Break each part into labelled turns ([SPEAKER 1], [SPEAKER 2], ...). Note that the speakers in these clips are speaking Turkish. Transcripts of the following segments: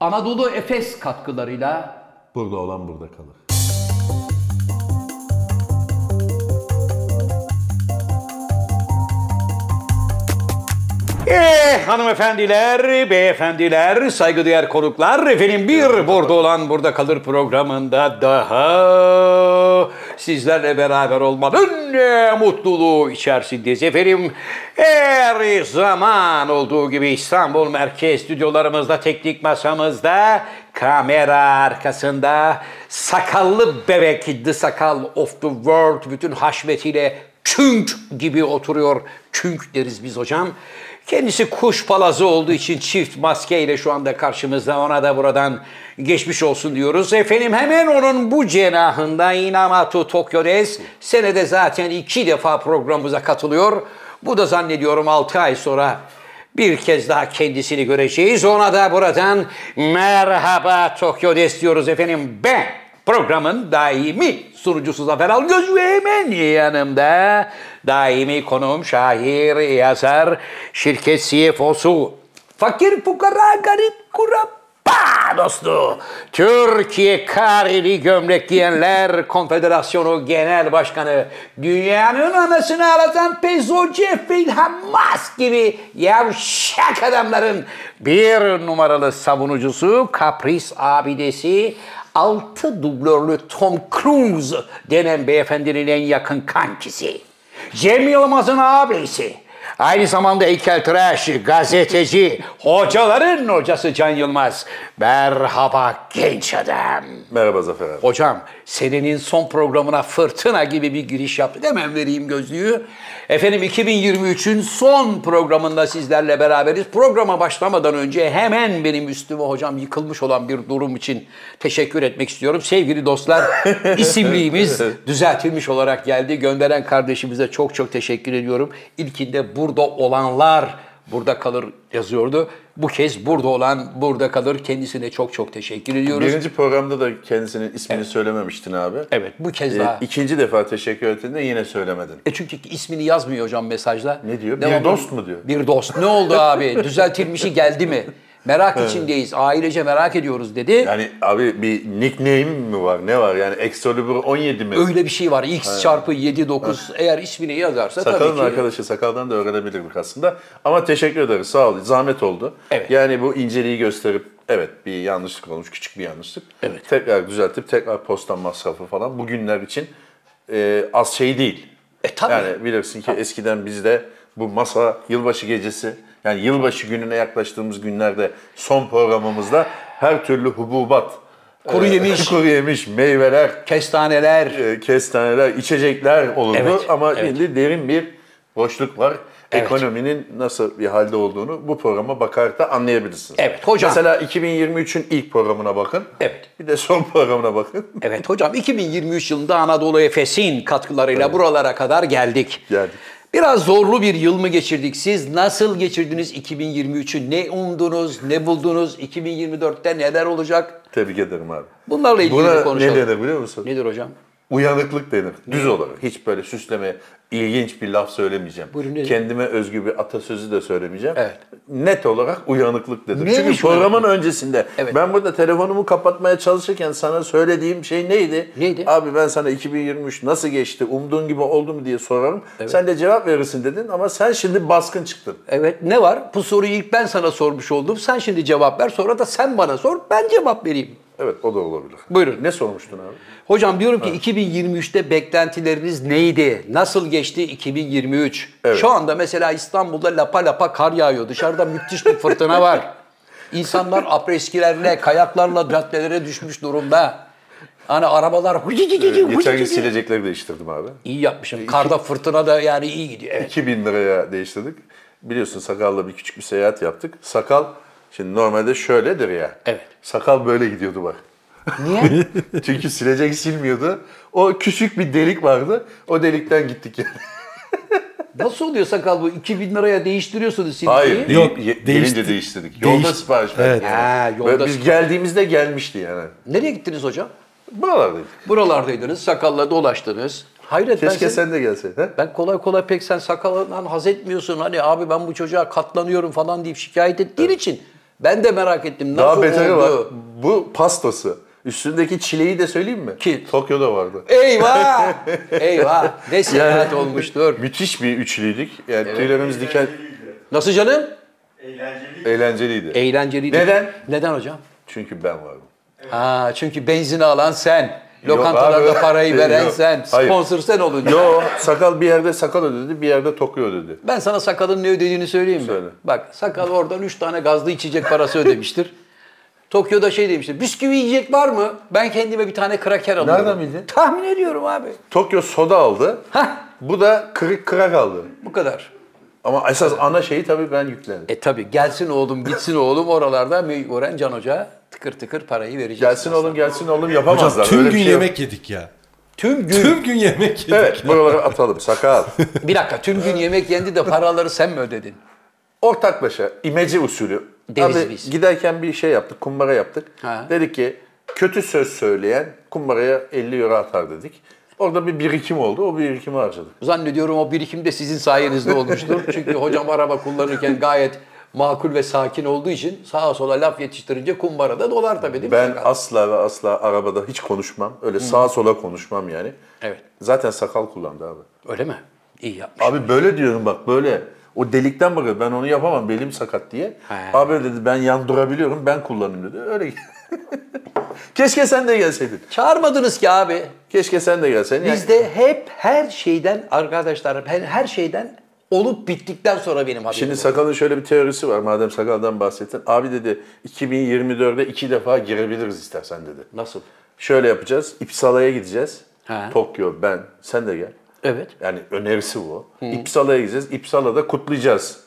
[SPEAKER 1] Anadolu Efes katkılarıyla
[SPEAKER 2] Burada olan burada kalır.
[SPEAKER 3] Eh hanımefendiler, beyefendiler, saygıdeğer konuklar. Efendim bir burada olan burada kalır programında daha sizlerle beraber olmanın eh, mutluluğu içerisindeyiz efendim. Her zaman olduğu gibi İstanbul Merkez stüdyolarımızda, teknik masamızda, kamera arkasında sakallı bebek, the sakal of the world bütün haşmetiyle Çünk gibi oturuyor. Çünk deriz biz hocam. Kendisi kuş palazı olduğu için çift maskeyle şu anda karşımızda. Ona da buradan geçmiş olsun diyoruz. Efendim hemen onun bu cenahında Inamatu Tokyodes senede zaten iki defa programımıza katılıyor. Bu da zannediyorum 6 ay sonra bir kez daha kendisini göreceğiz. Ona da buradan merhaba Tokyo'des diyoruz efendim. Ben programın daimi sunucusu Zafer Algöz ve hemen yanımda daimi konuğum şair, yazar, şirket E CFO'su, fakir fukara garip kurabba dostu. Türkiye Kareli Gömlek Giyenler Konfederasyonu Genel Başkanı, dünyanın anasını ağlatan Pezo Jeff Hamas gibi yavşak adamların bir numaralı savunucusu, kapris abidesi, altı dublörlü Tom Cruise denen beyefendinin en yakın kankisi. Cem Yılmaz'ın abisi, Aynı zamanda heykeltıraş, gazeteci, hocaların hocası Can Yılmaz. Merhaba genç adam.
[SPEAKER 2] Merhaba Zafer abi.
[SPEAKER 3] Hocam senenin son programına fırtına gibi bir giriş yaptık. Hemen vereyim gözlüğü. Efendim 2023'ün son programında sizlerle beraberiz. Programa başlamadan önce hemen benim üstüme hocam yıkılmış olan bir durum için teşekkür etmek istiyorum. Sevgili dostlar isimliğimiz düzeltilmiş olarak geldi. Gönderen kardeşimize çok çok teşekkür ediyorum. İlkinde burada olanlar burada kalır yazıyordu. Bu kez burada olan burada kalır. Kendisine çok çok teşekkür ediyoruz.
[SPEAKER 2] Birinci programda da kendisinin ismini söylememiştin abi.
[SPEAKER 3] Evet bu kez
[SPEAKER 2] Ee,
[SPEAKER 3] daha.
[SPEAKER 2] ikinci defa teşekkür ettiğinde yine söylemedin.
[SPEAKER 3] E çünkü ismini yazmıyor hocam mesajda.
[SPEAKER 2] Ne diyor? Bir
[SPEAKER 3] oldu?
[SPEAKER 2] dost mu diyor?
[SPEAKER 3] Bir dost. Ne oldu abi? Düzeltilmişi geldi mi? Merak içindeyiz. Ailece merak ediyoruz dedi.
[SPEAKER 2] Yani abi bir nickname mi var? Ne var? Yani Excalibur 17 mi?
[SPEAKER 3] Öyle bir şey var. X çarpı 7 9 eğer ismini yazarsa
[SPEAKER 2] Sakalın
[SPEAKER 3] tabii ki.
[SPEAKER 2] arkadaşı sakaldan da öğrenebilirdik aslında. Ama teşekkür ederiz. Sağ ol. Zahmet oldu.
[SPEAKER 3] Evet.
[SPEAKER 2] Yani bu inceliği gösterip evet bir yanlışlık olmuş. Küçük bir yanlışlık.
[SPEAKER 3] Evet.
[SPEAKER 2] Tekrar düzeltip tekrar postan masrafı falan. Bugünler için e, az şey değil.
[SPEAKER 3] E tabii.
[SPEAKER 2] Yani bilirsin ki eskiden bizde bu masa yılbaşı gecesi yani yılbaşı gününe yaklaştığımız günlerde son programımızda her türlü hububat,
[SPEAKER 3] Kuru
[SPEAKER 2] e,
[SPEAKER 3] yemiş.
[SPEAKER 2] kuru yemiş, meyveler,
[SPEAKER 3] Kestaneler.
[SPEAKER 2] e, kestaneler, içecekler olurdu
[SPEAKER 3] Evet,
[SPEAKER 2] ama
[SPEAKER 3] evet.
[SPEAKER 2] şimdi derin bir boşluk var.
[SPEAKER 3] Evet.
[SPEAKER 2] Ekonominin nasıl bir halde olduğunu bu programa bakarak da anlayabilirsiniz.
[SPEAKER 3] Evet, hocam.
[SPEAKER 2] Mesela 2023'ün ilk programına bakın.
[SPEAKER 3] Evet.
[SPEAKER 2] Bir de son programına bakın.
[SPEAKER 3] Evet hocam 2023 yılında Anadolu Efes'in katkılarıyla buralara kadar geldik.
[SPEAKER 2] Geldik.
[SPEAKER 3] Biraz zorlu bir yıl mı geçirdik? Siz nasıl geçirdiniz 2023'ü? Ne umdunuz, ne buldunuz? 2024'te neler olacak?
[SPEAKER 2] Tebrik ederim abi.
[SPEAKER 3] Bunlarla ilgili de
[SPEAKER 2] Buna ne
[SPEAKER 3] konuşalım.
[SPEAKER 2] denir biliyor musun?
[SPEAKER 3] Nedir hocam?
[SPEAKER 2] Uyanıklık denir. Düz olarak. Hiç böyle süsleme, ilginç bir laf söylemeyeceğim.
[SPEAKER 3] Buyurun, ne-
[SPEAKER 2] Kendime özgü bir atasözü de söylemeyeceğim.
[SPEAKER 3] Evet.
[SPEAKER 2] Net olarak uyanıklık dedim.
[SPEAKER 3] Neymiş
[SPEAKER 2] Çünkü programın öncesinde
[SPEAKER 3] Evet.
[SPEAKER 2] ben burada telefonumu kapatmaya çalışırken sana söylediğim şey neydi?
[SPEAKER 3] Neydi?
[SPEAKER 2] Abi ben sana 2023 nasıl geçti, umduğun gibi oldu mu diye sorarım. Sen de cevap verirsin dedin ama sen şimdi baskın çıktın.
[SPEAKER 3] Evet ne var? Bu soruyu ilk ben sana sormuş oldum. Sen şimdi cevap ver. Sonra da sen bana sor. Ben cevap vereyim.
[SPEAKER 2] Evet o da olabilir.
[SPEAKER 3] Buyurun.
[SPEAKER 2] Ne sormuştun abi?
[SPEAKER 3] Hocam diyorum ki 2023'te beklentileriniz neydi? Nasıl geçti 2023?
[SPEAKER 2] Evet.
[SPEAKER 3] Şu anda mesela İstanbul'da lapa lapa kar yağıyor. Dışarıda müthiş bir fırtına var. İnsanlar apreskilerle, kayaklarla caddelere düşmüş durumda. Hani arabalar
[SPEAKER 2] Geçen gün silecekleri değiştirdim abi.
[SPEAKER 3] İyi yapmışım. Karda fırtına da yani iyi gidiyor. Evet.
[SPEAKER 2] 2000 liraya değiştirdik. Biliyorsun sakalla bir küçük bir seyahat yaptık. Sakal şimdi normalde şöyledir ya.
[SPEAKER 3] Evet.
[SPEAKER 2] Sakal böyle gidiyordu bak.
[SPEAKER 3] Niye?
[SPEAKER 2] Çünkü silecek silmiyordu. O küçük bir delik vardı. O delikten gittik yani.
[SPEAKER 3] Nasıl oluyor sakal bu? 2000 liraya değiştiriyorsunuz silgiyi.
[SPEAKER 2] Hayır, değil,
[SPEAKER 4] Yok,
[SPEAKER 2] ye-
[SPEAKER 4] değişti-
[SPEAKER 2] gelince değiştirdik. Yolda
[SPEAKER 4] değişti.
[SPEAKER 2] sipariş
[SPEAKER 4] Evet.
[SPEAKER 2] verdik.
[SPEAKER 3] Ha,
[SPEAKER 2] Ve
[SPEAKER 3] yolda-
[SPEAKER 2] Biz geldiğimizde gelmişti yani.
[SPEAKER 3] Nereye gittiniz hocam?
[SPEAKER 2] Buralardaydık.
[SPEAKER 3] Buralardaydınız, sakalla dolaştınız. Hayret ben
[SPEAKER 2] Keşke
[SPEAKER 3] seni-
[SPEAKER 2] sen de gelseydin. ha?
[SPEAKER 3] Ben kolay kolay pek sen sakalından haz etmiyorsun. Hani abi ben bu çocuğa katlanıyorum falan deyip şikayet ettiğin için Ben de merak ettim. Nasıl
[SPEAKER 2] Daha beteri var.
[SPEAKER 3] oldu?
[SPEAKER 2] Bu pastası. Üstündeki çileği de söyleyeyim mi?
[SPEAKER 3] Ki-
[SPEAKER 2] Tokyo'da vardı.
[SPEAKER 3] Eyvah! Eyvah! Ne seyahat olmuştur.
[SPEAKER 2] Müthiş bir üçlüydük. Yani tüylerimiz diken
[SPEAKER 3] Nasıl canım?
[SPEAKER 5] Eğlenceli.
[SPEAKER 2] eğlenceliydi.
[SPEAKER 3] E- Eğlenceliydi.
[SPEAKER 2] Neden?
[SPEAKER 3] Neden hocam?
[SPEAKER 2] Çünkü ben vardım.
[SPEAKER 3] Aa, çünkü benzini alan sen.
[SPEAKER 2] Yok
[SPEAKER 3] Lokantalarda
[SPEAKER 2] abi.
[SPEAKER 3] parayı veren
[SPEAKER 2] Yok.
[SPEAKER 3] sen.
[SPEAKER 2] Hayır.
[SPEAKER 3] Sponsor sen olunca.
[SPEAKER 2] Yo sakal bir yerde sakal ödedi, bir yerde Tokyo ödedi.
[SPEAKER 3] Ben sana sakalın ne ödediğini söyleyeyim mi?
[SPEAKER 2] Söyle.
[SPEAKER 3] Bak sakal oradan 3 tane gazlı içecek parası ödemiştir. Tokyo'da şey demiştir. Bisküvi yiyecek var mı? Ben kendime bir tane kraker alıyorum.
[SPEAKER 2] Nereden bildin?
[SPEAKER 3] Tahmin ediyorum abi.
[SPEAKER 2] Tokyo soda aldı.
[SPEAKER 3] Hah.
[SPEAKER 2] Bu da kırık kırak aldı.
[SPEAKER 3] Bu kadar.
[SPEAKER 2] Ama esas ana şeyi tabii ben yükledim.
[SPEAKER 3] E tabi gelsin oğlum gitsin oğlum oralarda mecburen Can Hoca tıkır tıkır parayı verecek.
[SPEAKER 2] Gelsin oğlum gelsin oğlum
[SPEAKER 6] Hocam
[SPEAKER 2] yapamazlar.
[SPEAKER 6] tüm
[SPEAKER 2] Öyle bir
[SPEAKER 6] gün
[SPEAKER 2] şey yok.
[SPEAKER 6] yemek yedik ya.
[SPEAKER 3] Tüm gün.
[SPEAKER 6] Tüm gün yemek yedik.
[SPEAKER 2] Evet buraları atalım sakal.
[SPEAKER 3] Bir dakika tüm gün yemek yendi de paraları sen mi ödedin?
[SPEAKER 2] Ortaklaşa imece usulü.
[SPEAKER 3] Deriz
[SPEAKER 2] Abi,
[SPEAKER 3] biz.
[SPEAKER 2] Giderken bir şey yaptık, kumbara yaptık.
[SPEAKER 3] Ha.
[SPEAKER 2] Dedik ki kötü söz söyleyen kumbaraya 50 euro atar dedik. Orada bir birikim oldu, o birikimi harcadık.
[SPEAKER 3] Zannediyorum o birikim de sizin sayenizde olmuştur. Çünkü hocam araba kullanırken gayet makul ve sakin olduğu için sağa sola laf yetiştirince kumbarada dolar tabii değil mi?
[SPEAKER 2] Ben
[SPEAKER 3] Sakal?
[SPEAKER 2] asla ve asla arabada hiç konuşmam. Öyle sağa sola konuşmam yani.
[SPEAKER 3] Evet.
[SPEAKER 2] Zaten sakal kullandı abi.
[SPEAKER 3] Öyle mi? İyi yapmış.
[SPEAKER 2] Abi böyle diyorum bak böyle. O delikten bakıyor. Ben onu yapamam. Belim sakat diye.
[SPEAKER 3] He.
[SPEAKER 2] Abi dedi ben yan durabiliyorum. Ben kullanayım dedi. Öyle. Keşke sen de gelseydin.
[SPEAKER 3] Çağırmadınız ki abi.
[SPEAKER 2] Keşke sen de gelseydin. Yani-
[SPEAKER 3] Bizde hep her şeyden arkadaşlar her- her şeyden olup bittikten sonra benim haberim.
[SPEAKER 2] Şimdi
[SPEAKER 3] olur.
[SPEAKER 2] Sakal'ın şöyle bir teorisi var. Madem Sakal'dan bahsettin. Abi dedi 2024'de iki defa girebiliriz istersen dedi.
[SPEAKER 3] Nasıl?
[SPEAKER 2] Şöyle yapacağız. İpsala'ya gideceğiz.
[SPEAKER 3] He.
[SPEAKER 2] Tokyo, ben, sen de gel.
[SPEAKER 3] Evet.
[SPEAKER 2] Yani önerisi bu. İpsala'ya gideceğiz. İpsala'da kutlayacağız.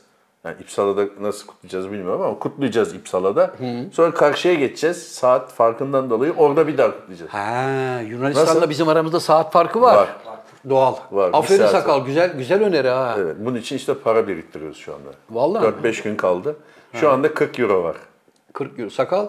[SPEAKER 2] Yani İpsala'da nasıl kutlayacağız bilmiyorum ama kutlayacağız İpsala'da. Sonra karşıya geçeceğiz. Saat farkından dolayı orada bir daha kutlayacağız.
[SPEAKER 3] Ha, Yunanistan'la
[SPEAKER 2] Nasıl?
[SPEAKER 3] bizim aramızda saat farkı var.
[SPEAKER 2] Var.
[SPEAKER 3] Doğal.
[SPEAKER 2] Var, bir
[SPEAKER 3] Aferin
[SPEAKER 2] saat
[SPEAKER 3] sakal güzel güzel öneri ha.
[SPEAKER 2] Evet, bunun için işte para biriktiriyoruz şu anda.
[SPEAKER 3] Vallahi
[SPEAKER 2] 4-5 gün kaldı. Şu anda 40 euro var.
[SPEAKER 3] 40 euro sakal.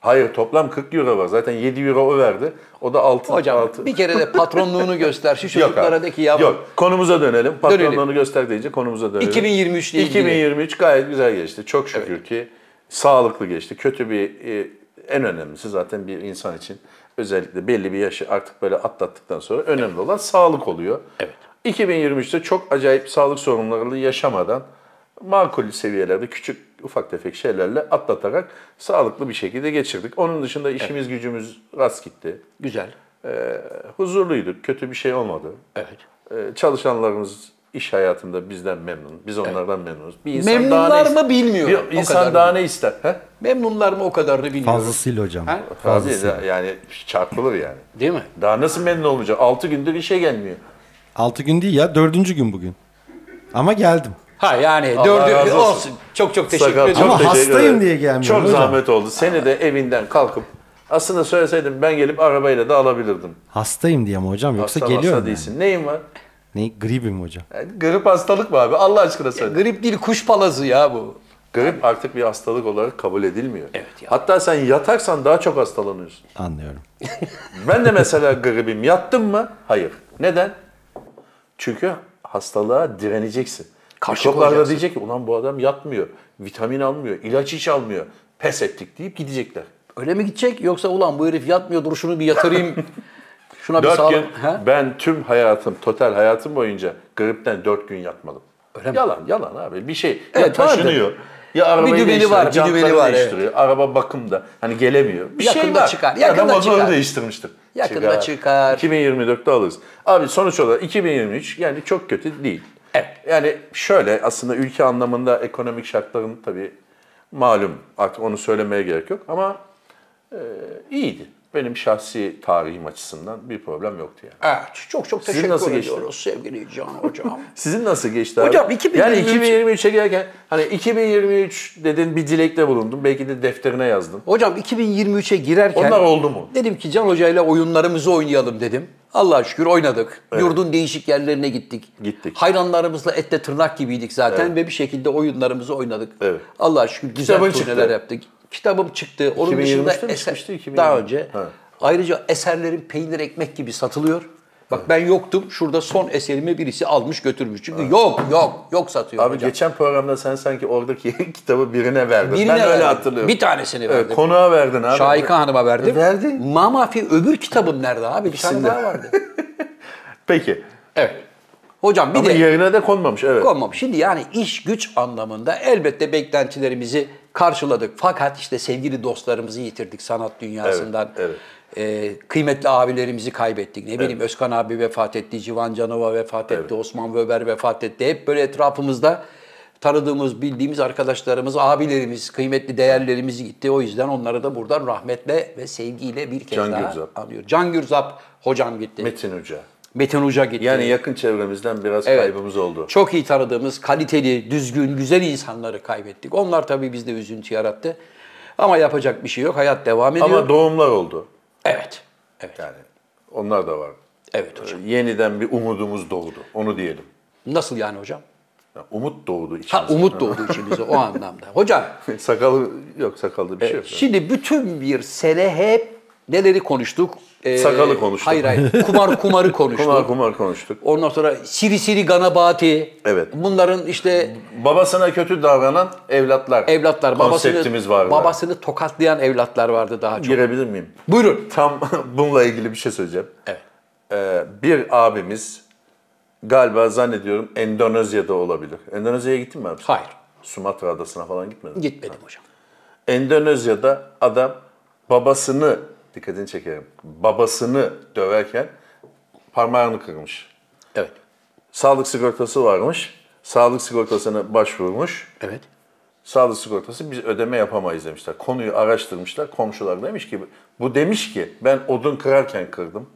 [SPEAKER 2] Hayır toplam 40 euro var. Zaten 7 euro o verdi. O da 6.
[SPEAKER 3] Hocam
[SPEAKER 2] altı.
[SPEAKER 3] bir kere de patronluğunu göster şu
[SPEAKER 2] Yok abi.
[SPEAKER 3] çocuklara de ki yavrum.
[SPEAKER 2] Yok. Konumuza dönelim. Patronlarını
[SPEAKER 3] Dönelim.
[SPEAKER 2] göster deyince konumuza dönelim.
[SPEAKER 3] 2023 ile ilgili.
[SPEAKER 2] 2023 gayet güzel geçti. Çok şükür ki sağlıklı geçti. Kötü bir e, en önemlisi zaten bir insan için özellikle belli bir yaşı artık böyle atlattıktan sonra önemli olan sağlık oluyor. Evet. 2023'te çok acayip sağlık sorunlarını yaşamadan makul seviyelerde küçük ufak tefek şeylerle atlatarak sağlıklı bir şekilde geçirdik. Onun dışında işimiz gücümüz rast gitti.
[SPEAKER 3] Güzel.
[SPEAKER 2] Ee, huzurluyduk. Kötü bir şey olmadı.
[SPEAKER 3] Evet.
[SPEAKER 2] Ee, çalışanlarımız iş hayatında bizden memnun. Biz onlardan memnunuz. Bir
[SPEAKER 3] Memnunlar
[SPEAKER 2] daha ne ister-
[SPEAKER 3] mı bilmiyorum.
[SPEAKER 2] Bir
[SPEAKER 3] O kadar
[SPEAKER 2] insan daha ne ister? He?
[SPEAKER 3] Memnunlar mı o kadarını bilmiyorum.
[SPEAKER 6] Fazlasıyla hocam.
[SPEAKER 3] Ha?
[SPEAKER 6] Fazlasıyla.
[SPEAKER 2] Fazla- Yani çarpılır yani.
[SPEAKER 3] Değil mi?
[SPEAKER 2] Daha nasıl memnun olacak? 6 gündür işe gelmiyor.
[SPEAKER 6] 6 gün değil ya dördüncü gün bugün. Ama geldim.
[SPEAKER 3] Ha yani
[SPEAKER 2] Allah
[SPEAKER 3] dördü
[SPEAKER 2] razı
[SPEAKER 3] olsun.
[SPEAKER 2] olsun.
[SPEAKER 3] Çok çok teşekkür
[SPEAKER 2] Sakal,
[SPEAKER 3] ediyorum.
[SPEAKER 2] çok
[SPEAKER 6] Ama
[SPEAKER 2] teşekkür
[SPEAKER 6] hastayım
[SPEAKER 2] ederim.
[SPEAKER 6] diye gelmiyorum
[SPEAKER 2] Çok
[SPEAKER 6] hocam.
[SPEAKER 2] zahmet oldu. Seni de evinden kalkıp aslında söyleseydim ben gelip arabayla da alabilirdim.
[SPEAKER 6] Hastayım diye mi hocam yoksa
[SPEAKER 2] Hasta hasta
[SPEAKER 6] geliyorum yani.
[SPEAKER 2] değilsin. Neyin var?
[SPEAKER 6] Ne gribim hocam.
[SPEAKER 2] Yani grip hastalık mı abi? Allah aşkına söyle.
[SPEAKER 3] Grip değil kuş palazı ya bu.
[SPEAKER 2] Grip artık bir hastalık olarak kabul edilmiyor.
[SPEAKER 3] Evet ya.
[SPEAKER 2] Hatta sen yatarsan daha çok hastalanıyorsun.
[SPEAKER 6] Anlıyorum.
[SPEAKER 2] Ben de mesela gribim. Yattım mı? Hayır. Neden? Çünkü hastalığa direneceksin.
[SPEAKER 3] Karşı
[SPEAKER 2] Mikroplar da
[SPEAKER 3] koyacaksın.
[SPEAKER 2] diyecek ki ulan bu adam yatmıyor, vitamin almıyor, ilaç hiç almıyor. Pes ettik deyip gidecekler.
[SPEAKER 3] Öyle mi gidecek yoksa ulan bu herif yatmıyor dur şunu bir yatırayım. Şuna bir
[SPEAKER 2] Dört
[SPEAKER 3] sağlam.
[SPEAKER 2] gün
[SPEAKER 3] Ha?
[SPEAKER 2] ben tüm hayatım, total hayatım boyunca gripten dört gün yatmadım.
[SPEAKER 3] Öyle mi?
[SPEAKER 2] Yalan, yalan abi. Bir şey ya
[SPEAKER 3] Evet, vardır.
[SPEAKER 2] taşınıyor. Ya arabayı
[SPEAKER 3] dümeni
[SPEAKER 2] değiştiriyor,
[SPEAKER 3] var, bir
[SPEAKER 2] jantları
[SPEAKER 3] dümeni var,
[SPEAKER 2] değiştiriyor. Araba bakımda. Hani gelemiyor. Bir şey
[SPEAKER 3] Yakında
[SPEAKER 2] var.
[SPEAKER 3] çıkar,
[SPEAKER 2] Adam
[SPEAKER 3] yakında
[SPEAKER 2] motoru
[SPEAKER 3] çıkar.
[SPEAKER 2] değiştirmiştir.
[SPEAKER 3] Yakında çıkar.
[SPEAKER 2] 2024'te alırız. Abi sonuç olarak 2023 yani çok kötü değil.
[SPEAKER 3] Evet.
[SPEAKER 2] Yani şöyle aslında ülke anlamında ekonomik şartların tabii malum artık onu söylemeye gerek yok ama e, iyiydi. Benim şahsi tarihim açısından bir problem yoktu yani.
[SPEAKER 3] Evet, çok çok
[SPEAKER 2] Sizin
[SPEAKER 3] teşekkür
[SPEAKER 2] nasıl geçti?
[SPEAKER 3] ediyoruz sevgili Can Hocam.
[SPEAKER 2] Sizin nasıl geçti abi?
[SPEAKER 3] Hocam, 2023
[SPEAKER 2] Yani 2023'e girerken hani 2023 dedin bir dilekte bulundun. Belki de defterine yazdın.
[SPEAKER 3] Hocam 2023'e girerken...
[SPEAKER 2] Onlar oldu mu?
[SPEAKER 3] Dedim ki Can Hoca ile oyunlarımızı oynayalım dedim. Allah'a şükür oynadık. Yurdun değişik yerlerine gittik.
[SPEAKER 2] Gittik.
[SPEAKER 3] Hayranlarımızla ette tırnak gibiydik zaten ve bir şekilde oyunlarımızı oynadık.
[SPEAKER 2] Evet.
[SPEAKER 3] Allah'a şükür güzel
[SPEAKER 2] Kitabın
[SPEAKER 3] turneler
[SPEAKER 2] çıktı.
[SPEAKER 3] yaptık. Kitabım çıktı. Onun
[SPEAKER 2] 2023'te
[SPEAKER 3] dışında
[SPEAKER 2] mi
[SPEAKER 3] eser,
[SPEAKER 2] çıkmıştı, 2020'de?
[SPEAKER 3] daha önce.
[SPEAKER 2] Ha.
[SPEAKER 3] Ayrıca eserlerim peynir ekmek gibi satılıyor. Bak ben yoktum. Şurada son eserimi birisi almış götürmüş. Çünkü yok yok yok satıyor
[SPEAKER 2] Abi
[SPEAKER 3] hocam.
[SPEAKER 2] geçen programda sen sanki oradaki kitabı birine verdin.
[SPEAKER 3] Birine
[SPEAKER 2] ben öyle
[SPEAKER 3] verdim.
[SPEAKER 2] hatırlıyorum.
[SPEAKER 3] Bir tanesini
[SPEAKER 2] Evet,
[SPEAKER 3] verdim.
[SPEAKER 2] konuğa verdin abi.
[SPEAKER 3] Şahika Hanım'a verdim.
[SPEAKER 2] Verdin.
[SPEAKER 3] Mamafi öbür kitabım nerede abi? Bir tane
[SPEAKER 2] İkisinde.
[SPEAKER 3] daha vardı.
[SPEAKER 2] Peki.
[SPEAKER 3] Evet. Hocam bir
[SPEAKER 2] Ama
[SPEAKER 3] de
[SPEAKER 2] yerine de konmamış. Evet.
[SPEAKER 3] Olmam. Şimdi yani iş güç anlamında elbette beklentilerimizi karşıladık. Fakat işte sevgili dostlarımızı yitirdik sanat dünyasından.
[SPEAKER 2] Evet,
[SPEAKER 3] Ee, kıymetli abilerimizi kaybettik. Ne bileyim Özkan abi vefat etti, Civan Canova vefat etti, Osman Böber vefat etti. Hep böyle etrafımızda tanıdığımız, bildiğimiz arkadaşlarımız, abilerimiz, kıymetli değerlerimiz gitti. O yüzden onları da buradan rahmetle ve sevgiyle bir kez
[SPEAKER 2] Can
[SPEAKER 3] daha
[SPEAKER 2] Gürzap.
[SPEAKER 3] anıyor. Can Gürzap hocam gitti.
[SPEAKER 2] Metin Hoca.
[SPEAKER 3] Metin Hoca gitti.
[SPEAKER 2] Yani yakın çevremizden biraz kaybımız oldu.
[SPEAKER 3] Çok iyi tanıdığımız, kaliteli, düzgün, güzel insanları kaybettik. Onlar tabii bizde üzüntü yarattı. Ama yapacak bir şey yok. Hayat devam ediyor.
[SPEAKER 2] Ama doğumlar oldu.
[SPEAKER 3] evet. Evet.
[SPEAKER 2] Yani onlar da var.
[SPEAKER 3] Evet hocam.
[SPEAKER 2] Yeniden bir umudumuz doğdu. Onu diyelim.
[SPEAKER 3] Nasıl yani hocam?
[SPEAKER 2] Yani umut doğdu
[SPEAKER 3] Ha
[SPEAKER 2] içimizde.
[SPEAKER 3] umut doğdu içimize o anlamda. Hocam
[SPEAKER 2] Sakalı yok sakalda bir şey yok.
[SPEAKER 3] şimdi bütün bir sene hep neleri konuştuk? Ee,
[SPEAKER 2] Sakalı konuştuk.
[SPEAKER 3] Hayır hayır. Kumar kumarı konuştuk.
[SPEAKER 2] Kumar kumar konuştuk.
[SPEAKER 3] Ondan sonra Siri Siri Ganabati.
[SPEAKER 2] Evet.
[SPEAKER 3] Bunların işte
[SPEAKER 2] Babasına kötü davranan evlatlar.
[SPEAKER 3] evlatlar babasını,
[SPEAKER 2] Konseptimiz vardı.
[SPEAKER 3] babasını tokatlayan evlatlar vardı daha çok.
[SPEAKER 2] Girebilir miyim?
[SPEAKER 3] Buyurun.
[SPEAKER 2] Tam bununla ilgili bir şey söyleyeceğim.
[SPEAKER 3] Evet.
[SPEAKER 2] Ee, bir abimiz galiba zannediyorum Endonezya'da olabilir. Endonezya'ya gittin mi abi? sen?
[SPEAKER 3] Hayır.
[SPEAKER 2] Sumatra Adası'na falan gitmedin mi?
[SPEAKER 3] Gitmedim hocam.
[SPEAKER 2] Endonezya'da adam babasını, dikkatini çekerim, babasını döverken parmağını kırmış.
[SPEAKER 3] Evet.
[SPEAKER 2] Sağlık sigortası varmış. Sağlık sigortasına başvurmuş.
[SPEAKER 3] Evet.
[SPEAKER 2] Sağlık sigortası biz ödeme yapamayız demişler. Konuyu araştırmışlar. Komşular demiş ki bu demiş ki ben odun kırarken kırdım.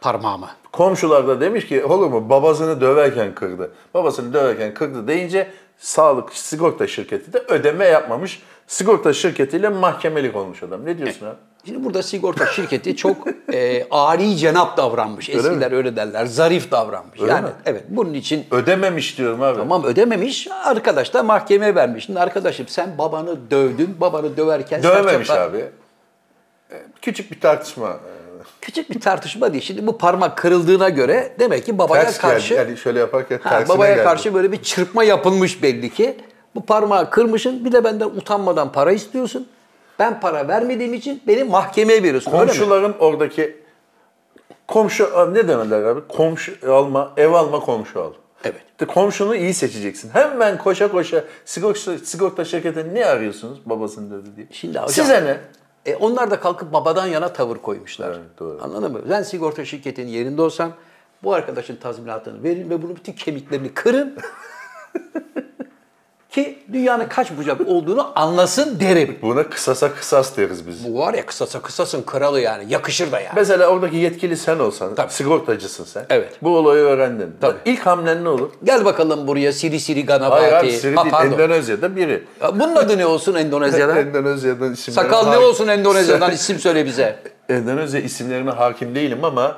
[SPEAKER 3] Parmağıma.
[SPEAKER 2] Komşular da demiş ki olur mu babasını döverken kırdı. Babasını döverken kırdı deyince sağlık sigorta şirketi de ödeme yapmamış. Sigorta şirketiyle mahkemelik olmuş adam. Ne diyorsun abi?
[SPEAKER 3] Şimdi burada sigorta şirketi çok e, ari cenap davranmış. Eskiler öyle, derler. Zarif davranmış. yani
[SPEAKER 2] mi?
[SPEAKER 3] evet bunun için
[SPEAKER 2] Ödememiş diyorum abi.
[SPEAKER 3] tamam ödememiş. Arkadaş da mahkemeye vermiş. Şimdi arkadaşım sen babanı dövdün. Babanı döverken
[SPEAKER 2] Dövmemiş
[SPEAKER 3] serçe-
[SPEAKER 2] abi. Ee, Küçük bir tartışma. ee,
[SPEAKER 3] Küçük bir tartışma değil. Şimdi bu parmak kırıldığına göre demek ki babaya
[SPEAKER 2] Ters
[SPEAKER 3] karşı
[SPEAKER 2] geldi. Yani şöyle yaparken
[SPEAKER 3] Ha,
[SPEAKER 2] tersine
[SPEAKER 3] babaya
[SPEAKER 2] geldi.
[SPEAKER 3] karşı böyle bir çırpma yapılmış belli ki. Bu parmağı kırmışın bir de benden utanmadan para istiyorsun. Ben para vermediğim için beni mahkemeye veriyorsun. öyle mi?
[SPEAKER 2] Komşuların oradaki komşu abi ne demediler abi? Komşu alma, ev alma, komşu al.
[SPEAKER 3] Evet.
[SPEAKER 2] De komşunu iyi seçeceksin. Hemen koşa koşa sigorta, sigorta şirketini niye arıyorsunuz babasını dedi diye.
[SPEAKER 3] Şimdi hocam-
[SPEAKER 2] Size ne?
[SPEAKER 3] E onlar da kalkıp babadan yana tavır koymuşlar.
[SPEAKER 2] Evet, doğru.
[SPEAKER 3] Anladın mı? Ben sigorta şirketinin yerinde olsam bu arkadaşın tazminatını verin ve bunun bütün kemiklerini kırın. ki dünyanın kaç bucak olduğunu anlasın derim.
[SPEAKER 2] Buna kısasa kısas deriz biz.
[SPEAKER 3] Bu var ya kısasa kısasın kralı yani. Yakışır da yani.
[SPEAKER 2] Mesela oradaki yetkili sen olsan,
[SPEAKER 3] Tabii.
[SPEAKER 2] sigortacısın sen.
[SPEAKER 3] Evet.
[SPEAKER 2] Bu olayı öğrendin.
[SPEAKER 3] Tabii.
[SPEAKER 2] İlk hamlen ne olur?
[SPEAKER 3] Gel bakalım buraya Siri Siri Ganabati.
[SPEAKER 2] Hayır abi Siri
[SPEAKER 3] Ha,
[SPEAKER 2] değil,
[SPEAKER 3] pardon.
[SPEAKER 2] Endonezya'da biri.
[SPEAKER 3] Ya Bunun adı ne olsun Endonezya'da?
[SPEAKER 2] Endonezya'dan isimleri...
[SPEAKER 3] Sakal ne
[SPEAKER 2] hakim-
[SPEAKER 3] olsun Endonezya'dan isim söyle bize.
[SPEAKER 2] Endonezya isimlerine hakim değilim ama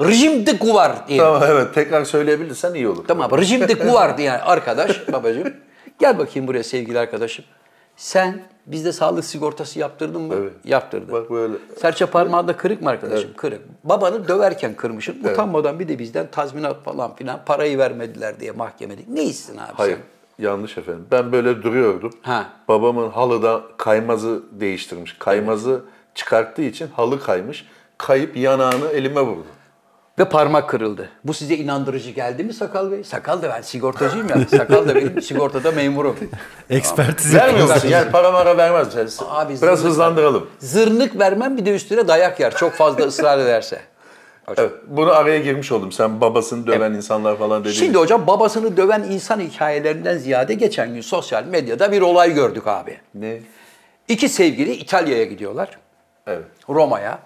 [SPEAKER 3] Rejim de kuvar diye. Tamam.
[SPEAKER 2] tamam evet tekrar söyleyebilirsen iyi olur.
[SPEAKER 3] Rejim de kuvar diye arkadaş babacığım. Gel bakayım buraya sevgili arkadaşım. Sen bizde sağlık sigortası yaptırdın mı?
[SPEAKER 2] Evet.
[SPEAKER 3] Yaptırdın.
[SPEAKER 2] Bak böyle.
[SPEAKER 3] Serçe parmağında kırık mı arkadaşım? Kırık. Babanı döverken kırmışım. Utanmadan bir de bizden tazminat falan filan parayı vermediler diye mahkemelik. Ne iyisin abi
[SPEAKER 2] Hayır.
[SPEAKER 3] sen?
[SPEAKER 2] Yanlış efendim. Ben böyle duruyordum.
[SPEAKER 3] Ha.
[SPEAKER 2] Babamın halıda kaymazı değiştirmiş. Kaymazı çıkarttığı için halı kaymış. Kayıp yanağını elime vurdu.
[SPEAKER 3] Ve parmak kırıldı. Bu size inandırıcı geldi mi Sakal Bey? Sakal da ben sigortacıyım ya. Sakal da benim sigortada memurum.
[SPEAKER 6] Ekspertiz
[SPEAKER 2] Vermiyor musun?
[SPEAKER 6] yapıyorsun.
[SPEAKER 2] Yani para mara vermez. Yani
[SPEAKER 3] Abi
[SPEAKER 2] biraz
[SPEAKER 3] zırnık-
[SPEAKER 2] hızlandıralım.
[SPEAKER 3] Zırnık vermem bir de üstüne dayak yer. Çok fazla ısrar ederse.
[SPEAKER 2] Evet, bunu araya girmiş oldum. Sen babasını döven insanlar falan dediğin.
[SPEAKER 3] Şimdi hocam babasını döven insan hikayelerinden ziyade geçen gün sosyal medyada bir olay gördük abi.
[SPEAKER 2] Ne?
[SPEAKER 3] İki sevgili İtalya'ya gidiyorlar.
[SPEAKER 2] Evet.
[SPEAKER 3] Roma'ya.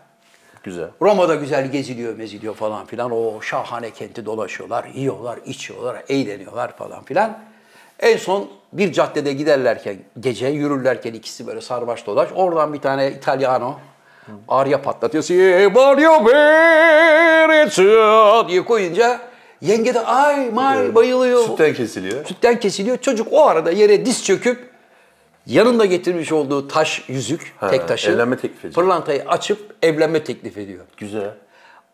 [SPEAKER 2] Güzel.
[SPEAKER 3] Roma'da güzel geziliyor meziliyor falan filan. O şahane kenti dolaşıyorlar, yiyorlar, içiyorlar, eğleniyorlar falan filan. En son bir caddede giderlerken, gece yürürlerken ikisi böyle sarbaş dolaş. Oradan bir tane İtalyano arya patlatıyor. "Si voglio bene te" diye koyunca yenge de ay may bayılıyor.
[SPEAKER 2] Sütten kesiliyor.
[SPEAKER 3] Sütten kesiliyor. Çocuk o arada yere diz çöküp Yanında getirmiş olduğu taş yüzük, tek taşı.
[SPEAKER 2] evlenme teklifi ediyor.
[SPEAKER 3] Pırlantayı açıp evlenme teklif ediyor.
[SPEAKER 2] Güzel.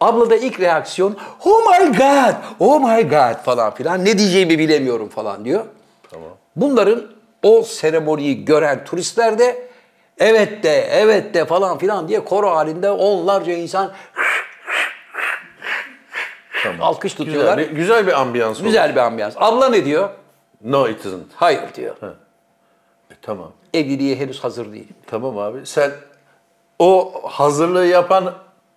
[SPEAKER 3] Abla da ilk reaksiyon oh my god, oh my god falan filan ne diyeceğimi bilemiyorum falan diyor. Bunların o seremoniyi gören turistler de evet de evet de falan filan diye koro halinde onlarca insan alkış tutuyorlar.
[SPEAKER 2] Güzel bir, güzel bir ambiyans oldu.
[SPEAKER 3] Güzel bir ambiyans. Abla ne diyor?
[SPEAKER 2] No it isn't.
[SPEAKER 3] Hayır diyor.
[SPEAKER 2] E, tamam.
[SPEAKER 3] Evliliğe henüz hazır değil.
[SPEAKER 2] Tamam abi. Sen o hazırlığı yapan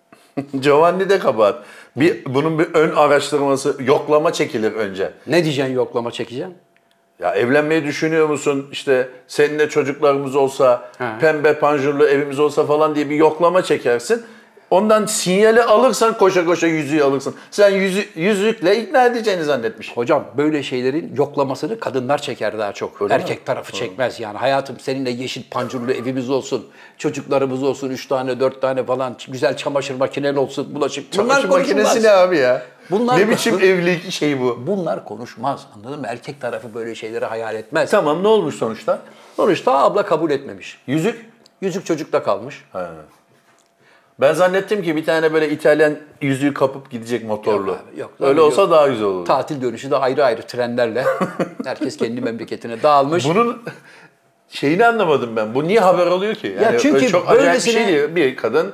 [SPEAKER 2] Giovanni de kabahat. Bir, bunun bir ön araştırması, yoklama çekilir önce.
[SPEAKER 3] Ne diyeceksin yoklama çekeceksin?
[SPEAKER 2] Ya evlenmeyi düşünüyor musun? İşte seninle çocuklarımız olsa,
[SPEAKER 3] Ha.
[SPEAKER 2] pembe panjurlu evimiz olsa falan diye bir yoklama çekersin. Ondan sinyali alırsan koşa koşa yüzüğü alırsın. Sen yüzü, yüzükle ikna edeceğini zannetmiş.
[SPEAKER 3] Hocam böyle şeylerin yoklamasını kadınlar çeker daha çok. Erkek tarafı çekmez yani. Hayatım seninle yeşil pancurlu evimiz olsun, çocuklarımız olsun, üç tane, dört tane falan, ç- güzel çamaşır makinen olsun, bulaşık.
[SPEAKER 2] Çamaşır makinesi
[SPEAKER 3] konuşulmaz.
[SPEAKER 2] ne abi ya?
[SPEAKER 3] Bunlar-
[SPEAKER 2] ne biçim evlilik şeyi bu?
[SPEAKER 3] Bunlar konuşmaz anladın mı? Erkek tarafı böyle şeyleri hayal etmez.
[SPEAKER 2] Tamam ne olmuş sonuçta?
[SPEAKER 3] Sonuçta abla kabul etmemiş.
[SPEAKER 2] Yüzük
[SPEAKER 3] Yüzük çocukta kalmış.
[SPEAKER 2] Ben zannettim ki bir tane böyle İtalyan yüzüğü kapıp gidecek motorlu.
[SPEAKER 3] Yok abi, yok.
[SPEAKER 2] Öyle
[SPEAKER 3] Yok.
[SPEAKER 2] olsa daha güzel olur.
[SPEAKER 3] Tatil dönüşü de ayrı ayrı trenlerle herkes kendi memleketine dağılmış.
[SPEAKER 2] Bunun şeyini anlamadım ben. Bu niye haber oluyor ki? Yani
[SPEAKER 3] çünkü
[SPEAKER 2] öyle çok acayip bir şey
[SPEAKER 3] böylesine-
[SPEAKER 2] değil. Bir kadın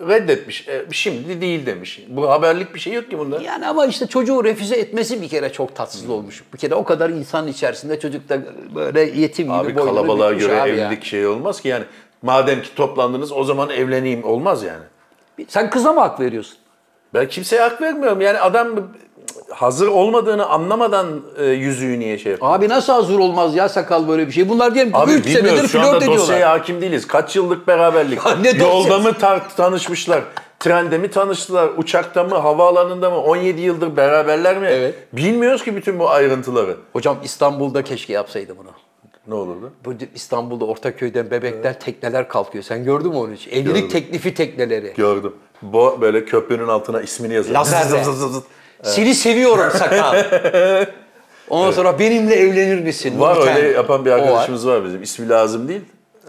[SPEAKER 2] reddetmiş. E, şimdi değil demiş. Bu haberlik bir şey yok ki bunda.
[SPEAKER 3] Yani ama işte çocuğu refüze etmesi bir kere çok tatsız olmuş. Bir kere o kadar insan içerisinde çocuk da böyle yetim gibi
[SPEAKER 2] abi
[SPEAKER 3] boynunu
[SPEAKER 2] kalabalığa
[SPEAKER 3] bükmüş
[SPEAKER 2] göre
[SPEAKER 3] abi ya.
[SPEAKER 2] evlilik şey olmaz ki yani. Madem ki toplandınız o zaman evleneyim olmaz yani.
[SPEAKER 3] Sen kıza mı hak veriyorsun?
[SPEAKER 2] Ben kimseye hak vermiyorum. Yani adam hazır olmadığını anlamadan e, yüzüğü niye şey yapıyor?
[SPEAKER 3] Abi nasıl hazır olmaz ya sakal böyle bir şey. Bunlar diyelim ki
[SPEAKER 2] Abi
[SPEAKER 3] 3 senedir
[SPEAKER 2] bilmiyoruz şu anda
[SPEAKER 3] flört ediyorlar.
[SPEAKER 2] dosyaya hakim değiliz. Kaç yıllık beraberlik.
[SPEAKER 3] ne dosyası?
[SPEAKER 2] Yolda mı tar- tanışmışlar? Trende mi tanıştılar? Uçakta mı? Havaalanında mı? 17 yıldır beraberler mi?
[SPEAKER 3] Evet.
[SPEAKER 2] Bilmiyoruz ki bütün bu ayrıntıları.
[SPEAKER 3] Hocam İstanbul'da keşke yapsaydı bunu.
[SPEAKER 2] Ne olurdu?
[SPEAKER 3] Bu İstanbul'da Ortaköy'den bebekler tekneler kalkıyor. Sen gördün mü onu hiç? Evlilik teklifi tekneleri.
[SPEAKER 2] Gördüm. Bu böyle köprünün altına ismini yazıyor.
[SPEAKER 3] Lazerle.
[SPEAKER 2] Zız zız zız zız.
[SPEAKER 3] Seni seviyorum sakal. Ondan sonra benimle evlenir misin?
[SPEAKER 2] Var
[SPEAKER 3] Nurten?
[SPEAKER 2] öyle yapan bir
[SPEAKER 3] O var.
[SPEAKER 2] arkadaşımız var, bizim. İsmi lazım değil.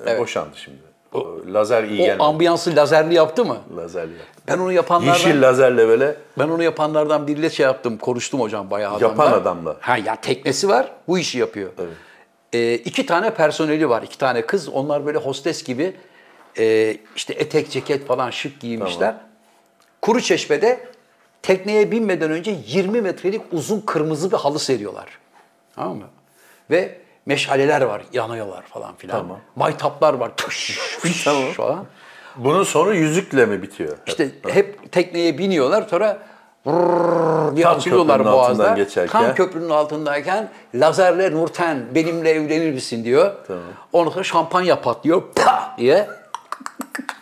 [SPEAKER 2] E, Boşandı şimdi. O, lazer iyi
[SPEAKER 3] O
[SPEAKER 2] gelmedi.
[SPEAKER 3] ambiyansı lazerli yaptı mı?
[SPEAKER 2] lazerli.
[SPEAKER 3] Ben onu yapanlardan
[SPEAKER 2] Yeşil lazerle böyle
[SPEAKER 3] ben onu yapanlardan biriyle şey yaptım, konuştum hocam bayağı adamla.
[SPEAKER 2] Yapan adamla.
[SPEAKER 3] Ha ya teknesi var, bu işi yapıyor. Evet. iki tane personeli var, iki tane kız. Onlar böyle hostes gibi e, işte etek ceket falan şık giymişler. Kuru çeşmede tekneye binmeden önce 20 metrelik uzun kırmızı bir halı seriyorlar. Tamam mı? Ve meşaleler var, yanıyorlar falan filan. Maytaplar var. Tış, fış falan.
[SPEAKER 2] bunun sonu yüzükle mi bitiyor?
[SPEAKER 3] İşte hep tekneye biniyorlar sonra vrrr diye
[SPEAKER 2] Tam
[SPEAKER 3] açılıyorlar
[SPEAKER 2] köprünün altından
[SPEAKER 3] boğazda.
[SPEAKER 2] geçerken.
[SPEAKER 3] Tam köprünün altındayken lazerle Nurten benimle evlenir misin diyor. Ondan sonra şampanya patlıyor pa diye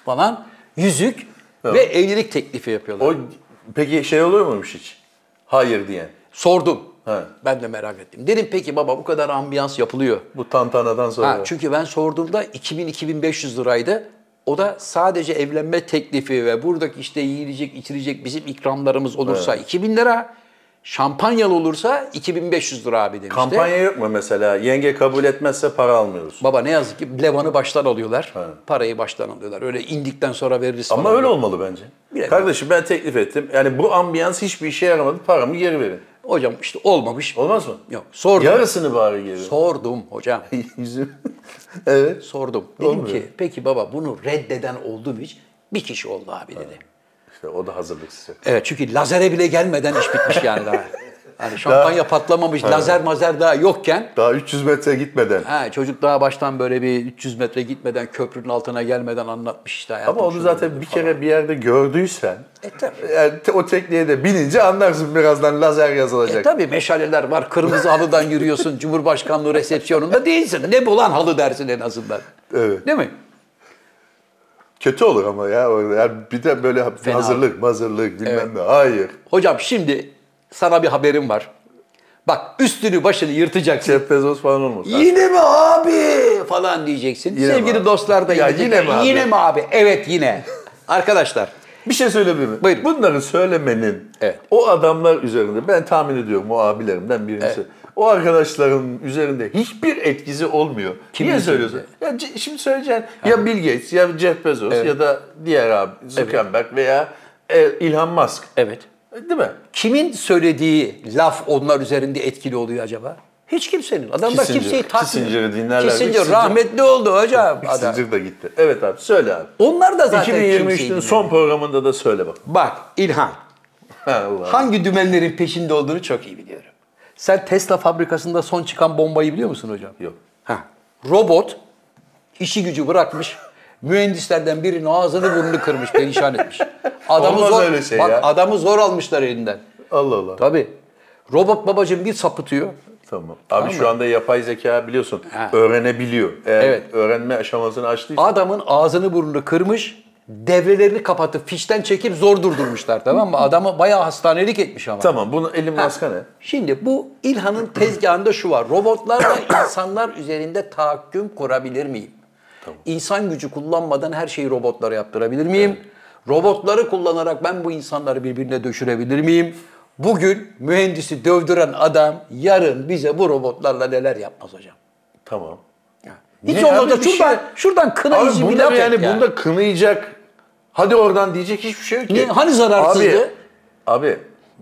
[SPEAKER 3] falan yüzük ve evlilik teklifi yapıyorlar.
[SPEAKER 2] O peki şey oluyor muymuş hiç? Hayır diyen.
[SPEAKER 3] Sordum.
[SPEAKER 2] Ha.
[SPEAKER 3] Ben de merak ettim. Dedim peki baba bu kadar ambiyans yapılıyor.
[SPEAKER 2] Bu tantanadan sonra.
[SPEAKER 3] Ha, çünkü ben sorduğumda 2000-2500 liraydı. O da sadece evlenme teklifi ve buradaki işte yiyecek, içilecek bizim ikramlarımız olursa 2000 lira, şampanyalı olursa 2500 lira abi demişti.
[SPEAKER 2] Kampanya yok mu mesela? Yenge kabul etmezse para almıyoruz.
[SPEAKER 3] Baba ne yazık ki levanı baştan alıyorlar, parayı baştan alıyorlar. Öyle indikten sonra veririz
[SPEAKER 2] Ama
[SPEAKER 3] falan.
[SPEAKER 2] öyle olmalı bence.
[SPEAKER 3] Bilemiyorum.
[SPEAKER 2] Kardeşim ben teklif ettim. Yani bu ambiyans hiçbir işe yaramadı. Paramı geri verin.
[SPEAKER 3] Hocam işte olmamış.
[SPEAKER 2] Olmaz mı?
[SPEAKER 3] Yok sordum.
[SPEAKER 2] Yarısını bari geri verin.
[SPEAKER 3] Sordum hocam.
[SPEAKER 2] Yüzüm. evet.
[SPEAKER 3] Sordum. Dedim
[SPEAKER 2] Olmuyor.
[SPEAKER 3] ki peki baba bunu reddeden oldu mu hiç? Bir kişi oldu abi dedi.
[SPEAKER 2] İşte o da hazırlıksız. yok.
[SPEAKER 3] Evet çünkü lazere bile gelmeden iş bitmiş yani daha. Hani şampanya patlamamış, lazer mazer daha yokken
[SPEAKER 2] Daha 300 metre gitmeden.
[SPEAKER 3] ha, çocuk daha baştan böyle bir 300 metre gitmeden, köprünün altına gelmeden anlatmış işte hayatım.
[SPEAKER 2] Ama onu
[SPEAKER 3] şöyle
[SPEAKER 2] zaten
[SPEAKER 3] böyle
[SPEAKER 2] bir
[SPEAKER 3] falan.
[SPEAKER 2] kere bir yerde gördüysen
[SPEAKER 3] E tabii.
[SPEAKER 2] yani te- o tekneye de binince anlarsın birazdan lazer
[SPEAKER 3] E
[SPEAKER 2] yazılacak.
[SPEAKER 3] tabii meşaleler var, kırmızı halıdan yürüyorsun, Cumhurbaşkanlığı resepsiyonunda değilsin. Ne bu lan halı dersin en azından.
[SPEAKER 2] Evet.
[SPEAKER 3] Değil mi?
[SPEAKER 2] Kötü olur ama ya. orada. Yani bir de böyle hazırlık, hazırlık bilmem ne. Hayır.
[SPEAKER 3] Hocam şimdi sana bir haberim var. Bak üstünü başını yırtacaksın.
[SPEAKER 2] Jeff Bezos falan olmaz.
[SPEAKER 3] Yine mi abi falan diyeceksin.
[SPEAKER 2] Yine mi
[SPEAKER 3] Sevgili
[SPEAKER 2] abi?
[SPEAKER 3] dostlar da
[SPEAKER 2] Ya
[SPEAKER 3] yine,
[SPEAKER 2] yine mi abi?
[SPEAKER 3] Yine mi abi? Evet yine. Arkadaşlar
[SPEAKER 2] Bir şey söyleyebilir miyim?
[SPEAKER 3] Buyurun.
[SPEAKER 2] Bunları söylemenin
[SPEAKER 3] Evet.
[SPEAKER 2] o adamlar üzerinde ben tahmin ediyorum o abilerimden birisi.
[SPEAKER 3] Evet.
[SPEAKER 2] o arkadaşların üzerinde hiçbir etkisi olmuyor.
[SPEAKER 3] Kimin
[SPEAKER 2] Niye
[SPEAKER 3] üzerinde?
[SPEAKER 2] söylüyorsun? Ya c- şimdi söyleyeceğin ya Bill Gates ya Jeff Bezos ya da diğer abi Zuckerberg veya e, Elon Musk.
[SPEAKER 3] Evet.
[SPEAKER 2] Değil mi?
[SPEAKER 3] Kimin söylediği laf onlar üzerinde etkili oluyor acaba? Hiç kimsenin. Adamlar
[SPEAKER 2] Kissinger.
[SPEAKER 3] kimseyi takmıyor.
[SPEAKER 2] Kissinger'ı dinlerler.
[SPEAKER 3] Kissinger
[SPEAKER 2] Kissinger-
[SPEAKER 3] rahmetli oldu hocam. adam.
[SPEAKER 2] Kissinger da gitti. Evet abi söyle abi.
[SPEAKER 3] Onlar da zaten kimseyi
[SPEAKER 2] 2023'ün
[SPEAKER 3] dinlemiyor.
[SPEAKER 2] son programında da söyle bak.
[SPEAKER 3] Bak İlhan,
[SPEAKER 2] Allah.
[SPEAKER 3] hangi dümenlerin peşinde olduğunu çok iyi biliyorum. Sen Tesla fabrikasında son çıkan bombayı biliyor musun hocam?
[SPEAKER 2] Yok.
[SPEAKER 3] Ha. Robot işi gücü bırakmış. Mühendislerden birinin ağzını burnunu kırmış, perişan etmiş. Adamı
[SPEAKER 2] Olmaz
[SPEAKER 3] zor,
[SPEAKER 2] öyle şey
[SPEAKER 3] bak,
[SPEAKER 2] ya.
[SPEAKER 3] adamı zor almışlar elinden.
[SPEAKER 2] Allah Allah.
[SPEAKER 3] Tabii. Robot babacığım bir sapıtıyor.
[SPEAKER 2] Tamam. Abi şu anda yapay zeka biliyorsun öğrenebiliyor. Eğer
[SPEAKER 3] Evet.
[SPEAKER 2] öğrenme aşamasını açtıysa
[SPEAKER 3] Adamın ağzını burnunu kırmış, devrelerini kapatıp fişten çekip zor durdurmuşlar tamam mı? Adamı bayağı hastanelik etmiş ama.
[SPEAKER 2] tamam bunu elin maska ne?
[SPEAKER 3] Şimdi bu İlhan'ın tezgahında şu var. Robotlarla insanlar üzerinde tahakküm kurabilir miyim? İnsan gücü kullanmadan her şeyi robotlara yaptırabilir miyim? Robotları kullanarak ben bu insanları birbirine döşürebilir miyim? Bugün mühendisi dövdüren adam yarın bize bu robotlarla neler yapmaz hocam?
[SPEAKER 2] Tamam.
[SPEAKER 3] Hiç
[SPEAKER 2] Ne
[SPEAKER 3] olmazsa
[SPEAKER 2] abi bir
[SPEAKER 3] şuradan,
[SPEAKER 2] şey-
[SPEAKER 3] şuradan
[SPEAKER 2] Abi
[SPEAKER 3] kınayıcı bir
[SPEAKER 2] bunda
[SPEAKER 3] laf
[SPEAKER 2] yani,
[SPEAKER 3] et ya.
[SPEAKER 2] bunda kınayacak hadi oradan diyecek hiçbir şey yok ki.
[SPEAKER 3] Niye? Hani zararsızdı?
[SPEAKER 2] Abi, abi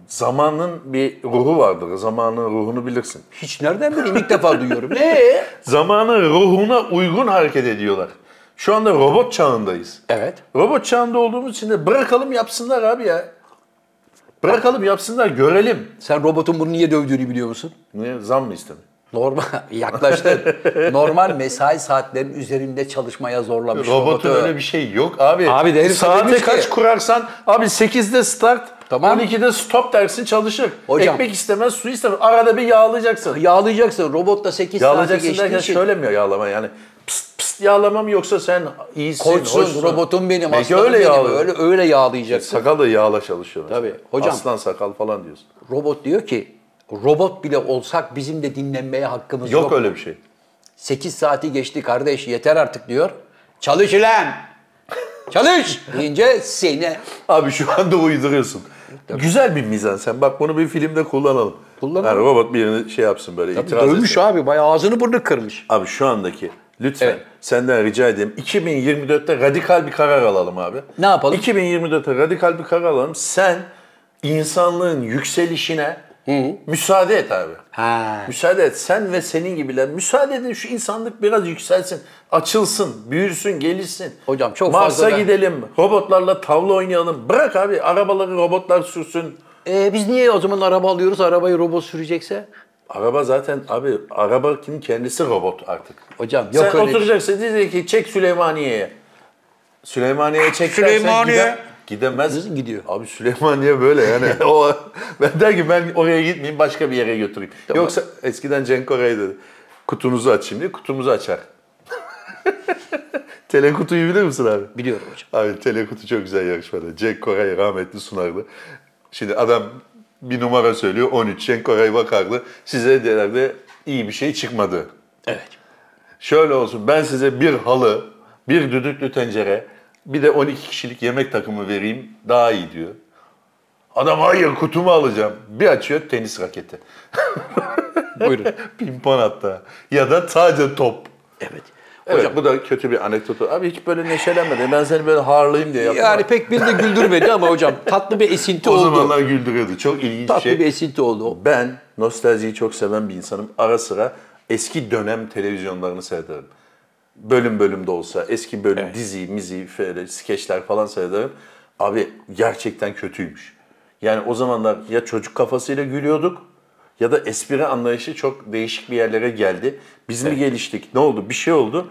[SPEAKER 2] zamanın bir ruhu vardır. Zamanın ruhunu bilirsin.
[SPEAKER 3] Hiç nereden bileyim ilk defa duyuyorum. Ee? Ne?
[SPEAKER 2] Zamanın ruhuna uygun hareket ediyorlar. Şu anda robot çağındayız.
[SPEAKER 3] Evet.
[SPEAKER 2] Robot çağında olduğumuz için de bırakalım yapsınlar abi ya. Bırakalım yapsınlar görelim.
[SPEAKER 3] Sen robotun bunu niye dövdüğünü biliyor musun?
[SPEAKER 2] Niye zam mı istemiyor?
[SPEAKER 3] Normal yaklaştı. Normal mesai saatlerinin üzerinde çalışmaya zorlamış
[SPEAKER 2] Robotun öyle bir şey yok abi.
[SPEAKER 3] Abi de herif
[SPEAKER 2] Saate
[SPEAKER 3] demiş ki-
[SPEAKER 2] kaç kurarsan abi 8'de start,
[SPEAKER 3] Tamam.
[SPEAKER 2] 12'de stop dersin çalışır.
[SPEAKER 3] Hocam-
[SPEAKER 2] Ekmek istemez, su istemez. Arada bir yağlayacaksın.
[SPEAKER 3] Yağlayacaksın. Robotla 8 saate
[SPEAKER 2] Yağlayacaksın
[SPEAKER 3] geçtiği
[SPEAKER 2] derken
[SPEAKER 3] için.
[SPEAKER 2] şöyle mi yağlama yani? Pıst pıst yağlama mı yoksa sen iyisin,
[SPEAKER 3] Koçsun,
[SPEAKER 2] hoşsun.
[SPEAKER 3] robotum benim,
[SPEAKER 2] Belki
[SPEAKER 3] aslanım
[SPEAKER 2] öyle
[SPEAKER 3] benim.
[SPEAKER 2] yağlıyor.
[SPEAKER 3] Öyle, öyle yağlayacaksın.
[SPEAKER 2] Sakal da yağla çalışıyor. mesela.
[SPEAKER 3] Tabii. Hocam-
[SPEAKER 2] Aslan sakal falan diyorsun.
[SPEAKER 3] Robot diyor ki, robot bile olsak bizim de dinlenmeye hakkımız yok.
[SPEAKER 2] Yok öyle bir şey.
[SPEAKER 3] 8 saati geçti kardeş yeter artık diyor. Çalış lan! Çalış! deyince seni
[SPEAKER 2] Abi şu anda uyduruyorsun. Güzel bir mizan sen. Bak bunu bir filmde kullanalım.
[SPEAKER 3] Kullanalım.
[SPEAKER 2] Yani robot birini şey yapsın böyle itiraz etsin.
[SPEAKER 3] dövmüş abi. Bayağı ağzını burnunu kırmış.
[SPEAKER 2] Abi şu andaki lütfen
[SPEAKER 3] Evet.
[SPEAKER 2] senden rica edeyim 2024'te radikal bir karar alalım abi.
[SPEAKER 3] Ne yapalım?
[SPEAKER 2] 2024'te radikal bir karar alalım. Sen insanlığın yükselişine müsaade et abi.
[SPEAKER 3] Ha.
[SPEAKER 2] Müsaade et. Sen ve senin gibiler müsaade edin şu insanlık biraz yükselsin, açılsın, büyürsün, gelişsin.
[SPEAKER 3] Hocam çok
[SPEAKER 2] Mars'a
[SPEAKER 3] fazla ben-
[SPEAKER 2] gidelim, robotlarla tavla oynayalım. Bırak abi arabaları robotlar sürsün.
[SPEAKER 3] E, biz niye o zaman araba alıyoruz? Arabayı robot sürecekse?
[SPEAKER 2] Araba zaten abi arabanın kendisi robot artık.
[SPEAKER 3] Hocam yok
[SPEAKER 2] Sen
[SPEAKER 3] öyle bir
[SPEAKER 2] oturacaksın diyecek ki çek Süleymaniye'ye. Süleymaniye'ye çek dersen
[SPEAKER 7] Süleymaniye.
[SPEAKER 2] gidem- gidemez.
[SPEAKER 3] Nasıl gidiyor?
[SPEAKER 2] Abi Süleymaniye böyle yani. o ben der ki ben oraya gitmeyeyim başka bir yere götüreyim. Yoksa eskiden Cenk oraya dedi. Kutunuzu açayım diye kutumuzu açar. Telekutuyu bilir misin abi?
[SPEAKER 3] Biliyorum hocam.
[SPEAKER 2] Abi Telekutu çok güzel yarışmadı. Cenk Koray rahmetli sunardı. Şimdi adam bir numara söylüyor 13. Cenk Koray bakardı. Size derlerdi iyi bir şey çıkmadı.
[SPEAKER 3] Evet.
[SPEAKER 2] Şöyle olsun ben size bir halı, bir düdüklü tencere, bir de 12 kişilik yemek takımı vereyim daha iyi diyor. Adam hayır kutumu alacağım. Bir açıyor tenis raketi.
[SPEAKER 3] Buyurun.
[SPEAKER 2] Pimpon hatta. Ya da sadece top.
[SPEAKER 3] Evet.
[SPEAKER 2] Evet bu da kötü bir anekdotu. Abi hiç böyle neşelenmedi. Ben seni böyle harlayayım diye yaptım.
[SPEAKER 3] Yani pek beni de güldürmedi ama hocam tatlı bir esinti
[SPEAKER 2] o
[SPEAKER 3] oldu.
[SPEAKER 2] zamanlar güldürüyordu. Çok ilginç bir
[SPEAKER 3] tatlı
[SPEAKER 2] şey.
[SPEAKER 3] bir esinti oldu.
[SPEAKER 2] Ben nostaljiyi çok seven bir insanım. Ara sıra eski dönem televizyonlarını seyrederim. Bölüm bölüm de olsa eski bölüm dizi, mizi, fele, skeçler falan seyrederim. Abi gerçekten kötüymüş. Yani o zamanlar ya çocuk kafasıyla gülüyorduk ya da espri anlayışı çok değişik bir yerlere geldi. Biz mi geliştik? Ne oldu? Bir şey oldu.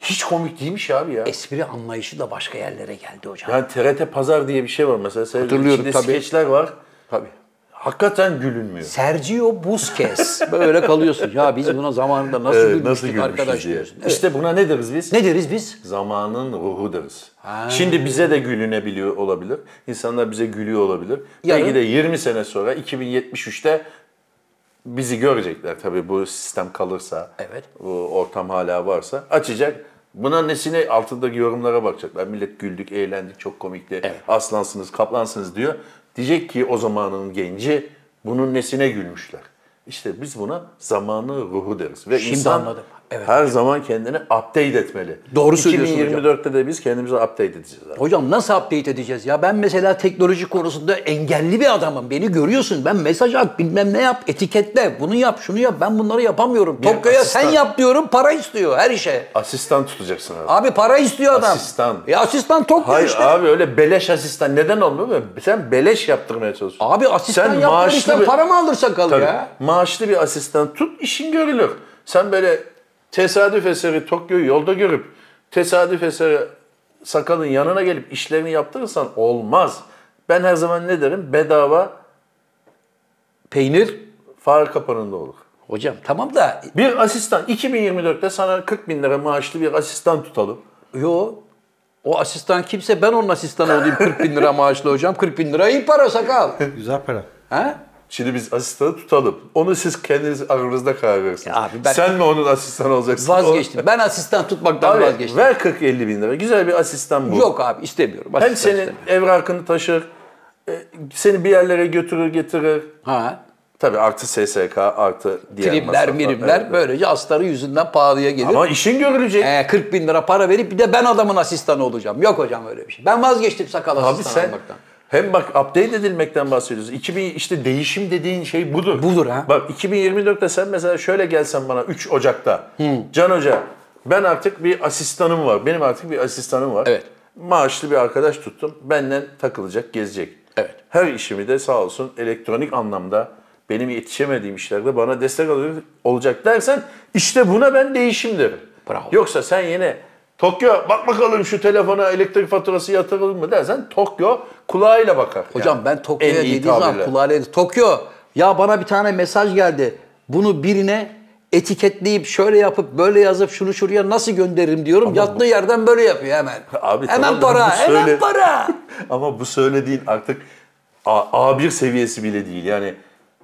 [SPEAKER 2] Hiç komik değilmiş abi ya.
[SPEAKER 3] Espri anlayışı da başka yerlere geldi hocam.
[SPEAKER 2] Yani TRT Pazar diye bir şey var mesela. Seyrediyorum.
[SPEAKER 3] Hatırlıyorum
[SPEAKER 2] İçinde
[SPEAKER 3] tabii.
[SPEAKER 2] skeçler var.
[SPEAKER 3] Tabii.
[SPEAKER 2] Hakikaten gülünmüyor.
[SPEAKER 3] Sergio Busquets. Böyle kalıyorsun. Ya biz buna zamanında nasıl
[SPEAKER 2] Evet,
[SPEAKER 3] gülmüştük
[SPEAKER 2] nasıl gülmüşüz
[SPEAKER 3] arkadaş
[SPEAKER 2] diye.
[SPEAKER 3] diyorsun. Evet.
[SPEAKER 2] İşte buna ne deriz biz?
[SPEAKER 3] Ne deriz biz?
[SPEAKER 2] Zamanın ruhu deriz. Şimdi bize de gülünebiliyor olabilir. İnsanlar bize gülüyor olabilir.
[SPEAKER 3] Yarın-
[SPEAKER 2] Belki de 20 sene sonra 2073'te bizi görecekler tabii bu sistem kalırsa.
[SPEAKER 3] Evet.
[SPEAKER 2] Bu ortam hala varsa açacak. Buna nesine altındaki yorumlara bakacaklar. Millet güldük, eğlendik, çok komikti. Aslansınız, kaplansınız diyor. Diyecek ki o zamanın genci bunun nesine gülmüşler. İşte biz buna zamanı ruhu deriz. Ve
[SPEAKER 3] Şimdi
[SPEAKER 2] insan
[SPEAKER 3] anladım. Evet.
[SPEAKER 2] her zaman kendini update etmeli.
[SPEAKER 3] Doğru söylüyorsun hocam.
[SPEAKER 2] 2024'te de biz kendimizi update edeceğiz. abi.
[SPEAKER 3] Hocam nasıl update edeceğiz ya? Ben mesela teknoloji konusunda engelli bir adamım. Beni görüyorsun. Ben mesaj at, bilmem ne yap, etiketle, bunu yap, şunu yap. Ben bunları yapamıyorum. Tokyo'ya sen
[SPEAKER 2] asistan-
[SPEAKER 3] yap diyorum, para istiyor her işe.
[SPEAKER 2] Asistan tutacaksın abi.
[SPEAKER 3] Abi para istiyor adam.
[SPEAKER 2] Asistan.
[SPEAKER 3] Ya asistan Tokyo
[SPEAKER 2] Hayır
[SPEAKER 3] işte.
[SPEAKER 2] abi öyle beleş asistan neden olmuyor mu? Sen beleş yaptırmaya çalışıyorsun.
[SPEAKER 3] Abi asistan
[SPEAKER 2] Sen
[SPEAKER 3] yapmadıysan
[SPEAKER 2] maaşlı bir-
[SPEAKER 3] para mı alırsak al
[SPEAKER 2] Tabii.
[SPEAKER 3] ya?
[SPEAKER 2] Maaşlı bir asistan tut işin görülür. Sen böyle tesadüf eseri Tokyo'yu yolda görüp tesadüf eseri sakalın yanına gelip işlerini yaptırırsan olmaz. Ben her zaman ne derim? Bedava
[SPEAKER 3] Peynir.
[SPEAKER 2] fare kapanında olur.
[SPEAKER 3] Hocam tamam da
[SPEAKER 2] Bir asistan 2024'te sana 40 bin lira maaşlı bir asistan tutalım.
[SPEAKER 3] yo o asistan kimse ben onun asistanı olayım 40 bin lira maaşlı hocam 40 bin lira iyi para sakal.
[SPEAKER 6] Güzel para.
[SPEAKER 3] ha?
[SPEAKER 2] Şimdi biz asistanı tutalım. Onu siz kendiniz aranızda karar verirsiniz.
[SPEAKER 3] Ya abi ben-
[SPEAKER 2] Sen mi onun asistanı olacaksın?
[SPEAKER 3] Vazgeçtim. Ben asistan tutmaktan
[SPEAKER 2] Abi,
[SPEAKER 3] vazgeçtim.
[SPEAKER 2] ver 40-50 bin lira. Güzel bir asistan bul.
[SPEAKER 3] Yok abi istemiyorum.
[SPEAKER 2] Hem
[SPEAKER 3] asistan
[SPEAKER 2] senin
[SPEAKER 3] istemiyorum.
[SPEAKER 2] evrakını taşır, e, seni bir yerlere götürür getirir.
[SPEAKER 3] Ha.
[SPEAKER 2] Tabii artı SSK, artı diğer
[SPEAKER 3] Primler,
[SPEAKER 2] masraflar.
[SPEAKER 3] mirimler
[SPEAKER 2] Evet.
[SPEAKER 3] böylece astarı yüzünden pahalıya gelir.
[SPEAKER 2] Ama işin görülecek.
[SPEAKER 3] Ee, 40 bin lira para verip bir de ben adamın asistanı olacağım. Yok hocam öyle bir şey. Ben vazgeçtim sakal
[SPEAKER 2] Abi
[SPEAKER 3] asistanı
[SPEAKER 2] sen
[SPEAKER 3] almaktan.
[SPEAKER 2] hem bak update edilmekten bahsediyoruz. 2000 işte değişim dediğin şey budur.
[SPEAKER 3] Budur ha.
[SPEAKER 2] Bak 2024'te sen mesela şöyle gelsen bana 3 Ocak'ta. Can Hoca ben artık bir asistanım var. Benim artık bir asistanım var.
[SPEAKER 3] Evet.
[SPEAKER 2] Maaşlı bir arkadaş tuttum. Benden takılacak, gezecek.
[SPEAKER 3] Evet.
[SPEAKER 2] Her işimi de sağ olsun elektronik anlamda benim yetişemediğim işlerde bana destek alıyor- olacak dersen işte buna ben değişim derim.
[SPEAKER 3] Bravo.
[SPEAKER 2] Yoksa sen yine Tokyo bak bakalım şu telefona elektrik faturası yatırılır mı dersen Tokyo kulağıyla bakar.
[SPEAKER 3] Hocam
[SPEAKER 2] Yani
[SPEAKER 3] ben Tokyo'ya
[SPEAKER 2] en iyi
[SPEAKER 3] dediğim zaman
[SPEAKER 2] tabirle.
[SPEAKER 3] kulağıyla Tokyo ya bana bir tane mesaj geldi. Bunu birine etiketleyip şöyle yapıp böyle yazıp şunu şuraya nasıl gönderirim diyorum. Yattığı yerden böyle yapıyor hemen.
[SPEAKER 2] Abi
[SPEAKER 3] hemen
[SPEAKER 2] tamam da
[SPEAKER 3] para,
[SPEAKER 2] bu söyle-
[SPEAKER 3] hemen para.
[SPEAKER 2] Ama bu söylediğin artık A- A1 seviyesi bile değil. Yani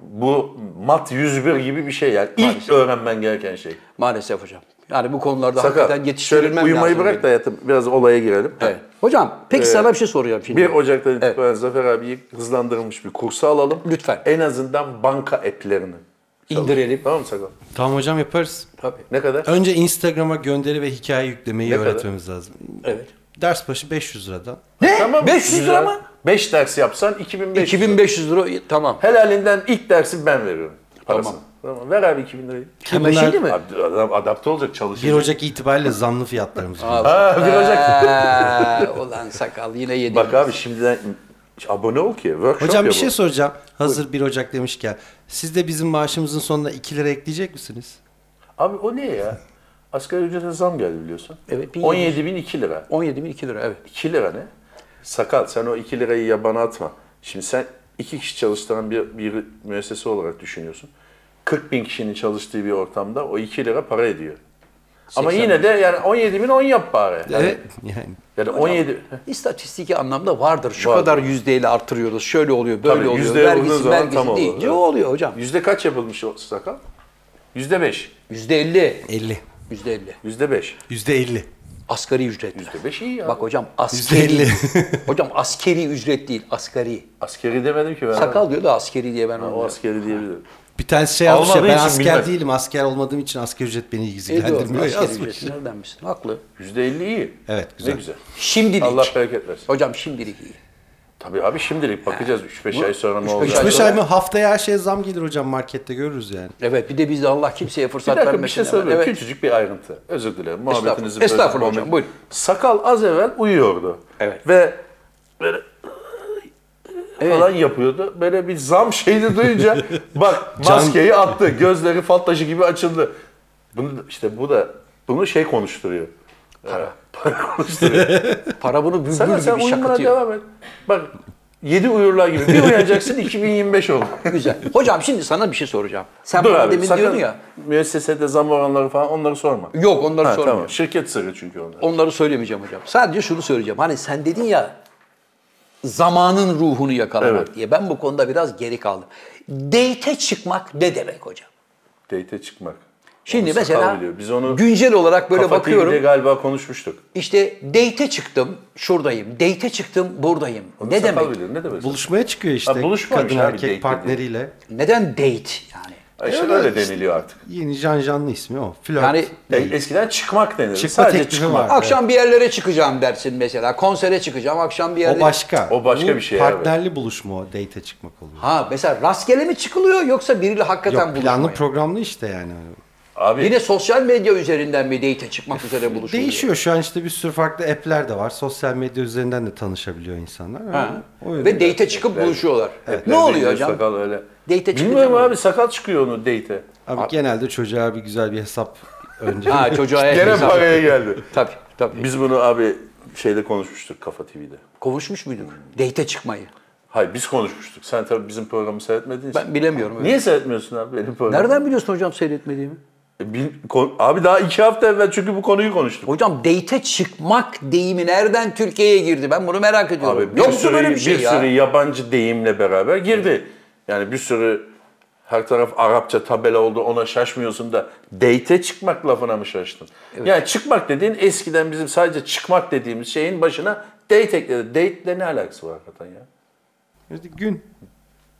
[SPEAKER 2] bu mat 101 gibi bir şey yani. İlk öğrenmen gereken şey.
[SPEAKER 3] Maalesef hocam. Yani bu konularda hakikaten
[SPEAKER 2] Sakın
[SPEAKER 3] yetiştirilmem
[SPEAKER 2] şöyle uyumayı
[SPEAKER 3] lazım
[SPEAKER 2] bırak da Ee, hayatım biraz olaya girelim.
[SPEAKER 3] benim. Evet. Hocam peki sana bir şey soruyorum şimdi.
[SPEAKER 2] 1 Ocak'tan itibaren Zafer abiyi hızlandırılmış bir kursa alalım.
[SPEAKER 3] Lütfen.
[SPEAKER 2] En azından banka app'lerini.
[SPEAKER 3] İndirelim.
[SPEAKER 2] Tamam mı Sakal?
[SPEAKER 6] Tamam hocam yaparız.
[SPEAKER 3] Tabii.
[SPEAKER 2] Ne kadar?
[SPEAKER 6] Önce Instagram'a gönderi ve hikaye yüklemeyi
[SPEAKER 2] Ne kadar?
[SPEAKER 6] öğretmemiz lazım.
[SPEAKER 3] Evet.
[SPEAKER 6] Ders başı 500 liradan.
[SPEAKER 3] Ne?
[SPEAKER 2] Tamam,
[SPEAKER 3] 500 lira mı?
[SPEAKER 2] 5 ders yapsan 2500.
[SPEAKER 3] 2500 lira tamam.
[SPEAKER 2] Helalinden ilk dersi ben veriyorum. Parasını.
[SPEAKER 3] Tamam.
[SPEAKER 2] Tamam. Ver abi 2000 lirayı.
[SPEAKER 3] Hemen
[SPEAKER 6] bunlar-
[SPEAKER 3] şimdi mi?
[SPEAKER 2] Abi adam adapte olacak
[SPEAKER 6] 1
[SPEAKER 2] çalışacak.
[SPEAKER 6] Ocak itibariyle zamlı fiyatlarımız. var.
[SPEAKER 2] Ha, bir Ocak.
[SPEAKER 3] Ee, ulan sakal yine yedim.
[SPEAKER 2] Bak abi şimdiden abone ol ki. Workshop
[SPEAKER 6] Hocam
[SPEAKER 2] ya
[SPEAKER 6] bir
[SPEAKER 2] bu.
[SPEAKER 6] şey soracağım. Hazır 1 Ocak demişken. Siz de bizim maaşımızın sonuna 2 lira ekleyecek misiniz?
[SPEAKER 2] Abi o ne ya? Asgari ücrete zam geldi biliyorsun.
[SPEAKER 3] Evet, 1700.
[SPEAKER 2] 17 bin 2 lira.
[SPEAKER 3] 17.002 lira evet.
[SPEAKER 2] 2 lira ne? Sakal sen o 2 lirayı yabana atma. Şimdi sen iki kişi çalıştıran bir, bir müessese olarak düşünüyorsun. 40 bin kişinin çalıştığı bir ortamda o 2 lira para ediyor. Ama yine de yani 17 bin 10 yap bari. Yani,
[SPEAKER 6] Evet. Yani.
[SPEAKER 2] yani 17...
[SPEAKER 3] İstatistiki anlamda vardır. Şu
[SPEAKER 2] Vardır.
[SPEAKER 3] kadar yüzdeyle artırıyoruz. Şöyle oluyor, böyle
[SPEAKER 2] Tabii,
[SPEAKER 3] oluyor.
[SPEAKER 2] yüzdeye vurduğun
[SPEAKER 3] Vergisi,
[SPEAKER 2] zaman
[SPEAKER 3] vergisi
[SPEAKER 2] tam olur.
[SPEAKER 3] deyince o oluyor hocam.
[SPEAKER 2] Yüzde kaç yapılmış o sakal? Yüzde 5.
[SPEAKER 3] Yüzde 50.
[SPEAKER 6] 50.
[SPEAKER 3] Yüzde 50.
[SPEAKER 2] Yüzde 5.
[SPEAKER 6] Yüzde 50.
[SPEAKER 3] Asgari ücret.
[SPEAKER 2] Yüzde 5 iyi ya.
[SPEAKER 3] Bak hocam
[SPEAKER 6] %50.
[SPEAKER 3] askeri. hocam askeri ücret değil, asgari.
[SPEAKER 2] askeri demedim ki ben.
[SPEAKER 3] Sakal diyor da askeri diye ben
[SPEAKER 2] O
[SPEAKER 3] onu.
[SPEAKER 2] askeri diyebilirim.
[SPEAKER 6] Bir tanesi şey yazmış ya
[SPEAKER 2] Almadığı
[SPEAKER 6] ben
[SPEAKER 2] için
[SPEAKER 6] asker
[SPEAKER 2] bilmem.
[SPEAKER 6] değilim. Asker olmadığım için asker ücret beni
[SPEAKER 3] şey
[SPEAKER 6] ilgilendirmiyor
[SPEAKER 3] Ediyor. şey. Askeri
[SPEAKER 6] yazmış.
[SPEAKER 3] ücret nereden misin? Haklı.
[SPEAKER 2] Yüzde 50 iyi.
[SPEAKER 6] Evet, güzel.
[SPEAKER 2] Ne güzel.
[SPEAKER 3] Şimdilik.
[SPEAKER 2] Allah bereket versin.
[SPEAKER 3] Hocam şimdilik iyi.
[SPEAKER 2] Tabii abi şimdilik bakacağız 3-5 ay sonra ne
[SPEAKER 3] üç beş
[SPEAKER 2] olacak.
[SPEAKER 3] ay
[SPEAKER 6] 3-5 ay mı haftaya her şeye zam gelir hocam markette görürüz yani.
[SPEAKER 3] Evet bir de biz de Allah kimseye
[SPEAKER 2] Bir
[SPEAKER 3] fırsat
[SPEAKER 2] dakika bir
[SPEAKER 3] vermesin.
[SPEAKER 2] şey
[SPEAKER 3] hemen.
[SPEAKER 2] söyleyeyim.
[SPEAKER 3] Evet.
[SPEAKER 2] Küçücük bir ayrıntı. Özür dilerim. Muhabbetinizi
[SPEAKER 3] Estağfurullah. Estağfurullah
[SPEAKER 2] böldüm.
[SPEAKER 3] hocam, buyurun.
[SPEAKER 2] Sakal az evvel uyuyordu.
[SPEAKER 3] Evet.
[SPEAKER 2] Ve böyle falan yapıyordu. Böyle bir zam şeyini duyunca bak maskeyi attı. Gözleri fal taşı gibi açıldı. Bunu işte bu da bunu şey konuşturuyor. Para. para konuşturuyor.
[SPEAKER 3] Para bunu bülbül
[SPEAKER 2] Sana sen
[SPEAKER 3] gibi
[SPEAKER 2] uyumana
[SPEAKER 3] şakıtıyor.
[SPEAKER 2] devam et. Bak yedi uyurlar gibi. Bir uyanacaksın 2025 oldu.
[SPEAKER 3] Güzel. Hocam şimdi sana bir şey soracağım. Sen
[SPEAKER 2] Dur
[SPEAKER 3] bana
[SPEAKER 2] abi
[SPEAKER 3] demin
[SPEAKER 2] sakın
[SPEAKER 3] diyordun ya.
[SPEAKER 2] müessesede zam oranları falan onları sorma.
[SPEAKER 3] Yok onları
[SPEAKER 2] Ha,
[SPEAKER 3] sormuyorum.
[SPEAKER 2] tamam. Şirket sırrı çünkü onlar.
[SPEAKER 3] Onları söylemeyeceğim hocam. Sadece şunu söyleyeceğim. Hani sen dedin ya zamanın ruhunu yakalamak
[SPEAKER 2] Evet.
[SPEAKER 3] diye. Ben bu konuda biraz geri kaldım. Date'e çıkmak ne demek hocam?
[SPEAKER 2] Date'e çıkmak.
[SPEAKER 3] Şimdi
[SPEAKER 2] Onu sakal
[SPEAKER 3] mesela
[SPEAKER 2] biliyor. biz onu
[SPEAKER 3] güncel olarak böyle
[SPEAKER 2] Kafa
[SPEAKER 3] bakıyorum.
[SPEAKER 2] TV'de galiba konuşmuştuk.
[SPEAKER 3] İşte date'e çıktım, şuradayım. Date'e çıktım, buradayım. ne
[SPEAKER 2] Sakal
[SPEAKER 3] demek?
[SPEAKER 2] biliyor, Ne demek?
[SPEAKER 6] Buluşmaya çıkıyor işte
[SPEAKER 2] Ha, buluşmaymış
[SPEAKER 6] kadın
[SPEAKER 2] abi, date
[SPEAKER 6] erkek
[SPEAKER 2] dediğin.
[SPEAKER 6] partneriyle.
[SPEAKER 3] Neden date yani?
[SPEAKER 2] İşte öyle deniliyor artık.
[SPEAKER 6] Yeni Can Canlı ismi o. Flört.
[SPEAKER 3] Yani
[SPEAKER 2] E, Eskiden çıkmak denirdi.
[SPEAKER 6] Çıkma
[SPEAKER 2] Sadece
[SPEAKER 6] teklifi
[SPEAKER 2] çıkmak.
[SPEAKER 6] var.
[SPEAKER 3] akşam bir yerlere çıkacağım dersin mesela. Konsere çıkacağım, akşam bir
[SPEAKER 6] o
[SPEAKER 3] yerlere...
[SPEAKER 6] başka.
[SPEAKER 2] O başka
[SPEAKER 6] Bu
[SPEAKER 2] bir şey,
[SPEAKER 6] Partnerli buluşma o. Date'e çıkmak oluyor.
[SPEAKER 3] Ha mesela rastgele mi çıkılıyor yoksa biriyle hakikaten
[SPEAKER 6] Yok
[SPEAKER 3] buluşma?
[SPEAKER 6] planlı
[SPEAKER 3] yani?
[SPEAKER 6] programlı işte yani.
[SPEAKER 2] Abi
[SPEAKER 3] Yine sosyal medya üzerinden mi date'e çıkmak üzere buluşuyor?
[SPEAKER 6] Değişiyor şu an işte bir sürü farklı app'ler de var. Sosyal medya üzerinden de tanışabiliyor insanlar.
[SPEAKER 3] Ha.
[SPEAKER 6] O
[SPEAKER 3] Ve
[SPEAKER 6] yüzden-
[SPEAKER 3] date'e çıkıp buluşuyorlar. Ne
[SPEAKER 2] Nerede
[SPEAKER 3] oluyor
[SPEAKER 2] gidiyor
[SPEAKER 3] hocam? E,
[SPEAKER 2] Sakal öyle.
[SPEAKER 3] Date'e çıkıyor
[SPEAKER 2] Bilmiyorum
[SPEAKER 3] mu?
[SPEAKER 2] abi sakal çıkıyor onu date'e.
[SPEAKER 6] Abi, genelde çocuğa bir güzel bir hesap önce.
[SPEAKER 3] Ha çocuğa el
[SPEAKER 2] Gene
[SPEAKER 3] hesap.
[SPEAKER 2] paraya geldi.
[SPEAKER 3] Tabii tabii.
[SPEAKER 2] Biz bunu abi şeyde konuşmuştuk Kafa TV'de.
[SPEAKER 3] Kovuşmuş muyduk? Date'e çıkmayı.
[SPEAKER 2] Hayır biz konuşmuştuk. Sen tabii bizim programı seyretmediğin için.
[SPEAKER 3] Ben bilemiyorum. öyle.
[SPEAKER 2] Niye seyretmiyorsun abi benim programı?
[SPEAKER 3] Nereden biliyorsun hocam seyretmediğimi?
[SPEAKER 2] E, bil- kon- abi daha iki hafta evvel çünkü bu konuyu konuştuk.
[SPEAKER 3] Hocam date'e çıkmak deyimi nereden Türkiye'ye girdi? Ben bunu merak ediyorum.
[SPEAKER 2] Abi bir
[SPEAKER 3] Yoktu
[SPEAKER 2] sürü,
[SPEAKER 3] böyle bir şey ya.
[SPEAKER 2] sürü yabancı deyimle beraber girdi. Yani bir sürü her taraf Arapça tabela oldu ona şaşmıyorsun da date'e çıkmak lafına mı şaştın? Yani çıkmak dediğin eskiden bizim sadece çıkmak dediğimiz şeyin başına date ekledi. Date'le ne alakası var hakikaten ya?
[SPEAKER 6] İşte gün.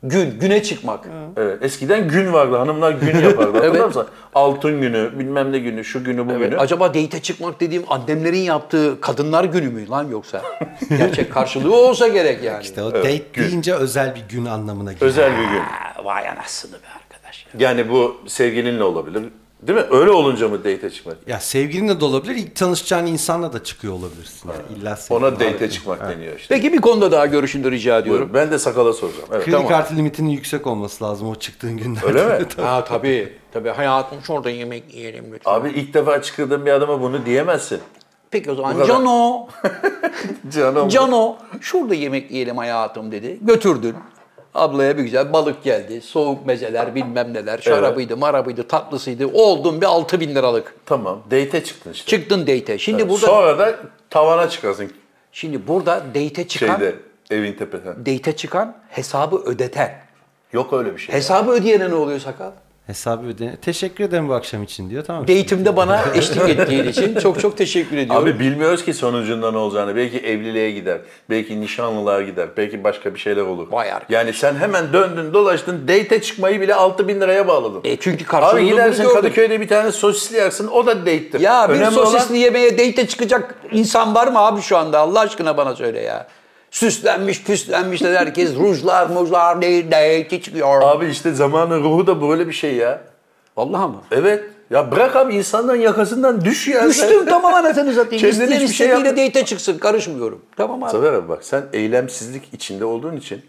[SPEAKER 3] Gün, güne çıkmak.
[SPEAKER 2] Evet, eskiden gün vardı. Hanımlar gün yapardı. Hatırlar mısın? Altın günü, bilmem ne günü, şu günü, bu günü.
[SPEAKER 3] Acaba date'e çıkmak dediğim annemlerin yaptığı kadınlar günü mü lan yoksa? Gerçek karşılığı olsa gerek yani.
[SPEAKER 6] İşte o date deyince özel bir gün anlamına geliyor.
[SPEAKER 2] Özel bir gün.
[SPEAKER 3] Ha, Vay anasını be arkadaş. ya.
[SPEAKER 2] Yani bu sevgilinle olabilir. Değil mi? Öyle olunca mı date'e çıkmak?
[SPEAKER 6] Ya sevgilinle de olabilir, ilk tanışacağın insanla da çıkıyor olabilirsin. Yani İlla sevgilin.
[SPEAKER 2] Ona date'e çıkmak deniyor işte.
[SPEAKER 3] Peki bir konuda daha görüşünü de rica ediyorum.
[SPEAKER 2] Buyurun. Ben de sakala soracağım. Evet,
[SPEAKER 6] Kredi
[SPEAKER 2] tamam.
[SPEAKER 6] kartı limitinin yüksek olması lazım o çıktığın günlerde.
[SPEAKER 2] Öyle mi?
[SPEAKER 3] Ha tabii. Tabii hayatım şurada yemek yiyelim lütfen.
[SPEAKER 2] Abi ilk defa çıkırdığın bir adama bunu diyemezsin.
[SPEAKER 3] Peki o zaman
[SPEAKER 2] kadar.
[SPEAKER 3] Cano,
[SPEAKER 2] Canım.
[SPEAKER 3] Cano şurada yemek yiyelim hayatım dedi. Götürdün. Ablaya bir güzel balık geldi. Soğuk mezeler bilmem neler. Şarabıydı, marabıydı, tatlısıydı. Oldun bir 6 bin liralık.
[SPEAKER 2] Tamam. Date'e çıktın işte.
[SPEAKER 3] Çıktın date'e. Şimdi burada
[SPEAKER 2] Sonra da tavana çıkarsın
[SPEAKER 3] şimdi burada date'e çıkan
[SPEAKER 2] şeyde evin tepesine.
[SPEAKER 3] date'e çıkan hesabı ödeten.
[SPEAKER 2] Yok öyle bir şey.
[SPEAKER 3] Hesabı ödeyene ne oluyor sakal?
[SPEAKER 6] Hesabı ödene. Teşekkür ederim bu akşam için diyor. Tamam.
[SPEAKER 3] Date'imde bana eşlik ettiğin için çok çok teşekkür ediyorum.
[SPEAKER 2] Abi bilmiyoruz ki sonucunda ne olacağını. Belki evliliğe gider, belki nişanlılığa gider, belki başka bir şeyler olur.
[SPEAKER 3] Vay arkadaş.
[SPEAKER 2] Yani sen hemen döndün dolaştın, date'e çıkmayı bile 6000 bin liraya bağladın.
[SPEAKER 3] E çünkü
[SPEAKER 2] Abi
[SPEAKER 3] karşılığını
[SPEAKER 2] gidersin
[SPEAKER 3] gördüm.
[SPEAKER 2] Kadıköy'de bir tane sosisli yersin, o da date'tir.
[SPEAKER 3] Ya bir
[SPEAKER 2] Önemli
[SPEAKER 3] sosisli
[SPEAKER 2] olan-
[SPEAKER 3] yemeğe date çıkacak insan var mı abi şu anda? Allah aşkına bana söyle ya. Süslenmiş püslenmiş de herkes rujlar muzlar değil date çıkıyor.
[SPEAKER 2] Abi işte zamanın ruhu da böyle bir şey ya.
[SPEAKER 3] Vallahi mı?
[SPEAKER 2] Evet. Ya bırak abi insandan yakasından düş ya.
[SPEAKER 3] Düştüm tamam anasını satayım.
[SPEAKER 2] Kendin
[SPEAKER 3] İsteyen
[SPEAKER 2] hiçbir şey
[SPEAKER 3] istediğiyle
[SPEAKER 2] yapma.
[SPEAKER 3] date çıksın karışmıyorum. Tamam abi.
[SPEAKER 2] Saber abi bak sen eylemsizlik içinde olduğun için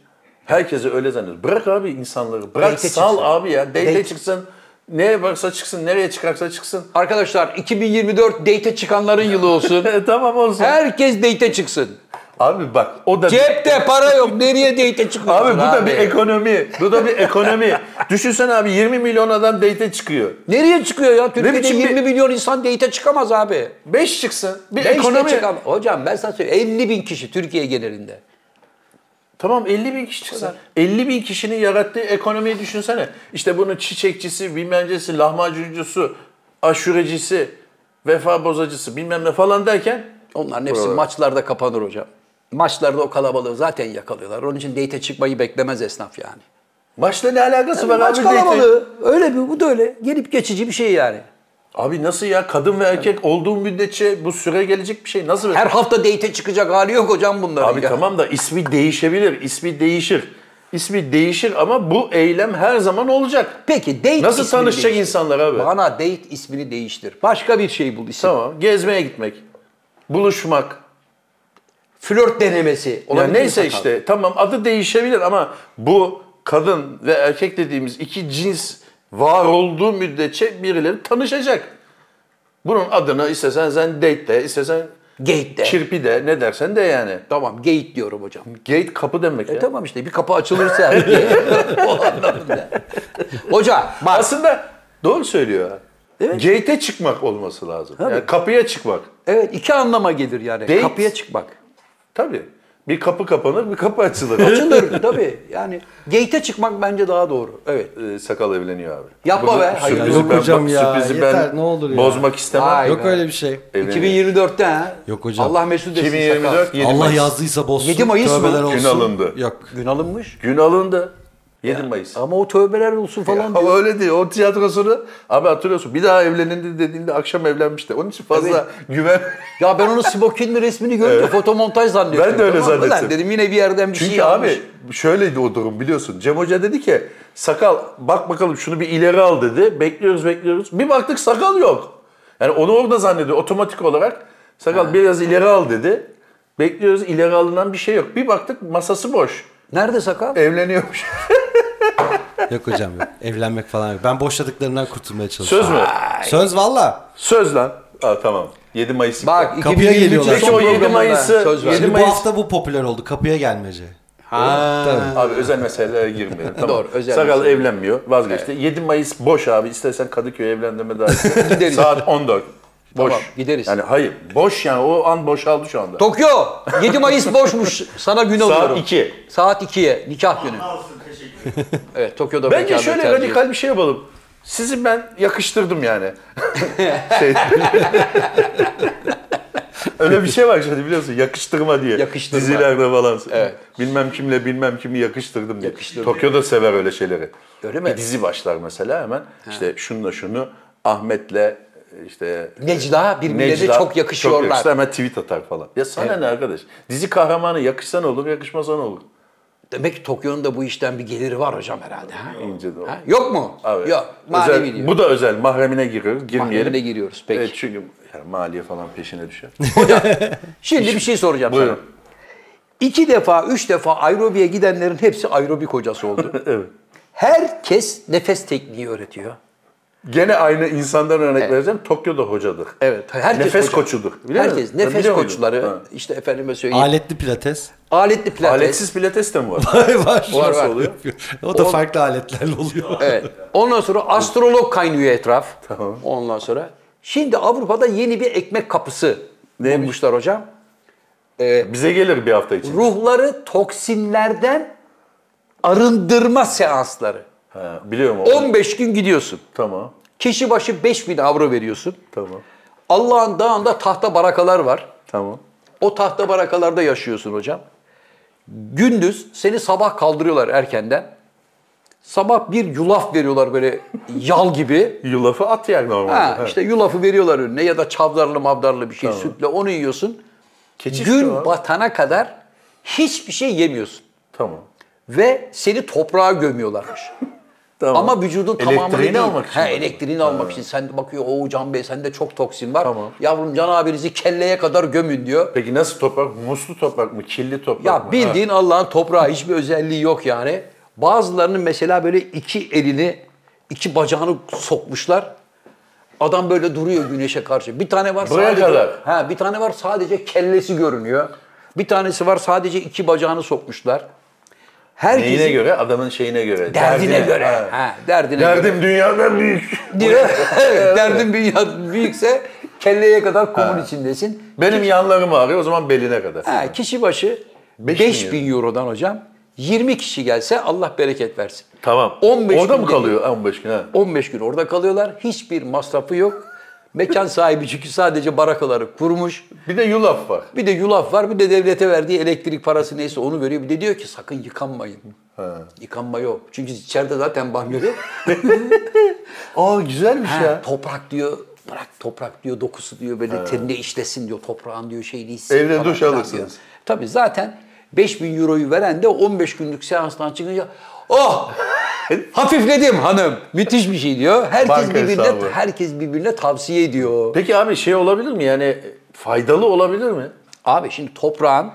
[SPEAKER 2] herkese öyle zannediyorsun. Bırak abi insanları. Bırak
[SPEAKER 3] Date'e
[SPEAKER 2] sal
[SPEAKER 3] çıksın.
[SPEAKER 2] abi ya. Date'e
[SPEAKER 3] Date-
[SPEAKER 2] çıksın. Neye varsa çıksın, nereye çıkarsa çıksın.
[SPEAKER 3] Arkadaşlar 2024 date çıkanların yılı olsun.
[SPEAKER 2] E, tamam olsun.
[SPEAKER 3] Herkes date çıksın.
[SPEAKER 2] Abi bak o da
[SPEAKER 3] Cepte para yok. Nereye date çıkıyorsun
[SPEAKER 2] Abi bu da bir ekonomi. Bu da bir ekonomi. Düşünsene abi 20 milyon adam date'e çıkıyor.
[SPEAKER 3] Nereye çıkıyor ya? Türkiye'de
[SPEAKER 2] biçim bir-
[SPEAKER 3] 20 milyon insan date çıkamaz abi.
[SPEAKER 2] 5 çıksın. Bir
[SPEAKER 3] Beş de
[SPEAKER 2] ekonomi.
[SPEAKER 3] çıkam- Hocam ben sana söyleyeyim 50 bin kişi Türkiye genelinde.
[SPEAKER 2] Tamam 50 bin kişi çıksın. 50 bin kişinin yarattığı ekonomiyi düşünsene. İşte bunun çiçekçisi, bilmemcesi, lahmacuncusu, aşurecisi, vefa bozacısı bilmem ne falan derken
[SPEAKER 3] Onların hepsi maçlarda kapanır hocam. Maçlarda o kalabalığı zaten yakalıyorlar. Onun için date çıkmayı beklemez esnaf yani.
[SPEAKER 2] maçla ne alakası var
[SPEAKER 3] Maç
[SPEAKER 2] abi date'in?
[SPEAKER 3] kalabalığı. Öyle bir bu da öyle. Gelip geçici bir şey yani.
[SPEAKER 2] Abi nasıl ya kadın ve erkek olduğum müddetçe bu süre gelecek bir şey nasıl?
[SPEAKER 3] Her hafta date çıkacak hali yok hocam bunların.
[SPEAKER 2] Abi
[SPEAKER 3] ya.
[SPEAKER 2] tamam da ismi değişebilir, ismi değişir. İsmi değişir ama bu eylem her zaman olacak.
[SPEAKER 3] Peki date
[SPEAKER 2] Nasıl
[SPEAKER 3] ismini
[SPEAKER 2] tanışacak
[SPEAKER 3] değiştir.
[SPEAKER 2] insanlar abi?
[SPEAKER 3] Bana date ismini değiştir. Başka bir şey bul isim.
[SPEAKER 2] Tamam gezmeye gitmek, buluşmak,
[SPEAKER 3] Flört denemesi.
[SPEAKER 2] Ya
[SPEAKER 3] Olabilir mi
[SPEAKER 2] neyse
[SPEAKER 3] sakal?
[SPEAKER 2] işte tamam adı değişebilir ama bu kadın ve erkek dediğimiz iki cins var olduğu müddetçe birileri tanışacak. Bunun adını istesen sen date de, istesen
[SPEAKER 3] Gate de.
[SPEAKER 2] kirpi de ne dersen de yani.
[SPEAKER 3] Tamam gate diyorum hocam.
[SPEAKER 2] Gate kapı demek ya.
[SPEAKER 3] E tamam işte bir kapı açılırsa her şey. o anlamda. Hoca bak
[SPEAKER 2] Aslında doğru söylüyor. ha. Gate'e çıkmak olması lazım. Yani kapıya çıkmak.
[SPEAKER 3] evet iki anlama gelir yani.
[SPEAKER 2] Date.
[SPEAKER 3] Kapıya çıkmak.
[SPEAKER 2] Tabii. Bir kapı kapanır, bir kapı açılır.
[SPEAKER 3] Açılır tabii. Yani gate'e çıkmak bence daha doğru. Evet.
[SPEAKER 2] Ee, sakal evleniyor abi.
[SPEAKER 3] Yapma be, hayır.
[SPEAKER 2] Sürprizi
[SPEAKER 6] Yok
[SPEAKER 2] ben,
[SPEAKER 6] hocam ya,
[SPEAKER 2] sürprizi
[SPEAKER 6] yeter,
[SPEAKER 2] ben
[SPEAKER 6] ne olur ya.
[SPEAKER 2] bozmak istemem.
[SPEAKER 3] Vay
[SPEAKER 6] Yok öyle bir şey.
[SPEAKER 2] Evleniyor.
[SPEAKER 3] 2024'te ha.
[SPEAKER 6] Yok hocam.
[SPEAKER 3] Allah mesut etsin
[SPEAKER 2] 2024
[SPEAKER 3] sakal.
[SPEAKER 2] yedi
[SPEAKER 6] Allah
[SPEAKER 2] Mayıs.
[SPEAKER 6] yazdıysa bozsun.
[SPEAKER 3] Yedi Mayıs mı?
[SPEAKER 6] tövbeler
[SPEAKER 3] Gün
[SPEAKER 6] olsun.
[SPEAKER 2] alındı.
[SPEAKER 6] Yok.
[SPEAKER 3] Gün alınmış.
[SPEAKER 2] Gün alındı. 7 Mayıs.
[SPEAKER 3] Ama o tövbeler olsun falan diyor.
[SPEAKER 2] Ama öyle değil. O tiyatrosunu abi hatırlıyorsun. Bir daha evlenildi dediğinde akşam evlenmişti. Onun için fazla güven.
[SPEAKER 3] Ya ben onun Smokin'li resmini görünce fotomontaj zannettim.
[SPEAKER 2] Ben de öyle
[SPEAKER 3] Tamam mı lan?
[SPEAKER 2] zannettim.
[SPEAKER 3] Dedim yine bir yerden bir
[SPEAKER 2] Çünkü
[SPEAKER 3] şey almış.
[SPEAKER 2] abi şöyleydi o durum biliyorsun. Cem Hoca dedi ki sakal bak bakalım şunu bir ileri al dedi. Bekliyoruz bekliyoruz. Bir baktık sakal yok. Yani onu orada zannediyor otomatik olarak. Sakal biraz ileri al dedi. Bekliyoruz ileri alınan bir şey yok. Bir baktık masası boş.
[SPEAKER 3] Nerede
[SPEAKER 2] E,
[SPEAKER 3] sakal?
[SPEAKER 2] Evleniyormuş.
[SPEAKER 6] Yok hocam yok. Evlenmek falan yok. Ben boşladıklarından kurtulmaya çalışıyorum.
[SPEAKER 2] Söz mü?
[SPEAKER 6] Söz valla.
[SPEAKER 2] Söz lan. Aa, tamam. 7 Mayıs.
[SPEAKER 3] Bak
[SPEAKER 6] Kapıya
[SPEAKER 3] 2023'ün
[SPEAKER 6] geliyorlar.
[SPEAKER 2] Peki
[SPEAKER 3] son
[SPEAKER 2] o 7
[SPEAKER 3] programında
[SPEAKER 2] Mayıs'ı,
[SPEAKER 3] söz ver.
[SPEAKER 2] 7
[SPEAKER 6] Şimdi bu
[SPEAKER 2] Mayıs-
[SPEAKER 6] hafta bu popüler oldu. Kapıya gelmece.
[SPEAKER 2] Abi özel meselelere girmeyelim. Tamam.
[SPEAKER 3] Doğru, özel
[SPEAKER 2] Sakal
[SPEAKER 3] mesele.
[SPEAKER 2] evlenmiyor. Vazgeçti. 7 Mayıs boş abi. İstersen Kadıköy evlendirme dairesi.
[SPEAKER 3] Gideriz.
[SPEAKER 2] Saat 14. Boş.
[SPEAKER 3] Tamam, gideriz.
[SPEAKER 2] Yani hayır. Boş yani. O an boşaldı şu anda.
[SPEAKER 3] Tokyo 7 Mayıs boşmuş. Sana gün alıyorum.
[SPEAKER 2] iki.
[SPEAKER 3] Saat 2'ye nikah günü. Evet Tokyo'da
[SPEAKER 2] Bence
[SPEAKER 3] mekanı
[SPEAKER 2] şöyle
[SPEAKER 3] tercih
[SPEAKER 2] radikal bir şey yapalım. Sizi ben yakıştırdım yani. şey. Öyle bir şey var şimdi biliyorsun yakıştırma diye.
[SPEAKER 3] Yakıştırma.
[SPEAKER 2] Dizilerde falan. Bilmem kimle bilmem kimi yakıştırdım diye. Tokyo'da sever öyle şeyleri.
[SPEAKER 3] Öyle mi?
[SPEAKER 2] Bir dizi başlar mesela hemen. İşte şununla şunu Ahmet'le işte
[SPEAKER 3] Necla birbirlerine
[SPEAKER 2] Necla
[SPEAKER 3] çok yakışıyorlar.
[SPEAKER 2] yakıştı, hemen tweet atar falan. Ya sana ne arkadaş? Dizi kahramanı yakışsa ne olur, yakışmasa ne olur?
[SPEAKER 3] Demek ki Tokyo'nun da bu işten bir geliri var hocam herhalde. Ha?
[SPEAKER 2] İnce de o.
[SPEAKER 3] Ha? Yok mu?
[SPEAKER 2] Abi,
[SPEAKER 3] Yok.
[SPEAKER 2] özel-
[SPEAKER 3] Manevi diyor.
[SPEAKER 2] Bu da özel. Mahremine giriyoruz. Girmeyelim.
[SPEAKER 3] Mahremine giriyoruz, peki.
[SPEAKER 2] Evet, çünkü yani maliye falan peşine düşer.
[SPEAKER 3] Şimdi bir şey soracağım sana.
[SPEAKER 2] Buyurun.
[SPEAKER 3] İki defa, üç defa aerobiye gidenlerin hepsi aerobik hocası oldu.
[SPEAKER 2] Evet.
[SPEAKER 3] Herkes nefes tekniği öğretiyor.
[SPEAKER 2] Gene aynı insandan örnek vereceğim. Tokyo'da hocadır.
[SPEAKER 3] Evet. Herkes
[SPEAKER 2] Nefes
[SPEAKER 3] hoca.
[SPEAKER 2] koçudur. Biliyor musun?
[SPEAKER 3] herkes
[SPEAKER 2] Ben
[SPEAKER 3] nefes
[SPEAKER 2] biliyor muydum?
[SPEAKER 3] koçları.
[SPEAKER 2] Ha.
[SPEAKER 3] işte efendime söyleyeyim.
[SPEAKER 6] Aletli pilates.
[SPEAKER 3] Aletli pilates.
[SPEAKER 2] Aletsiz pilates de mi var?
[SPEAKER 6] var.
[SPEAKER 2] O nasıl
[SPEAKER 3] var.
[SPEAKER 2] oluyor?
[SPEAKER 6] O da farklı aletlerle oluyor.
[SPEAKER 3] Evet. Ondan sonra astrolog kaynıyor etraf. Tamam. Ondan sonra. Şimdi Avrupa'da yeni bir ekmek kapısı bulmuşlar hocam.
[SPEAKER 2] Bize gelir bir hafta için.
[SPEAKER 3] Ruhları toksinlerden arındırma seansları.
[SPEAKER 2] Ha, biliyorum onu.
[SPEAKER 3] 15 gün gidiyorsun.
[SPEAKER 2] Tamam.
[SPEAKER 3] Kişi başı 5000 avro veriyorsun.
[SPEAKER 2] Tamam.
[SPEAKER 3] Allah'ın dağında tahta barakalar var.
[SPEAKER 2] Tamam.
[SPEAKER 3] O tahta barakalarda yaşıyorsun hocam. Gündüz seni sabah kaldırıyorlar erkenden. Sabah bir yulaf veriyorlar böyle yal gibi.
[SPEAKER 2] Yulafı at yer normalde.
[SPEAKER 3] Ha,
[SPEAKER 2] Ha.
[SPEAKER 3] işte yulafı veriyorlar önüne ya da çavdarlı mavdarlı bir şey sütle onu yiyorsun.
[SPEAKER 2] Keçi
[SPEAKER 3] Gün
[SPEAKER 2] sütü var.
[SPEAKER 3] batana kadar hiçbir şey yemiyorsun.
[SPEAKER 2] Tamam.
[SPEAKER 3] Ve seni toprağa gömüyorlarmış.
[SPEAKER 2] Tamam.
[SPEAKER 3] Ama vücudun tamamını
[SPEAKER 2] Elektriğini
[SPEAKER 3] değil.
[SPEAKER 2] almak için.
[SPEAKER 3] He,
[SPEAKER 2] mi?
[SPEAKER 3] elektriğini almak için. Sen bakıyor o Can Bey sende çok toksin var.
[SPEAKER 2] Tamam.
[SPEAKER 3] Yavrum Can abinizi kelleye kadar gömün diyor.
[SPEAKER 2] Peki nasıl toprak? Muslu toprak mı? Kirli toprak mı?
[SPEAKER 3] Ya
[SPEAKER 2] Ha.
[SPEAKER 3] bildiğin Allah'ın toprağı hiçbir özelliği yok yani. Bazılarının mesela böyle iki elini, iki bacağını sokmuşlar. Adam böyle duruyor güneşe karşı. Bir tane var
[SPEAKER 2] Buraya
[SPEAKER 3] sadece
[SPEAKER 2] kadar.
[SPEAKER 3] ha bir tane var sadece kellesi görünüyor. Bir tanesi var sadece iki bacağını sokmuşlar. Herkesin
[SPEAKER 2] Neyine göre? Adamın şeyine göre.
[SPEAKER 3] derdine, göre.
[SPEAKER 2] Ha.
[SPEAKER 3] Ha, derdine göre.
[SPEAKER 2] Derdim dünyadan büyük.
[SPEAKER 3] diyor. Evet, Derdin dünya büyükse kelleye kadar kumun içindesin.
[SPEAKER 2] Benim yanlarım ağrıyor o zaman beline kadar.
[SPEAKER 3] Ha, kişi başı 5000 Euro'dan hocam 20 kişi gelse Allah bereket versin.
[SPEAKER 2] Tamam.
[SPEAKER 3] 15
[SPEAKER 2] Orada
[SPEAKER 3] gün
[SPEAKER 2] mı
[SPEAKER 3] geliyor.
[SPEAKER 2] kalıyor 15 gün? Ha.
[SPEAKER 3] 15 gün orada kalıyorlar. Hiçbir masrafı yok. Mekan sahibi çünkü sadece barakaları kurmuş.
[SPEAKER 2] Bir de yulaf var.
[SPEAKER 3] Bir de yulaf var, bir de devlete verdiği elektrik parası neyse onu veriyor. Bir de diyor ki sakın yıkanmayın. Yıkanma yok. Çünkü içeride zaten banyo yok.
[SPEAKER 2] Aa güzelmiş
[SPEAKER 3] Ha, toprak diyor, bırak toprak diyor, dokusu diyor böyle tenine işlesin diyor, toprağın diyor şeyini hissin.
[SPEAKER 2] Evde
[SPEAKER 3] falan
[SPEAKER 2] duş
[SPEAKER 3] filan
[SPEAKER 2] alırsınız.
[SPEAKER 3] diyor. Tabii zaten 5000 euroyu veren de 15 günlük seanstan çıkınca oh hafifledim hanım. Müthiş bir şey diyor. Herkes
[SPEAKER 2] Banka
[SPEAKER 3] birbirine
[SPEAKER 2] hesabı.
[SPEAKER 3] herkes birbirine tavsiye ediyor.
[SPEAKER 2] Peki abi şey olabilir mi yani faydalı olabilir mi?
[SPEAKER 3] Abi şimdi toprağın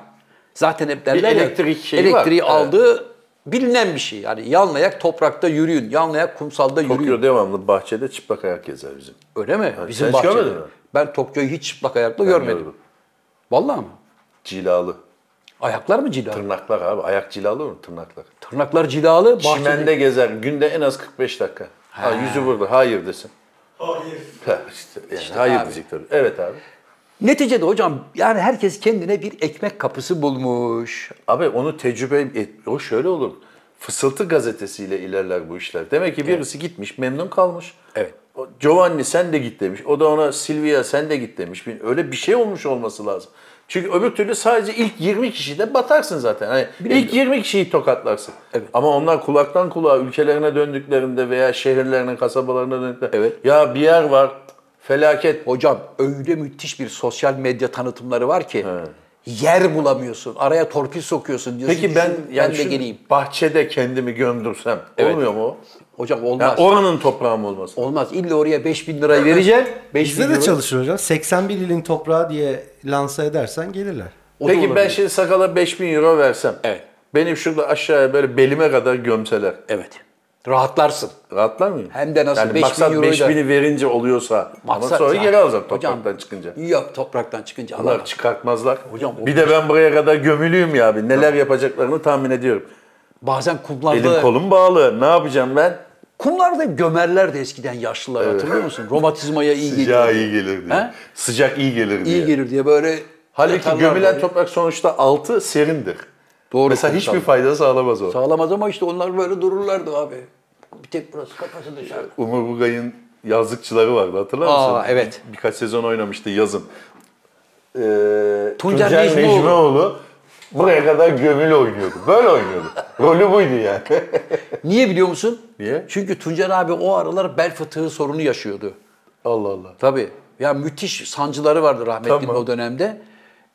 [SPEAKER 3] zaten hep derler ya,
[SPEAKER 2] elektrik şeyi
[SPEAKER 3] elektriği
[SPEAKER 2] var.
[SPEAKER 3] aldığı bilinen bir şey. Yani yanlayak toprakta yürüyün, yanlayak kumsalda yürüyün.
[SPEAKER 2] Tokyo devamlı bahçede çıplak ayak gezer bizim.
[SPEAKER 3] Öyle mi?
[SPEAKER 2] Ha,
[SPEAKER 3] Bizim
[SPEAKER 2] sen hiç
[SPEAKER 3] bahçede.
[SPEAKER 2] görmedin mi?
[SPEAKER 3] Ben Tokyo'yu hiç çıplak ayakla görmedim.
[SPEAKER 2] Gördüm.
[SPEAKER 3] Vallahi mı?
[SPEAKER 2] Cilalı.
[SPEAKER 3] Ayaklar mı cilalı?
[SPEAKER 2] Tırnaklar abi. Ayak cilalı mı? Tırnaklar.
[SPEAKER 3] Tırnaklar cilalı. bahçede-
[SPEAKER 2] Çimende gezer. Günde en az 45 dakika. Ha, yüzü burada. Hayır desin. Hayır. işte, yani hayır
[SPEAKER 3] abi.
[SPEAKER 2] diyecek tabii. Evet abi.
[SPEAKER 3] Neticede hocam yani herkes kendine bir ekmek kapısı bulmuş.
[SPEAKER 2] Abi onu tecrübe et. O şöyle olur. Fısıltı gazetesiyle ilerler bu işler. Demek ki birisi gitmiş, memnun kalmış.
[SPEAKER 3] Evet.
[SPEAKER 2] O, Giovanni sen de git demiş. O da ona Silvia sen de git demiş. Bir- Öyle bir şey olmuş olması lazım. Çünkü öbür türlü sadece ilk 20 kişide batarsın zaten. Hani ilk 20 kişiyi tokatlarsın. Ama onlar kulaktan kulağa ülkelerine döndüklerinde veya şehirlerine, kasabalarına döndüklerinde
[SPEAKER 3] Evet.
[SPEAKER 2] ya bir yer var felaket.
[SPEAKER 3] Hocam öyle müthiş bir sosyal medya tanıtımları var ki yer bulamıyorsun. Araya torpil sokuyorsun diyorsun.
[SPEAKER 2] Peki
[SPEAKER 3] ki
[SPEAKER 2] ben
[SPEAKER 3] şu- ben
[SPEAKER 2] yani
[SPEAKER 3] de
[SPEAKER 2] şu
[SPEAKER 3] geleyim.
[SPEAKER 2] bahçede kendimi gömdürsem olmuyor mu? o?
[SPEAKER 3] Hocam olmaz.
[SPEAKER 2] Yani oranın toprağım olması.
[SPEAKER 3] Olmaz. İlle oraya 5000 lirayı vereceğim. 5000
[SPEAKER 6] Bizde
[SPEAKER 3] lira.
[SPEAKER 6] de çalışır hocam. 81 ilin toprağı diye lanse edersen gelirler.
[SPEAKER 3] O da
[SPEAKER 2] Peki ben
[SPEAKER 3] olabilir.
[SPEAKER 2] şimdi sakala 5000 euro versem.
[SPEAKER 3] Evet.
[SPEAKER 2] Benim şurada aşağıya böyle belime kadar gömseler.
[SPEAKER 3] Evet. Rahatlarsın.
[SPEAKER 2] Rahatlar mıyım?
[SPEAKER 3] Hem de nasıl,
[SPEAKER 2] yani
[SPEAKER 3] 5000
[SPEAKER 2] maksat
[SPEAKER 3] euroyu da-
[SPEAKER 2] 5000'i verince oluyorsa ama
[SPEAKER 3] Maksat
[SPEAKER 2] sonra
[SPEAKER 3] ya.
[SPEAKER 2] geri alacak
[SPEAKER 3] Hocam,
[SPEAKER 2] topraktan çıkınca.
[SPEAKER 3] İyi yap topraktan çıkınca. Allah
[SPEAKER 2] Bunlar çıkartmazlar.
[SPEAKER 3] Hocam, o-
[SPEAKER 2] bir de ben buraya kadar gömülüyüm ya abi. Neler yapacaklarını tahmin ediyorum.
[SPEAKER 3] Bazen kumlarda...
[SPEAKER 2] Elim kolum bağlı. Ne yapacağım ben?
[SPEAKER 3] Kumlarda gömerler de eskiden yaşlılar hatırlıyor musun? Romatizmaya iyi
[SPEAKER 2] Sıcağı
[SPEAKER 3] geliyor.
[SPEAKER 2] iyi gelir diye.
[SPEAKER 3] He?
[SPEAKER 2] Sıcak iyi gelir diye.
[SPEAKER 3] İyi gelir diye böyle
[SPEAKER 2] Halbuki
[SPEAKER 3] yatarlar
[SPEAKER 2] gömülen
[SPEAKER 3] böyle.
[SPEAKER 2] toprak sonuçta altı serindir.
[SPEAKER 3] Doğru
[SPEAKER 2] Mesela
[SPEAKER 3] kumsal.
[SPEAKER 2] hiçbir fayda sağlamaz o.
[SPEAKER 3] Sağlamaz ama işte onlar böyle dururlardı abi. Bir tek burası kafası dışarıda.
[SPEAKER 2] Umur Bugay'ın yazlıkçıları vardı hatırlar mısın?
[SPEAKER 3] Aa, evet.
[SPEAKER 2] Birkaç sezon oynamıştı yazın. Ee,
[SPEAKER 3] Tuncer Necmioğlu.
[SPEAKER 2] Necmioğlu buraya kadar gömülü oynuyordu. Böyle oynuyordu. Rolü buydu yani.
[SPEAKER 3] Niye biliyor musun?
[SPEAKER 2] Niye?
[SPEAKER 3] Çünkü Tuncer abi o aralar bel fıtığı sorunu yaşıyordu.
[SPEAKER 2] Allah Allah.
[SPEAKER 3] Tabii. Ya müthiş sancıları vardı rahmetli
[SPEAKER 2] Tamam.
[SPEAKER 3] o dönemde.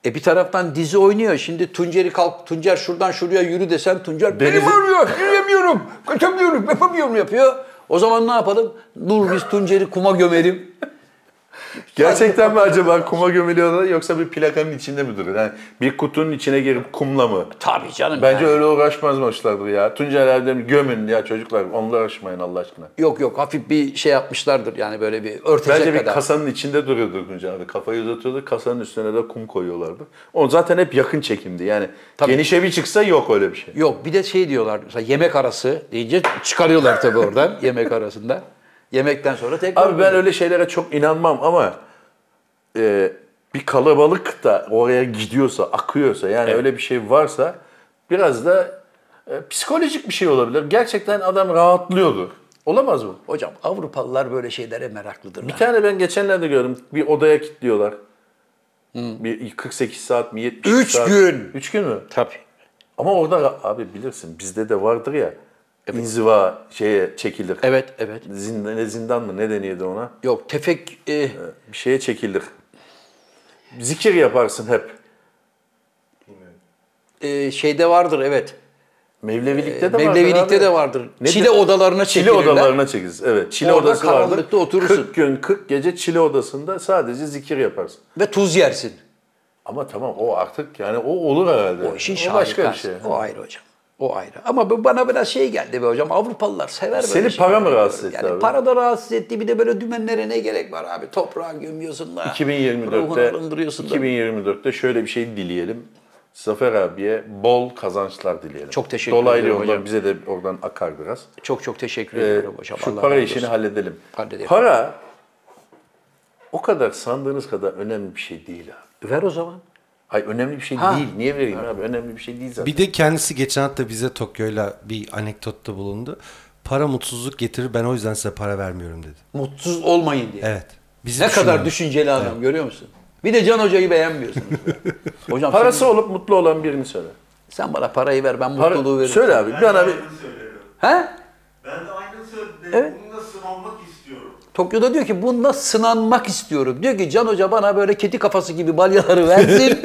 [SPEAKER 3] E bir taraftan dizi oynuyor. Şimdi Tuncer'i kalk, Tuncer şuradan şuraya yürü desen Tuncer
[SPEAKER 2] Denizin-
[SPEAKER 3] benim ağrıyor, yürüyemiyorum, kaçamıyorum, yapamıyorum yapıyor. O zaman ne yapalım? Dur biz Tuncer'i kuma gömelim.
[SPEAKER 2] Gerçekten mi acaba kuma gömülüyorlar yoksa bir plakanın içinde mi duruyor? Yani bir kutunun içine girip kumla mı?
[SPEAKER 3] Tabii canım.
[SPEAKER 2] Bence
[SPEAKER 3] yani.
[SPEAKER 2] öyle uğraşmazmışlardır ya. Tuncer Erdem gömün ya çocuklar. Onunla uğraşmayın Allah aşkına.
[SPEAKER 3] Yok yok hafif bir şey yapmışlardır yani böyle bir örtecek
[SPEAKER 2] Bence bir
[SPEAKER 3] kadar.
[SPEAKER 2] kasanın içinde duruyordu Tuncer abi. Kafayı uzatıyordu. Kasanın üstüne de kum koyuyorlardı. O zaten hep yakın çekimdi. Yani genişe bir çıksa yok öyle bir şey.
[SPEAKER 3] Yok bir de şey diyorlar mesela yemek arası deyince çıkarıyorlar tabii oradan yemek arasında. Yemekten sonra tekrar.
[SPEAKER 2] Abi ben öyle şeylere çok inanmam ama e, bir kalabalık da oraya gidiyorsa, akıyorsa yani öyle bir şey varsa biraz da e, psikolojik bir şey olabilir. Gerçekten adam rahatlıyordu. Olamaz mı?
[SPEAKER 3] Hocam Avrupalılar böyle şeylere meraklıdırlar.
[SPEAKER 2] Bir tane ben geçenlerde gördüm. Bir odaya kilitliyorlar. Bir 48 saat mi 70
[SPEAKER 3] Üç
[SPEAKER 2] saat.
[SPEAKER 3] gün.
[SPEAKER 2] 3 gün mü?
[SPEAKER 3] Tabii.
[SPEAKER 2] Ama orada abi bilirsin bizde de vardır ya inziva şeye çekilir.
[SPEAKER 3] Evet evet.
[SPEAKER 2] Zindan, ne zindan mı ne deniyordu ona?
[SPEAKER 3] Yok tefek e,
[SPEAKER 2] Bir şeye çekilir. Zikir yaparsın hep.
[SPEAKER 3] e, şeyde vardır evet.
[SPEAKER 2] Mevlevilikte de vardır
[SPEAKER 3] Ee, Mevlevilikte
[SPEAKER 2] abi.
[SPEAKER 3] de vardır.
[SPEAKER 2] Ne
[SPEAKER 3] Çile
[SPEAKER 2] de-
[SPEAKER 3] odalarına
[SPEAKER 2] Çile
[SPEAKER 3] çekilirler.
[SPEAKER 2] odalarına çekiliriz. Evet. Çile
[SPEAKER 3] Orada
[SPEAKER 2] odası vardır.
[SPEAKER 3] karanlıkta oturursun.
[SPEAKER 2] 40 gün 40 gece çile odasında sadece zikir yaparsın.
[SPEAKER 3] Ve tuz yersin.
[SPEAKER 2] Ama tamam o artık yani o olur herhalde.
[SPEAKER 3] O işin
[SPEAKER 2] o başka bir
[SPEAKER 3] şaharikası.
[SPEAKER 2] şey.
[SPEAKER 3] O ayrı hocam. O ayrı. Ama bu bana biraz şey geldi be hocam. Avrupalılar sever böyle
[SPEAKER 2] Seni
[SPEAKER 3] şeyleri.
[SPEAKER 2] para mı rahatsız etti
[SPEAKER 3] yani
[SPEAKER 2] abi?
[SPEAKER 3] para da rahatsız etti. Bir de böyle dümenlere ne gerek var abi? Toprağa gömüyorsun da. ruhunu
[SPEAKER 2] 2024'te
[SPEAKER 3] arındırıyorsun da.
[SPEAKER 2] 2024'te şöyle bir şey dileyelim. Zafer abiye bol kazançlar dileyelim.
[SPEAKER 3] Çok teşekkür
[SPEAKER 2] Dolaylı
[SPEAKER 3] ederim
[SPEAKER 2] yoldan
[SPEAKER 3] hocam.
[SPEAKER 2] bize de oradan akar biraz.
[SPEAKER 3] Çok çok teşekkür
[SPEAKER 2] Ee,
[SPEAKER 3] ediyorum hocam.
[SPEAKER 2] şu
[SPEAKER 3] Allah
[SPEAKER 2] para
[SPEAKER 3] razı
[SPEAKER 2] işini
[SPEAKER 3] olsun.
[SPEAKER 2] halledelim.
[SPEAKER 3] Halledelim.
[SPEAKER 2] Para o kadar sandığınız kadar önemli bir şey değil abi.
[SPEAKER 3] Ver o zaman.
[SPEAKER 2] Hayır önemli bir şey değil. Niye vereyim abi? Önemli bir şey değil zaten.
[SPEAKER 6] Bir de kendisi geçen hafta bize Tokyo'yla bir anekdotta bulundu. Para mutsuzluk getirir ben o yüzden size para vermiyorum dedi.
[SPEAKER 3] Mutsuz olmayın diye.
[SPEAKER 6] Evet. Bizi
[SPEAKER 3] Ne kadar
[SPEAKER 6] düşünüyormuş.
[SPEAKER 3] düşünceli adam görüyor musun? Bir de Can Hoca'yı beğenmiyorsunuz. be. hocam
[SPEAKER 2] Parası
[SPEAKER 3] sen,
[SPEAKER 2] olup mutlu olan birini söyle.
[SPEAKER 3] sen bana parayı ver ben
[SPEAKER 2] Para-
[SPEAKER 3] mutluluğu veririm.
[SPEAKER 2] söyle abi. Bir ana bir
[SPEAKER 8] aynını söylüyorum.
[SPEAKER 3] Ha?
[SPEAKER 8] Ben de aynı sözde
[SPEAKER 3] Evet.
[SPEAKER 8] bununla sınanmak istiyorum.
[SPEAKER 3] Tokyo'da diyor ki bunda sınanmak istiyorum. Diyor ki Can Hoca bana böyle kedi kafası gibi balyaları versin.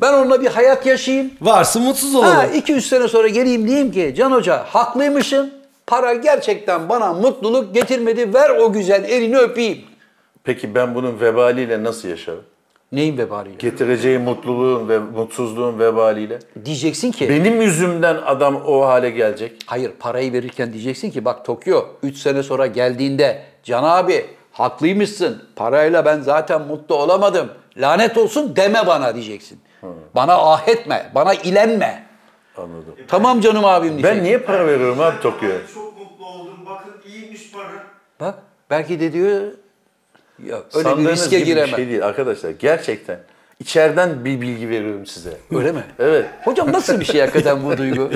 [SPEAKER 3] ben onunla bir hayat yaşayayım.
[SPEAKER 6] Varsa mutsuz olalım.
[SPEAKER 3] Ha, iki üç sene sonra geleyim diyeyim ki Can Hoca haklıymışsın. Para gerçekten bana mutluluk getirmedi. Ver o güzel elini öpeyim.
[SPEAKER 2] peki ben bunun vebaliyle nasıl yaşarım?
[SPEAKER 3] Neyin vebaliyle?
[SPEAKER 2] Getireceği mutluluğun ve mutsuzluğun vebaliyle.
[SPEAKER 3] Diyeceksin ki
[SPEAKER 2] Benim yüzümden adam o hale gelecek.
[SPEAKER 3] hayır parayı verirken diyeceksin ki bak Tokyo 3 sene sonra geldiğinde Can abi haklıymışsın. Parayla ben zaten mutlu olamadım. Lanet olsun deme bana diyeceksin. Bana ah etme, bana ilenme. E,
[SPEAKER 2] Anladım.
[SPEAKER 3] Tamam canım abim diyeceksin.
[SPEAKER 2] Ben niye para veriyorum abi Tokyo'ya?
[SPEAKER 8] Ben çok mutlu oldum. Bakın iyiymiş para.
[SPEAKER 3] Bak belki de diyor ya öyle bir
[SPEAKER 2] Sandığınız
[SPEAKER 3] riske
[SPEAKER 2] gibi bir
[SPEAKER 3] giremem.
[SPEAKER 2] şey değil arkadaşlar. Gerçekten içeriden bir bilgi veriyorum size.
[SPEAKER 3] Öyle mi?
[SPEAKER 2] Evet.
[SPEAKER 3] Hocam nasıl bir şey hakikaten bu duygu?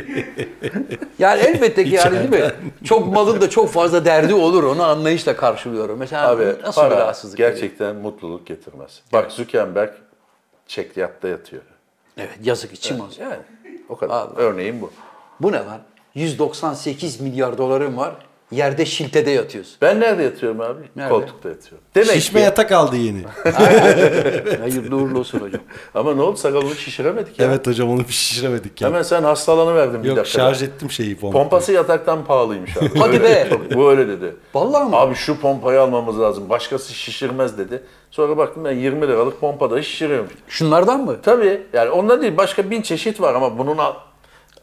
[SPEAKER 3] Yani elbette ki yani değil mi? Çok malın da çok fazla derdi olur. Onu anlayışla karşılıyorum. Mesela
[SPEAKER 2] Abi
[SPEAKER 3] nasıl bir
[SPEAKER 2] para
[SPEAKER 3] rahatsızlık?
[SPEAKER 2] gerçekten mutluluk getirmez. Bak Zuckerberg çekliyatta yatıyor.
[SPEAKER 3] Evet yazık içim acıyor. Evet.
[SPEAKER 2] O kadar. Örneğin bu.
[SPEAKER 3] Bu ne lan? 198 milyar dolarım var. Yerde şiltede yatıyorsun.
[SPEAKER 2] Ben nerede yatıyorum abi?
[SPEAKER 3] Nerede?
[SPEAKER 2] Koltukta yatıyorum. Demek
[SPEAKER 6] Şişme
[SPEAKER 2] ki.
[SPEAKER 6] yatak aldı yeni.
[SPEAKER 3] Hayırlı uğurlu olsun hocam.
[SPEAKER 2] Ama ne oldu sakalını şişiremedik ya.
[SPEAKER 6] evet hocam onu bir şişiremedik ya.
[SPEAKER 2] Hemen sen hastalanıverdin bir dakika.
[SPEAKER 6] Yok şarj ettim şeyi pompa.
[SPEAKER 2] Pompası yataktan pahalıymış abi.
[SPEAKER 3] Hadi
[SPEAKER 2] Öyle
[SPEAKER 3] be.
[SPEAKER 2] dedi. Tabii, Bu öyle dedi.
[SPEAKER 3] Vallahi mi?
[SPEAKER 2] Abi şu pompayı almamız lazım. Başkası şişirmez dedi. Sonra baktım ben 20 liralık pompada şişiriyormuş.
[SPEAKER 3] Şunlardan mı?
[SPEAKER 2] Tabii yani ondan değil başka bin çeşit var ama bunun al...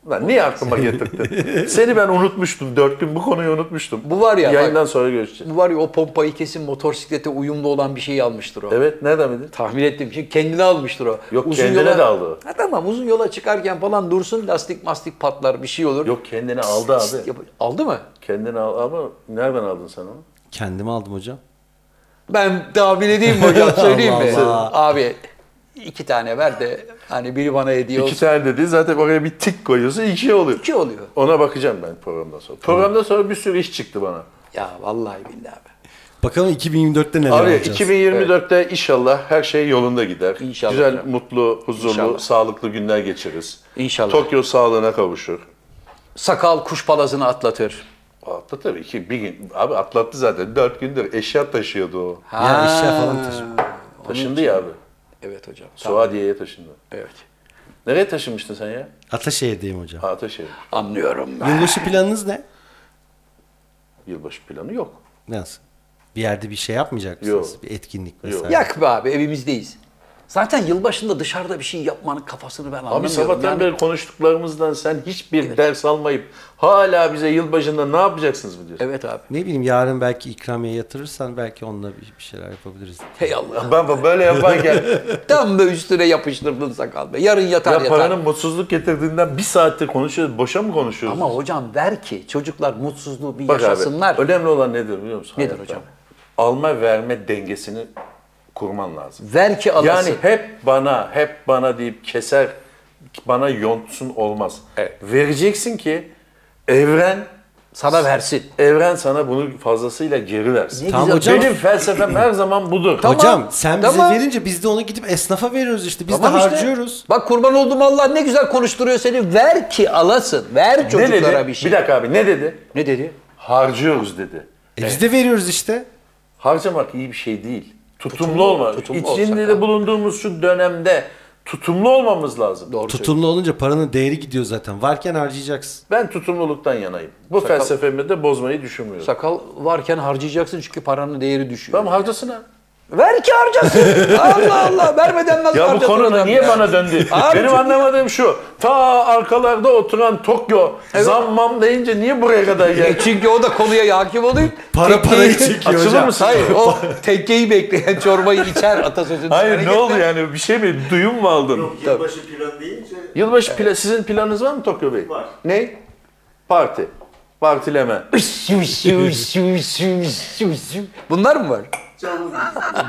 [SPEAKER 2] Lan niye aklıma getirdin? Seni ben unutmuştum. Dört gün bu konuyu unutmuştum.
[SPEAKER 3] Bu var ya,
[SPEAKER 2] Yayından sonra görüşeceğiz.
[SPEAKER 3] Bu var ya o pompayı kesin motosiklete uyumlu olan bir şey almıştır o.
[SPEAKER 2] Evet ne demedin?
[SPEAKER 3] Tahmin ettim. Şimdi kendine almıştır o.
[SPEAKER 2] Yok, kendine de aldı o.
[SPEAKER 3] Ha, tamam uzun yola çıkarken falan dursun lastik mastik patlar bir şey olur.
[SPEAKER 2] Yok kendini aldı
[SPEAKER 3] Pist
[SPEAKER 2] abi.
[SPEAKER 3] yap- Aldı mı?
[SPEAKER 2] Kendini aldı ama nereden aldın sen onu?
[SPEAKER 6] Kendimi aldım hocam.
[SPEAKER 3] Ben tahmin edeyim mi hocam söyleyeyim mi?
[SPEAKER 6] Allah Allah.
[SPEAKER 3] Abi iki tane ver de hani biri bana hediye
[SPEAKER 2] İki
[SPEAKER 3] olsun.
[SPEAKER 2] tane dedi zaten oraya bir tik koyuyorsun iki oluyor.
[SPEAKER 3] İki oluyor.
[SPEAKER 2] Ona bakacağım ben programdan sonra. Programdan sonra bir sürü iş çıktı bana.
[SPEAKER 3] Ya vallahi billahi abi.
[SPEAKER 6] Bakalım 2024'te neler
[SPEAKER 2] Abi
[SPEAKER 6] yapacağız.
[SPEAKER 2] 2024'te inşallah her şey yolunda gider.
[SPEAKER 3] İnşallah
[SPEAKER 2] Güzel,
[SPEAKER 3] hocam.
[SPEAKER 2] mutlu, huzurlu,
[SPEAKER 3] İnşallah.
[SPEAKER 2] sağlıklı günler geçiririz.
[SPEAKER 3] İnşallah.
[SPEAKER 2] Tokyo sağlığına kavuşur.
[SPEAKER 3] Sakal kuş palazını atlatır.
[SPEAKER 2] Atla tabii ki bir gün. Abi atlattı zaten. Dört gündür eşya taşıyordu o.
[SPEAKER 6] Ya eşya falan taşı.
[SPEAKER 2] Taşındı ya abi.
[SPEAKER 3] Evet hocam.
[SPEAKER 2] Suadiye'ye taşındı.
[SPEAKER 3] Evet.
[SPEAKER 2] Nereye taşınmıştın sen ya?
[SPEAKER 6] Ataşehir'deyim hocam.
[SPEAKER 2] Ha Ataşehir.
[SPEAKER 3] Anlıyorum ben.
[SPEAKER 6] Yılbaşı planınız ne?
[SPEAKER 2] Yılbaşı planı yok.
[SPEAKER 6] Nasıl? Bir yerde bir şey yapmayacak mısınız?
[SPEAKER 2] Yok.
[SPEAKER 6] Bir etkinlik
[SPEAKER 2] Yok.
[SPEAKER 6] mesela.
[SPEAKER 3] Yak be abi evimizdeyiz. Zaten yılbaşında dışarıda bir şey yapmanın kafasını ben anlamıyorum.
[SPEAKER 2] Abi sabahtan
[SPEAKER 3] yani.
[SPEAKER 2] beri konuştuklarımızdan sen hiçbir ders almayıp hala bize yılbaşında ne yapacaksınız mı diyorsun?
[SPEAKER 3] Evet abi.
[SPEAKER 6] Ne bileyim yarın belki ikramiye yatırırsan belki onunla bir bir şeyler yapabiliriz.
[SPEAKER 3] Hey Allah.
[SPEAKER 2] Baba böyle yaparken
[SPEAKER 3] Tam da üstüne yapıştırdın sakal be. Yarın yatar
[SPEAKER 2] ya
[SPEAKER 3] yatar.
[SPEAKER 2] paranın mutsuzluk getirdiğinden bir saattir konuşuyoruz. Boşa mı konuşuyoruz?
[SPEAKER 3] Ama hocam ver ki çocuklar mutsuzluğu bir
[SPEAKER 2] Bak
[SPEAKER 3] yaşasınlar.
[SPEAKER 2] abi önemli olan nedir biliyor musun?
[SPEAKER 3] Nedir
[SPEAKER 2] hayatta?
[SPEAKER 3] hocam?
[SPEAKER 2] Alma verme dengesini kurman lazım.
[SPEAKER 3] Ver ki alasın.
[SPEAKER 2] Yani hep bana, hep bana deyip keser, bana yontsun olmaz. Vereceksin ki evren
[SPEAKER 3] Sana versin.
[SPEAKER 2] evren sana bunu fazlasıyla geri versin.
[SPEAKER 3] Ne
[SPEAKER 6] Tamam
[SPEAKER 3] güzel.
[SPEAKER 6] hocam.
[SPEAKER 2] Benim felsefem her zaman budur.
[SPEAKER 6] Hocam sen
[SPEAKER 3] tamam.
[SPEAKER 6] bize verince biz de onu gidip esnafa veriyoruz işte. Biz
[SPEAKER 3] Tamam
[SPEAKER 6] de
[SPEAKER 3] işte.
[SPEAKER 6] harcıyoruz.
[SPEAKER 3] Bak kurban oldum Allah ne güzel konuşturuyor seni. Ver ki alasın. Ver
[SPEAKER 2] ne
[SPEAKER 3] çocuklara
[SPEAKER 2] dedi?
[SPEAKER 3] bir şey.
[SPEAKER 2] dakika abi ne dedi?
[SPEAKER 3] Ne dedi?
[SPEAKER 2] Harcıyoruz dedi.
[SPEAKER 6] E biz de veriyoruz işte.
[SPEAKER 2] Harcamak iyi bir şey değil. Tutumlu, olma.
[SPEAKER 3] tutumlu olsak
[SPEAKER 2] İçinde
[SPEAKER 3] abi.
[SPEAKER 2] de bulunduğumuz şu dönemde tutumlu olmamız lazım.
[SPEAKER 3] Doğru söylüyor.
[SPEAKER 6] Tutumlu olunca paranın değeri gidiyor zaten. Varken harcayacaksın.
[SPEAKER 2] Ben tutumluluktan yanayım. Bu felsefemi de bozmayı düşünmüyorum.
[SPEAKER 3] Sakal varken harcayacaksın çünkü paranın değeri düşüyor.
[SPEAKER 2] Tamam harcasın ha.
[SPEAKER 3] Ver ki harcasın. Allah Allah. Vermeden nasıl
[SPEAKER 2] Ya bu
[SPEAKER 3] harcasın
[SPEAKER 2] konu
[SPEAKER 3] adam
[SPEAKER 2] niye
[SPEAKER 3] ya?
[SPEAKER 2] bana döndü?
[SPEAKER 3] Abi
[SPEAKER 2] Benim
[SPEAKER 3] çok-
[SPEAKER 2] anlamadığım şu. Ta arkalarda oturan Tokyo zammam deyince niye buraya kadar
[SPEAKER 3] E
[SPEAKER 2] geldi?
[SPEAKER 3] çünkü o da konuya hakim olayım.
[SPEAKER 6] Para parayı çekiyor
[SPEAKER 2] Açılır
[SPEAKER 6] hocam.
[SPEAKER 2] mısın?
[SPEAKER 3] Hayır o tekkeyi bekleyen çorbayı içer atasözünü.
[SPEAKER 2] Hayır
[SPEAKER 3] söyle
[SPEAKER 2] ne
[SPEAKER 3] getir.
[SPEAKER 2] oldu yani? Bir şey mi? Duyum mu aldın?
[SPEAKER 8] Yok yılbaşı planı deyince
[SPEAKER 2] Yılbaşı pla- sizin planınız var mı Tokyo Bey?
[SPEAKER 8] Var.
[SPEAKER 2] Ne? Parti. Partileme.
[SPEAKER 3] Bunlar mı var?
[SPEAKER 8] canlı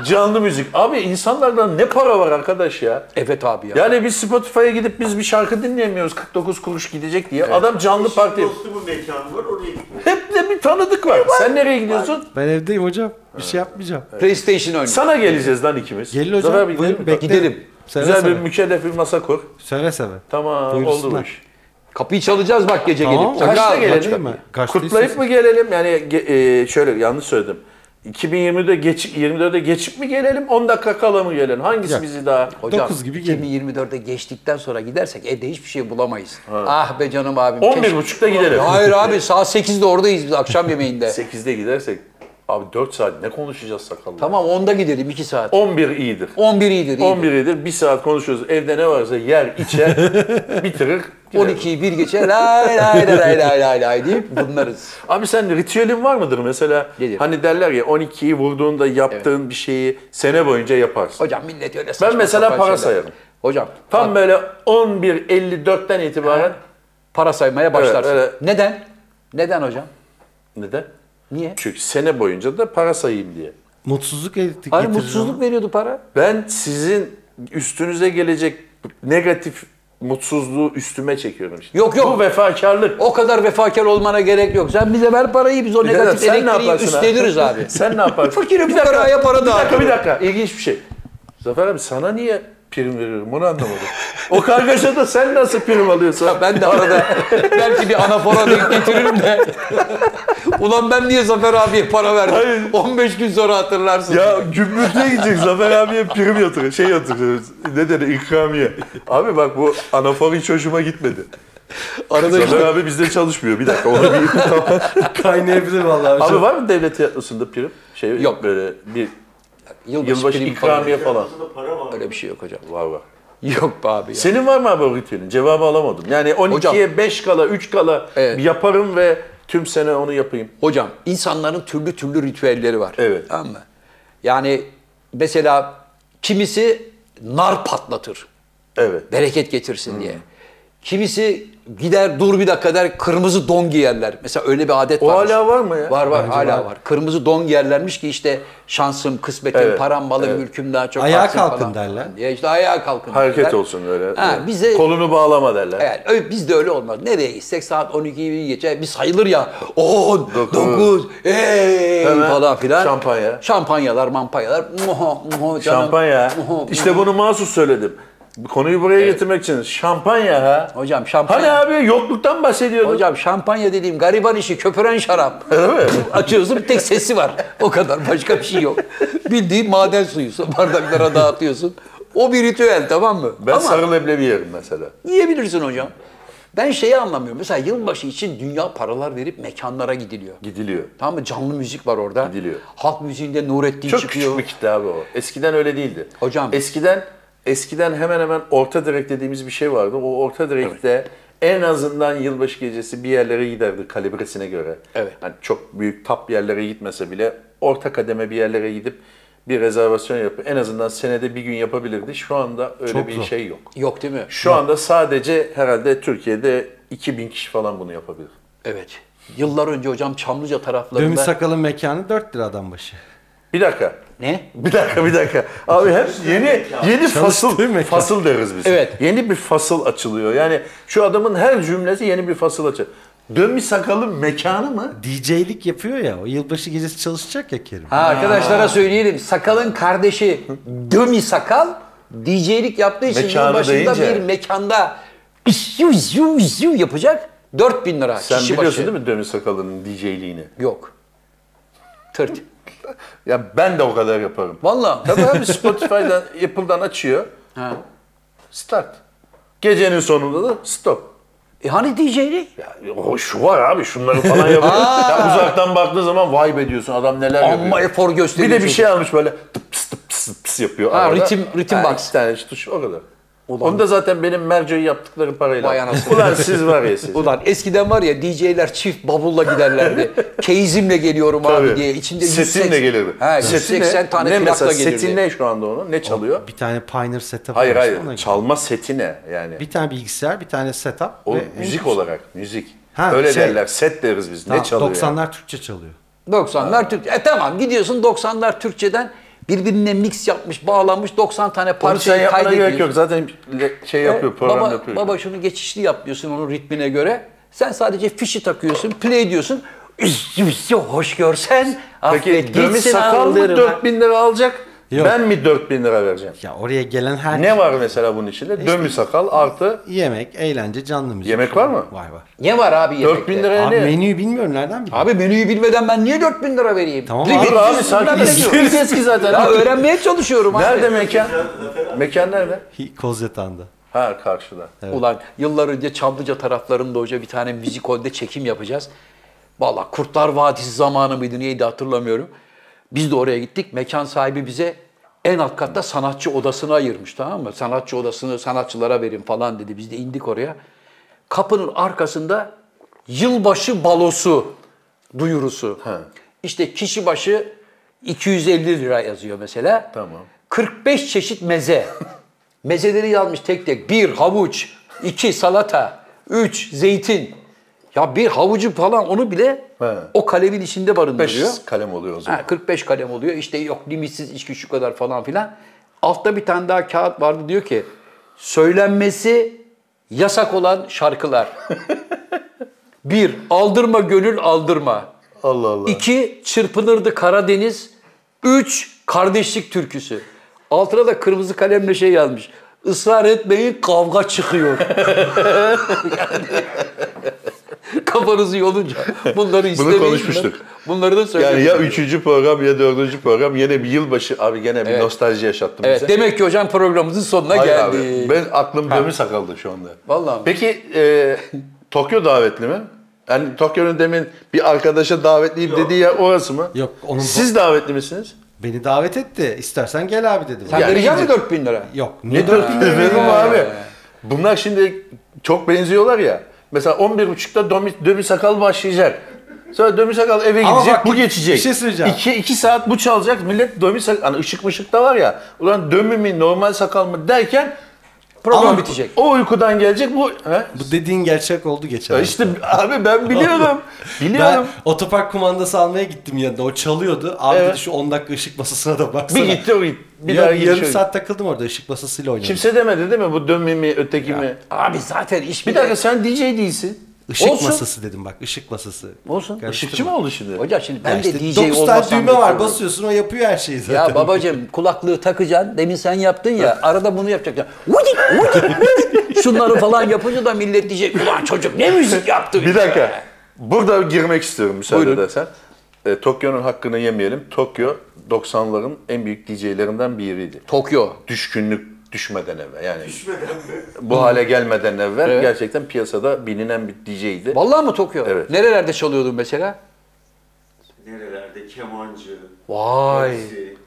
[SPEAKER 2] Canlı müzik. Abi insanlardan ne para var arkadaş ya?
[SPEAKER 3] Evet abi ya.
[SPEAKER 2] Yani biz Spotify'a gidip biz bir şarkı dinleyemiyoruz 49 kuruş gidecek diye. Adam canlı parti.
[SPEAKER 8] dostumun mekanı var oraya gidiyor.
[SPEAKER 2] Hep de bir tanıdık E var. Sen nereye gidiyorsun?
[SPEAKER 6] Ben evdeyim hocam. Bir şey yapmayacağım.
[SPEAKER 3] PlayStation oynuyor.
[SPEAKER 2] Sana geleceğiz lan ikimiz.
[SPEAKER 6] Gelin hocam.
[SPEAKER 2] Zafer abi
[SPEAKER 6] buyurun,
[SPEAKER 2] gidelim mi?
[SPEAKER 6] beklerim.
[SPEAKER 3] Gidelim.
[SPEAKER 6] Seve
[SPEAKER 2] Güzel bir
[SPEAKER 6] seve.
[SPEAKER 2] mükellef bir masa kur.
[SPEAKER 6] Seve seve.
[SPEAKER 2] Tamam oldu bu
[SPEAKER 6] Buyursunlar.
[SPEAKER 2] iş.
[SPEAKER 3] Kapıyı çalacağız bak gece
[SPEAKER 6] Tamam.
[SPEAKER 3] gelip.
[SPEAKER 6] Kaçta
[SPEAKER 2] Kaçta
[SPEAKER 3] Sakal.
[SPEAKER 6] gelelim?
[SPEAKER 2] gelelim?
[SPEAKER 6] mi? Kaçta
[SPEAKER 2] Kutlayıp mı
[SPEAKER 6] istiyorsun?
[SPEAKER 2] gelelim? Yani ge- e, şöyle yanlış söyledim. 2020'de geç 24'e geçip mi gelelim? 10 dakika kala mı gelelim? Hangisi
[SPEAKER 6] Yok.
[SPEAKER 2] bizi daha?
[SPEAKER 3] Hocam,
[SPEAKER 6] Dokuz gibi gelin.
[SPEAKER 3] 2024'e geçtikten sonra gidersek evde hiçbir şey bulamayız. Ah be canım abim.
[SPEAKER 2] 11.30'da gidelim.
[SPEAKER 3] Hayır abi saat 8'de oradayız biz akşam yemeğinde.
[SPEAKER 2] 8'de gidersek abi 4 saat ne konuşacağız sakallı?
[SPEAKER 3] tamam 10'da gidelim 2 saat.
[SPEAKER 2] 11 iyidir.
[SPEAKER 3] 11 iyidir. iyidir.
[SPEAKER 2] 11 iyidir. 1 saat konuşuyoruz. Evde ne varsa yer, içer, bitirir. gider.
[SPEAKER 3] 12'yi bir geçe lay lay lay lay lay lay lay deyip bunlarız.
[SPEAKER 2] Abi sen ritüelin var mıdır mesela?
[SPEAKER 3] Nedir?
[SPEAKER 2] Hani derler ya 12'yi vurduğunda yaptığın bir şeyi sene boyunca yaparsın.
[SPEAKER 3] Hocam millet öyle saçma
[SPEAKER 2] mesela
[SPEAKER 3] sapan şeyler.
[SPEAKER 2] para sayarım.
[SPEAKER 3] Hocam
[SPEAKER 2] Tam
[SPEAKER 3] bak,
[SPEAKER 2] böyle 11.54'ten itibaren
[SPEAKER 3] para saymaya başlarsın.
[SPEAKER 2] Evet, evet.
[SPEAKER 3] Neden? Neden hocam?
[SPEAKER 2] neden?
[SPEAKER 3] Niye?
[SPEAKER 2] Çünkü sene boyunca da para sayayım diye.
[SPEAKER 6] Mutsuzluk ettik.
[SPEAKER 3] Hayır mutsuzluk veriyordu para.
[SPEAKER 2] Ben sizin üstünüze gelecek negatif mutsuzluğu üstüme çekiyorum işte.
[SPEAKER 3] Yok, yok.
[SPEAKER 2] Bu vefakarlık.
[SPEAKER 3] O kadar vefakar olmana gerek yok. Sen bize ver parayı biz o
[SPEAKER 2] Birader,
[SPEAKER 3] negatif
[SPEAKER 2] sen ne
[SPEAKER 3] elektriği
[SPEAKER 2] yaparsın abi?
[SPEAKER 3] üstleniriz abi.
[SPEAKER 2] Sen ne yaparsın?
[SPEAKER 3] Fakire
[SPEAKER 2] Bir dakika,
[SPEAKER 3] fukaraya para
[SPEAKER 2] Bir dakika
[SPEAKER 3] dağıtıyor.
[SPEAKER 2] bir dakika. İlginç bir şey. Zafer abi sana niye prim veriyorum onu anlamadım. o kargaşada sen nasıl prim alıyorsun?
[SPEAKER 3] Ben de arada belki bir anafora denk getiririm de. Ulan ben niye Zafer abiye para verdim? 15 gün sonra hatırlarsın.
[SPEAKER 2] Ya gümrükte gidecek Zafer abiye prim yatırıyor. Şey yatırıyor. Ne dedi ikramiye. Abi bak bu anafor hiç hoşuma gitmedi.
[SPEAKER 3] Arada
[SPEAKER 2] Zafer abi bizde çalışmıyor. Bir dakika onu bir tamam.
[SPEAKER 6] Kaynayabilir vallahi.
[SPEAKER 2] Abi var mı devlet tiyatrosunda prim? Şey,
[SPEAKER 3] Yok.
[SPEAKER 2] Böyle bir
[SPEAKER 3] yılbaşı,
[SPEAKER 2] yılbaşı
[SPEAKER 3] primi
[SPEAKER 2] ikramiye falan.
[SPEAKER 8] Aslında para var.
[SPEAKER 3] Öyle bir şey yok hocam.
[SPEAKER 2] Var var.
[SPEAKER 3] Yok be abi ya.
[SPEAKER 2] Senin var mı abi o ritüelin? Cevabı alamadım. Yani 12'ye
[SPEAKER 3] Hocam.
[SPEAKER 2] 5 kala, 3 kala
[SPEAKER 3] Evet.
[SPEAKER 2] yaparım ve tüm sene onu yapayım.
[SPEAKER 3] Hocam insanların türlü türlü ritüelleri var.
[SPEAKER 2] Evet.
[SPEAKER 3] Tamam mı? Yani mesela kimisi nar patlatır.
[SPEAKER 2] Evet.
[SPEAKER 3] Bereket getirsin
[SPEAKER 2] Hmm.
[SPEAKER 3] diye. Kimisi gider dur bir dakika der kırmızı don giyerler. Mesela öyle bir adet
[SPEAKER 2] O
[SPEAKER 3] varmış.
[SPEAKER 2] hala var mı ya?
[SPEAKER 3] Var var hala var. Kırmızı don giyerlermiş ki işte şansım, kısmetim,
[SPEAKER 2] Evet,
[SPEAKER 3] param, malım, mülküm daha çok
[SPEAKER 6] Ayağa
[SPEAKER 3] artsın
[SPEAKER 6] kalkın
[SPEAKER 3] falan.
[SPEAKER 6] derler.
[SPEAKER 3] Ya işte ayağa kalkın
[SPEAKER 2] Hareket
[SPEAKER 3] derler.
[SPEAKER 2] olsun böyle.
[SPEAKER 3] Ha,
[SPEAKER 2] Evet.
[SPEAKER 3] bize-
[SPEAKER 2] Kolunu bağlama derler.
[SPEAKER 3] Evet, öyle, biz de öyle olmaz. Nereye gitsek saat 12 gibi geçer. Bir sayılır ya. 10, 9, hey
[SPEAKER 2] Hemen
[SPEAKER 3] falan filan.
[SPEAKER 2] şampanya.
[SPEAKER 3] Şampanyalar, mampanyalar. Muho, muho, canım.
[SPEAKER 2] Şampanya.
[SPEAKER 3] Muho,
[SPEAKER 2] işte
[SPEAKER 3] muho.
[SPEAKER 2] bunu mahsus söyledim. Konuyu buraya getirmek için şampanya ha.
[SPEAKER 3] Hocam şampanya.
[SPEAKER 2] Hani abi yokluktan bahsediyordun.
[SPEAKER 3] Hocam şampanya dediğim gariban işi, köpüren şarap. Açıyorsun bir tek sesi var. O kadar başka bir şey yok. Bildiğin maden suyu bardaklara dağıtıyorsun. O bir ritüel tamam mı?
[SPEAKER 2] ben
[SPEAKER 3] Ama
[SPEAKER 2] sarı leblebi yerim mesela.
[SPEAKER 3] yiyebilirsin hocam. Ben şeyi anlamıyorum. Mesela yılbaşı için dünya paralar verip mekanlara gidiliyor.
[SPEAKER 2] Gidiliyor.
[SPEAKER 3] Tamam mı? Canlı müzik var orada.
[SPEAKER 2] Gidiliyor.
[SPEAKER 3] Halk müziğinde Nurettin
[SPEAKER 2] Çok
[SPEAKER 3] çıkıyor.
[SPEAKER 2] küçük bir kitle abi o. Eskiden öyle değildi.
[SPEAKER 3] Hocam.
[SPEAKER 2] Eskiden eskiden hemen hemen orta direk dediğimiz bir şey vardı. O orta direkte en azından yılbaşı gecesi bir yerlere giderdi kalibresine göre.
[SPEAKER 3] Evet.
[SPEAKER 2] Hani çok büyük tap yerlere gitmese bile orta kademe bir yerlere gidip bir rezervasyon yapıp en azından senede bir gün yapabilirdi. Şu anda öyle
[SPEAKER 6] Çok
[SPEAKER 2] bir
[SPEAKER 6] zor.
[SPEAKER 2] şey yok.
[SPEAKER 3] Yok değil mi?
[SPEAKER 2] Şu anda sadece herhalde Türkiye'de 2000 kişi falan bunu yapabilir.
[SPEAKER 3] Evet. Yıllar önce hocam Çamlıca taraflarında...
[SPEAKER 6] Dömi Sakal'ın mekanı 4 lira adam başı.
[SPEAKER 2] Bir dakika.
[SPEAKER 3] Ne?
[SPEAKER 2] Bir dakika bir dakika. Abi hep yeni yeni fasıl
[SPEAKER 6] mekan.
[SPEAKER 2] fasıl deriz biz.
[SPEAKER 3] Evet.
[SPEAKER 2] Yeni bir fasıl açılıyor. Yani şu adamın her cümlesi yeni bir fasıl açılıyor. Dönmüş sakalın mekanı mı?
[SPEAKER 6] DJ'lik yapıyor ya. O yılbaşı gecesi çalışacak ya Kerim.
[SPEAKER 3] Ha, arkadaşlara söyleyelim. Sakal'ın kardeşi Dömi Sakal DJ'lik yaptığı için
[SPEAKER 2] Mekanı
[SPEAKER 3] yılbaşında
[SPEAKER 2] deyince-
[SPEAKER 3] bir mekanda yu yu yu yapacak 4000 lira
[SPEAKER 2] Sen
[SPEAKER 3] kişi
[SPEAKER 2] biliyorsun
[SPEAKER 3] başı.
[SPEAKER 2] değil mi Dönmüş sakalının DJ'liğini?
[SPEAKER 3] Yok. Tırt.
[SPEAKER 2] Ya ben de o kadar yaparım.
[SPEAKER 3] Vallahi.
[SPEAKER 2] Tabii abi Spotify'dan, Apple'dan açıyor.
[SPEAKER 3] Ha.
[SPEAKER 2] Start. Gecenin sonunda da stop.
[SPEAKER 3] E hani DJ'lik?
[SPEAKER 2] Ya, o şu var abi şunları falan yapıyor. ya uzaktan baktığı zaman vay be diyorsun adam neler yapıyor.
[SPEAKER 3] Amma efor
[SPEAKER 2] Bir
[SPEAKER 3] gösteriyor.
[SPEAKER 2] de bir
[SPEAKER 3] çocuk.
[SPEAKER 2] şey almış böyle tıp pıs tıp pıs tıp pıs yapıyor.
[SPEAKER 3] Ha,
[SPEAKER 2] arada.
[SPEAKER 3] ritim- ritim box.
[SPEAKER 2] iki tane şu tuş o kadar. Onu da zaten benim merceği yaptıkları parayla.
[SPEAKER 3] Vay
[SPEAKER 2] aldım.
[SPEAKER 3] anasını.
[SPEAKER 2] Ulan siz var ya siz.
[SPEAKER 3] Ulan eskiden var ya DJ'ler çift bavulla giderlerdi. Keyizimle geliyorum abi
[SPEAKER 2] Tabii.
[SPEAKER 3] diye. İçinde
[SPEAKER 2] Setinle
[SPEAKER 3] 180
[SPEAKER 2] gelirdi.
[SPEAKER 3] He,
[SPEAKER 2] Setin
[SPEAKER 3] 180 tane
[SPEAKER 2] ne
[SPEAKER 3] plakla
[SPEAKER 2] mesela
[SPEAKER 3] gelirdi.
[SPEAKER 2] setin ne şu anda onun? Ne çalıyor?
[SPEAKER 6] Bir tane Pioneer setup
[SPEAKER 2] Hayır
[SPEAKER 6] var,
[SPEAKER 2] hayır.
[SPEAKER 6] ona
[SPEAKER 2] Çalma seti ne yani?
[SPEAKER 6] Bir tane bilgisayar, bir tane setup.
[SPEAKER 2] O
[SPEAKER 6] ve-
[SPEAKER 2] müzik olarak müzik.
[SPEAKER 6] Ha,
[SPEAKER 2] Öyle
[SPEAKER 6] şey.
[SPEAKER 2] derler. Set deriz biz.
[SPEAKER 6] Tamam,
[SPEAKER 2] ne çalıyor?
[SPEAKER 6] 90'lar Türkçe çalıyor.
[SPEAKER 3] 90'lar Türkçe. E tamam gidiyorsun 90'lar Türkçeden birbirine mix yapmış, bağlanmış 90 tane
[SPEAKER 2] Onu sen
[SPEAKER 3] parçayı
[SPEAKER 2] yapmana gerek yok.
[SPEAKER 3] kaydediyorsun.
[SPEAKER 2] Zaten le- şey yapıyor,
[SPEAKER 3] şey E,
[SPEAKER 2] program
[SPEAKER 3] baba,
[SPEAKER 2] yapıyor.
[SPEAKER 3] Baba şunu geçişli yapıyorsun onun ritmine göre. Sen sadece fişi takıyorsun, play diyorsun. Üz, üz, hoş görsen
[SPEAKER 2] Peki
[SPEAKER 3] affet
[SPEAKER 2] Dömi
[SPEAKER 3] gitsin
[SPEAKER 2] Sakal mı
[SPEAKER 3] aldırma.
[SPEAKER 2] 4000 lira alacak?
[SPEAKER 6] Yok.
[SPEAKER 2] Ben mi 4000 lira vereceğim?
[SPEAKER 6] Ya oraya gelen her
[SPEAKER 2] Ne var mesela bunun içinde? Dömi sakal artı
[SPEAKER 6] yemek, eğlence, canlı müzik.
[SPEAKER 2] Yemek var mı?
[SPEAKER 6] Var var.
[SPEAKER 3] Ne var abi yemekte?
[SPEAKER 2] 4000 liraya
[SPEAKER 6] Abi
[SPEAKER 2] ne?
[SPEAKER 6] menüyü bilmiyorum nereden biliyorum.
[SPEAKER 3] Abi menüyü bilmeden ben niye 4000 lira vereyim?
[SPEAKER 6] Tamam
[SPEAKER 3] Lig-
[SPEAKER 6] abi.
[SPEAKER 2] Dur abi sanki
[SPEAKER 3] Ben de
[SPEAKER 2] izleyeceğiz ki zaten.
[SPEAKER 3] Ya öğrenmeye çalışıyorum abi.
[SPEAKER 2] Nerede mekan? Mekan nerede?
[SPEAKER 6] Hi- Kozyatağı'nda.
[SPEAKER 2] Ha karşıda.
[SPEAKER 3] Ulan yıllar önce Çamlıca taraflarında hoca bir tane müzik holde çekim yapacağız. Vallahi Kurtlar Vadisi zamanı mıydı neydi hatırlamıyorum. Biz de oraya gittik. Mekan sahibi bize en alt katta sanatçı odasını ayırmış tamam mı? Sanatçı odasını sanatçılara verin falan dedi. Biz de indik oraya. Kapının arkasında yılbaşı balosu duyurusu. İşte kişi başı 250 lira yazıyor mesela.
[SPEAKER 2] Tamam.
[SPEAKER 3] 45 çeşit meze. Mezeleri yazmış tek tek. Bir havuç, iki salata, üç zeytin. Ya bir havucu falan onu bile
[SPEAKER 2] He.
[SPEAKER 3] o kalemin içinde barındırıyor.
[SPEAKER 2] 5 kalem oluyor o zaman.
[SPEAKER 3] Ha, 45 kalem oluyor. İşte yok limitsiz içki şu kadar falan filan. Altta bir tane daha kağıt vardı diyor ki söylenmesi yasak olan şarkılar. bir, aldırma gönül aldırma.
[SPEAKER 2] Allah Allah.
[SPEAKER 3] İki, çırpınırdı Karadeniz. Üç, kardeşlik türküsü. Altına da kırmızı kalemle şey yazmış. ısrar etmeyin kavga çıkıyor. yani, kafanızı yolunca bunları istemeyin.
[SPEAKER 2] konuşmuştuk.
[SPEAKER 3] Bunları da söyleyin.
[SPEAKER 2] Yani ya üçüncü program ya dördüncü program yine bir yılbaşı abi gene bir nostalji yaşattın
[SPEAKER 3] Evet,
[SPEAKER 2] bize.
[SPEAKER 3] demek ki hocam programımızın sonuna
[SPEAKER 2] Hayır
[SPEAKER 3] geldi.
[SPEAKER 2] abi, ben aklım demir sakaldı şu anda.
[SPEAKER 3] Vallahi mi?
[SPEAKER 2] Peki e, Tokyo davetli mi? Yani Tokyo'nun demin bir arkadaşa davetliyim dediği yer orası mı?
[SPEAKER 6] Yok, onun-
[SPEAKER 2] Siz davetli misiniz?
[SPEAKER 6] Beni davet etti. İstersen gel abi dedi.
[SPEAKER 3] Sen
[SPEAKER 2] Yani
[SPEAKER 3] verecek misin
[SPEAKER 2] şimdi-
[SPEAKER 3] 4 bin lira?
[SPEAKER 6] Yok.
[SPEAKER 2] Ne dört bin lira veririm abi? Bunlar şimdi çok benziyorlar ya. Mesela 11.30'da Dömi, Dömi Sakal başlayacak. Sonra Dömi Sakal eve
[SPEAKER 6] Ama
[SPEAKER 2] gidecek,
[SPEAKER 6] bak,
[SPEAKER 2] bu geçecek.
[SPEAKER 6] bir şey söyleyeceğim.
[SPEAKER 2] İki, iki saat bu çalacak. Millet Dömi Sakal, hani ışık mışık da var ya. Ulan Dömi mi, normal sakal mı derken
[SPEAKER 3] Program bitecek.
[SPEAKER 2] O uykudan gelecek bu. He?
[SPEAKER 6] Bu dediğin gerçek oldu geçen. hafta.
[SPEAKER 2] İşte abi ben biliyorum.
[SPEAKER 6] Ben
[SPEAKER 2] biliyorum.
[SPEAKER 6] otopark kumandası almaya gittim yanında. O çalıyordu. Abi
[SPEAKER 2] Evet.
[SPEAKER 6] dedi şu 10 dakika ışık masasına da baksana.
[SPEAKER 2] Bir gitti o gitti. Bir
[SPEAKER 6] Ya
[SPEAKER 2] daha
[SPEAKER 6] bir
[SPEAKER 2] gidiyor.
[SPEAKER 6] yarım saat takıldım orada ışık masasıyla oynadım.
[SPEAKER 2] Kimse demedi değil mi bu Dömi mi, öteki mi?
[SPEAKER 3] Abi zaten iş
[SPEAKER 2] Bir dakika sen DJ değilsin.
[SPEAKER 6] Işık
[SPEAKER 3] Olsun.
[SPEAKER 6] masası dedim bak ışık masası.
[SPEAKER 3] Olsun.
[SPEAKER 6] Karıştırma.
[SPEAKER 2] Işıkçı mı oldu şimdi?
[SPEAKER 3] Hocam şimdi ben
[SPEAKER 6] Ya işte
[SPEAKER 3] de DJ olmasam...
[SPEAKER 6] 9 tane düğme
[SPEAKER 3] da
[SPEAKER 6] var
[SPEAKER 3] sorun.
[SPEAKER 6] basıyorsun o yapıyor her şeyi zaten.
[SPEAKER 3] Ya babacığım kulaklığı takacaksın. Demin sen yaptın ya. Arada bunu yapacaksın. Vıcık vıcık vıcık. Şunları falan yapınca da millet diyecek. Ulan çocuk ne müzik yaptı?
[SPEAKER 2] Bir dakika. Burada girmek istiyorum müsaade
[SPEAKER 3] Buyurun.
[SPEAKER 2] edersen. E, Tokyo'nun hakkını yemeyelim. Tokyo 90'ların en büyük DJ'lerinden biriydi.
[SPEAKER 3] Tokyo.
[SPEAKER 2] Düşkünlük düşmeden evvel yani
[SPEAKER 8] Düşmeden mi?
[SPEAKER 3] Hmm.
[SPEAKER 2] bu hale gelmeden evvel gerçekten piyasada bilinen bir DJ'ydi.
[SPEAKER 3] Vallahi mı Tokyo?
[SPEAKER 2] Evet.
[SPEAKER 3] Nerelerde çalıyordun mesela?
[SPEAKER 8] Nerelerde kemancı,
[SPEAKER 3] Vay.
[SPEAKER 8] polisi,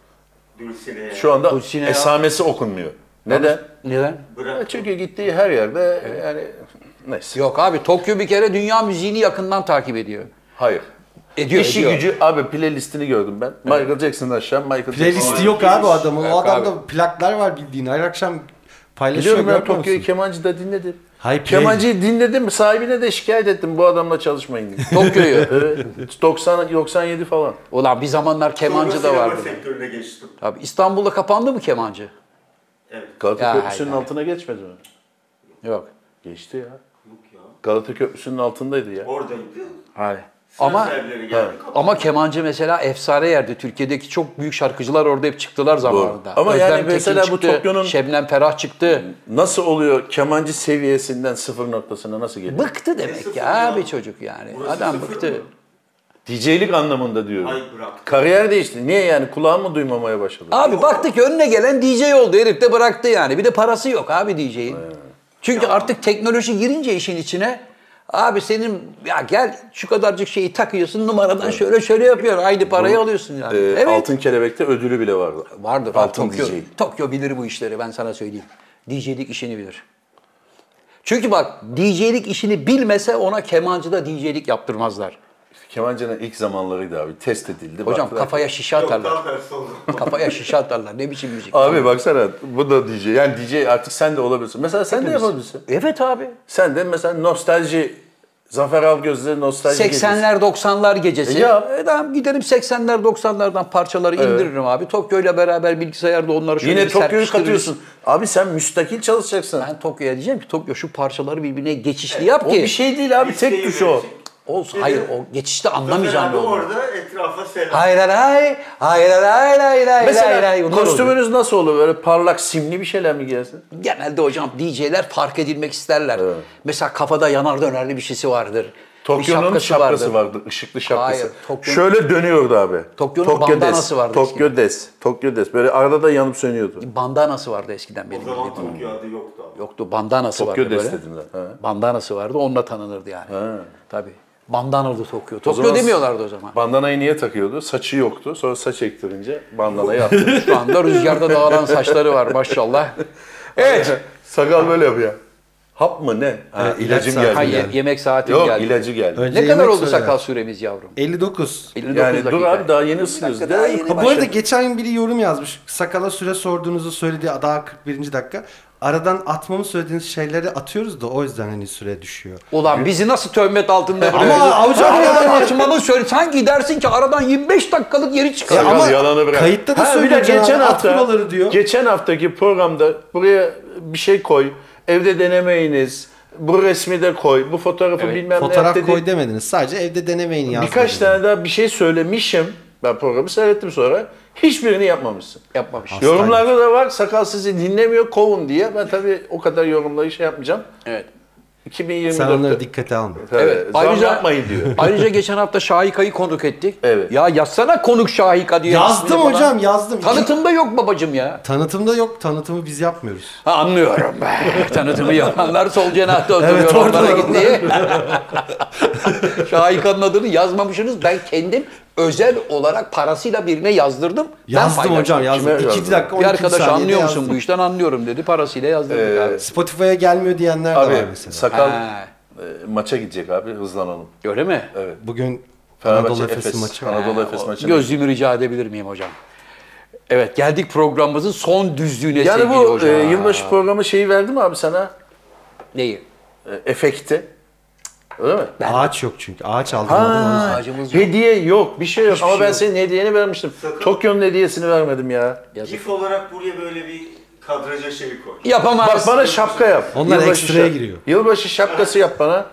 [SPEAKER 8] Dulcinea.
[SPEAKER 2] Şu anda
[SPEAKER 3] Puccini ya.
[SPEAKER 2] esamesi okunmuyor. Neden?
[SPEAKER 3] Neden?
[SPEAKER 2] E,
[SPEAKER 8] Bırak.
[SPEAKER 2] Çünkü gittiği her yerde yani neyse.
[SPEAKER 3] Yok abi Tokyo bir kere dünya müziğini yakından takip ediyor.
[SPEAKER 2] Hayır.
[SPEAKER 3] Ediyor,
[SPEAKER 2] İşi
[SPEAKER 3] ediyor.
[SPEAKER 2] gücü abi playlistini gördüm ben. Michael Jackson'dan aşağı Michael Jackson.
[SPEAKER 6] Playlisti yok abi adamın. O adamda plaklar var bildiğin. Her akşam paylaşıyor
[SPEAKER 2] Biliyorum ben
[SPEAKER 6] görmüyor
[SPEAKER 2] Tokyo'yu
[SPEAKER 6] musun?
[SPEAKER 2] kemancı da dinledim.
[SPEAKER 6] Hayır, play-
[SPEAKER 2] Kemancıyı dinledim, sahibine de şikayet ettim bu adamla çalışmayın diye.
[SPEAKER 3] Tokyo'yu.
[SPEAKER 2] Evet, 90 97 falan.
[SPEAKER 3] Ulan bir zamanlar kemancı da
[SPEAKER 8] Sonra
[SPEAKER 3] vardı.
[SPEAKER 8] Sinema sektörüne geçtim.
[SPEAKER 3] Abi İstanbul'da kapandı mı kemancı?
[SPEAKER 8] Evet.
[SPEAKER 2] Galata
[SPEAKER 3] Ya,
[SPEAKER 2] Köprüsü'nün
[SPEAKER 3] hayır,
[SPEAKER 2] altına geçmedi mi?
[SPEAKER 3] Yok.
[SPEAKER 2] Geçti ya.
[SPEAKER 8] Yok ya.
[SPEAKER 2] Galata Köprüsü'nün altındaydı ya.
[SPEAKER 8] Oradaydı.
[SPEAKER 2] Hayır.
[SPEAKER 3] Ama-
[SPEAKER 8] Sözlerleri geldi. kapattı.
[SPEAKER 3] Ama kemancı mesela efsane yerdi. Türkiye'deki çok büyük şarkıcılar orada hep çıktılar zamanında.
[SPEAKER 2] Ama yani
[SPEAKER 3] Tekin
[SPEAKER 2] mesela bu
[SPEAKER 3] çıktı,
[SPEAKER 2] Tokyo'nun- Hmm.
[SPEAKER 3] Şebnem Ferah çıktı.
[SPEAKER 2] Nasıl oluyor kemancı seviyesinden sıfır noktasına nasıl geliyor?
[SPEAKER 3] Bıktı demek
[SPEAKER 8] sıfır
[SPEAKER 3] ki
[SPEAKER 8] ya?
[SPEAKER 3] abi çocuk yani.
[SPEAKER 8] Burası
[SPEAKER 3] Adam
[SPEAKER 8] sıfır
[SPEAKER 3] bıktı.
[SPEAKER 8] mı?
[SPEAKER 2] DJ'lik anlamında diyorum.
[SPEAKER 8] Ay bırak.
[SPEAKER 2] Kariyer değişti. Niye yani kulağımı duymamaya başladı?
[SPEAKER 3] Abi baktı ki önüne gelen DJ oldu. Herif de bıraktı yani. Bir de parası yok abi DJ'in. Çünkü artık teknoloji girince işin içine abi senin ya gel şu kadarcık şeyi takıyorsun numaradan şöyle şöyle yapıyorsun. Aynı parayı alıyorsun yani.
[SPEAKER 2] Ee,
[SPEAKER 3] evet.
[SPEAKER 2] Altın Kelebek'te ödülü bile vardı.
[SPEAKER 3] Vardır.
[SPEAKER 2] Altın
[SPEAKER 3] Tokyo,
[SPEAKER 2] DJ.
[SPEAKER 3] Tokyo bilir bu işleri ben sana söyleyeyim. DJ'lik işini bilir. Çünkü bak DJ'lik işini bilmese ona kemancıda DJ'lik yaptırmazlar.
[SPEAKER 2] Kemancının ilk zamanlarıydı abi. Test edildi.
[SPEAKER 3] Hocam
[SPEAKER 2] baktılar.
[SPEAKER 3] kafaya şişe
[SPEAKER 8] Yok
[SPEAKER 3] atarlar.
[SPEAKER 8] tam tersi oldu.
[SPEAKER 3] kafaya şişe atarlar. Ne biçim müzik?
[SPEAKER 2] Abi baksana bu da DJ. Yani DJ artık sen de olabilirsin. Mesela sen de yapabilirsin.
[SPEAKER 3] Evet abi.
[SPEAKER 2] Sen de mesela nostalji, Zafer Algöz'le nostalji şey gecesi.
[SPEAKER 3] 80'ler 90'lar gecesi.
[SPEAKER 2] E ya.
[SPEAKER 3] E tamam giderim 80'ler 90'lardan parçaları indiririm abi. Tokyo ile beraber bilgisayarda onları şöyle
[SPEAKER 2] Yine
[SPEAKER 3] bir
[SPEAKER 2] Tokyo'yu
[SPEAKER 3] serpiştiririz.
[SPEAKER 2] katıyorsun. Abi sen müstakil çalışacaksın.
[SPEAKER 3] Ben Tokyo'ya diyeceğim ki Tokyo şu parçaları birbirine geçişli yap ki.
[SPEAKER 2] o bir şey değil abi. Tek
[SPEAKER 8] Listeyi
[SPEAKER 2] tuş o. şey
[SPEAKER 8] verecek.
[SPEAKER 3] Olsun. Hayır o geçişte
[SPEAKER 8] Zafer
[SPEAKER 3] anlamayacağım
[SPEAKER 8] abi
[SPEAKER 3] bir olur.
[SPEAKER 8] orada etrafa selam.
[SPEAKER 3] Hayır hayır hayır hayır hayır hayır hayır hayır hayır.
[SPEAKER 2] Mesela
[SPEAKER 3] Bunlar oluyor.
[SPEAKER 2] kostümünüz nasıl olur? Böyle parlak simli bir şeyler mi giyersin?
[SPEAKER 3] Genelde hocam DJ'ler fark edilmek isterler. Mesela kafada yanar dönerli bir şeysi vardır. Bir
[SPEAKER 2] Tokyo'nun şapkası, vardı. ışıklı şapkası.
[SPEAKER 3] Hayır, Tokyo'nun-
[SPEAKER 2] Şöyle dönüyordu abi.
[SPEAKER 3] Tokyo'nun
[SPEAKER 2] Tokyo
[SPEAKER 3] bandanası
[SPEAKER 2] Des,
[SPEAKER 3] vardı
[SPEAKER 2] Tokyo Des. Tokyo Des. Böyle arada da yanıp sönüyordu.
[SPEAKER 3] Bandanası vardı eskiden benim
[SPEAKER 8] O zaman
[SPEAKER 3] bildiğim.
[SPEAKER 8] Tokyo adı yoktu abi.
[SPEAKER 3] Yoktu bandanası
[SPEAKER 2] Tokyo
[SPEAKER 3] vardı böyle.
[SPEAKER 2] Des dedim ben. Ha.
[SPEAKER 3] Bandanası vardı onunla tanınırdı yani. Tabii. Bandanalı Tokyo. Tokyo
[SPEAKER 2] zaman-
[SPEAKER 3] demiyorlardı o zaman.
[SPEAKER 2] Bandanayı niye takıyordu? Saçı yoktu. Sonra saç ektirince bandanayı attı.
[SPEAKER 3] Şu anda rüzgarda dağılan saçları var maşallah.
[SPEAKER 2] evet. Sakal böyle yapıyor. Hap mı ne? Ha,
[SPEAKER 6] Evet,
[SPEAKER 2] ilacım
[SPEAKER 6] ilaç
[SPEAKER 2] geldi.
[SPEAKER 6] saati
[SPEAKER 3] Ha, ye-
[SPEAKER 6] Yani.
[SPEAKER 3] yemek saati
[SPEAKER 2] Yok
[SPEAKER 3] geldi.
[SPEAKER 2] ilacı geldi.
[SPEAKER 6] Önce
[SPEAKER 3] Ne kadar
[SPEAKER 6] yemek
[SPEAKER 3] oldu
[SPEAKER 6] söyle.
[SPEAKER 3] sakal süremiz yavrum?
[SPEAKER 6] 59.
[SPEAKER 3] 59
[SPEAKER 2] Yani dur
[SPEAKER 3] dakika.
[SPEAKER 2] abi daha yeni ısınıyoruz.
[SPEAKER 3] dakika daha
[SPEAKER 2] Değil mi?
[SPEAKER 3] yeni
[SPEAKER 6] Ha, bu
[SPEAKER 3] başladı.
[SPEAKER 6] arada geçen gün biri yorum yazmış. Sakala süre sorduğunuzu söyledi. Daha 41. dakika. Aradan atmamı söylediğiniz şeyleri atıyoruz da o yüzden hani süre düşüyor.
[SPEAKER 3] Ulan bizi nasıl töhmet altında bırakıyorsun?
[SPEAKER 6] Ama avcı
[SPEAKER 3] Aradan açmamı söyle. Sanki dersin ki aradan 25 dakikalık yeri çıkar.
[SPEAKER 2] Sakal yalanı bırak.
[SPEAKER 6] kayıtta da
[SPEAKER 2] Ha, bir
[SPEAKER 6] söylüyor
[SPEAKER 2] de geçen
[SPEAKER 6] Cenab-ı Hak,
[SPEAKER 2] hafta,
[SPEAKER 6] atmaları diyor.
[SPEAKER 2] Geçen haftaki programda buraya bir şey koy. Evde denemeyiniz. Bu resmi de koy. Bu fotoğrafı bilmem ne yap
[SPEAKER 6] Fotoğraf
[SPEAKER 2] dedi.
[SPEAKER 6] koy demediniz. Sadece evde denemeyin yazmadınız.
[SPEAKER 2] Birkaç tane daha bir şey söylemişim. Ben programı seyrettim sonra. Hiçbirini yapmamışsın.
[SPEAKER 3] Yapmamış.
[SPEAKER 6] Ah.
[SPEAKER 2] Yorumlarda da var sakal sizi dinlemiyor kovun diye. Ben tabii o kadar yorumları şey yapmayacağım.
[SPEAKER 3] Evet.
[SPEAKER 6] Sen
[SPEAKER 2] 2024'te
[SPEAKER 6] onları dikkate alma.
[SPEAKER 2] evet,
[SPEAKER 6] Ee,
[SPEAKER 3] Evet,
[SPEAKER 2] zam
[SPEAKER 3] ayrıca-
[SPEAKER 2] yapmayın diyor.
[SPEAKER 3] Ayrıca geçen hafta Şahika'yı konuk ettik.
[SPEAKER 2] Evet.
[SPEAKER 3] Ya yazsana konuk Şahika diye.
[SPEAKER 6] Yazdım
[SPEAKER 3] Bana-
[SPEAKER 6] hocam yazdım.
[SPEAKER 3] Tanıtımda yok babacım ya.
[SPEAKER 6] Tanıtımda yok. Tanıtımı biz yapmıyoruz.
[SPEAKER 3] Ha, anlıyorum. Tanıtımı yapanlar sol cenahta oturuyor.
[SPEAKER 6] Evet, orada
[SPEAKER 3] onlara
[SPEAKER 6] onlar.
[SPEAKER 3] gitti. Şahika'nın adını yazmamışsınız. Ben kendim özel olarak parasıyla birine yazdırdım. Ben
[SPEAKER 6] Yazdım
[SPEAKER 3] paylaştım.
[SPEAKER 6] hocam yazdım.
[SPEAKER 2] Kime
[SPEAKER 6] 2
[SPEAKER 2] yazdın?
[SPEAKER 6] dakika 12
[SPEAKER 3] Bir arkadaş
[SPEAKER 6] saniyede
[SPEAKER 3] anlıyor musun
[SPEAKER 6] yazdım.
[SPEAKER 3] bu işten anlıyorum dedi. Parasıyla yazdırdık abi.
[SPEAKER 6] Spotify'a gelmiyor diyenler de var
[SPEAKER 2] Abi
[SPEAKER 6] mesela.
[SPEAKER 2] Ee, sakal
[SPEAKER 3] Ha.
[SPEAKER 2] e, maça gidecek abi hızlanalım.
[SPEAKER 3] Öyle mi?
[SPEAKER 6] Bugün
[SPEAKER 2] Fenerbahçe
[SPEAKER 6] Anadolu
[SPEAKER 2] Efes,
[SPEAKER 6] Efes maçı var.
[SPEAKER 2] Anadolu Efes maçı.
[SPEAKER 3] Gözlüğümü rica edebilir miyim hocam? Evet geldik programımızın son düzlüğüne
[SPEAKER 2] Yani
[SPEAKER 3] sevgili
[SPEAKER 2] bu
[SPEAKER 3] hocam.
[SPEAKER 2] e, yılbaşı programı şeyi verdi mi abi sana?
[SPEAKER 3] Neyi?
[SPEAKER 2] E, efekti. Öyle mi?
[SPEAKER 6] Ağaç yok çünkü. Ağaç aldım. aldım.
[SPEAKER 3] Ağacımız yok.
[SPEAKER 2] Hediye yok, bir şey yok. Ama
[SPEAKER 3] şey
[SPEAKER 2] ben
[SPEAKER 3] yok.
[SPEAKER 2] senin hediyeni vermiştim. Tokyo'nun hediyesini vermedim ya.
[SPEAKER 3] Yazık.
[SPEAKER 8] GIF olarak buraya böyle bir kadraja şey koy.
[SPEAKER 3] Yapamaz.
[SPEAKER 2] Bak bana şapka yap.
[SPEAKER 6] Onlar
[SPEAKER 2] Yılbaşı
[SPEAKER 6] ekstraya
[SPEAKER 2] şap-
[SPEAKER 6] giriyor.
[SPEAKER 2] Yılbaşı şapkası yap bana.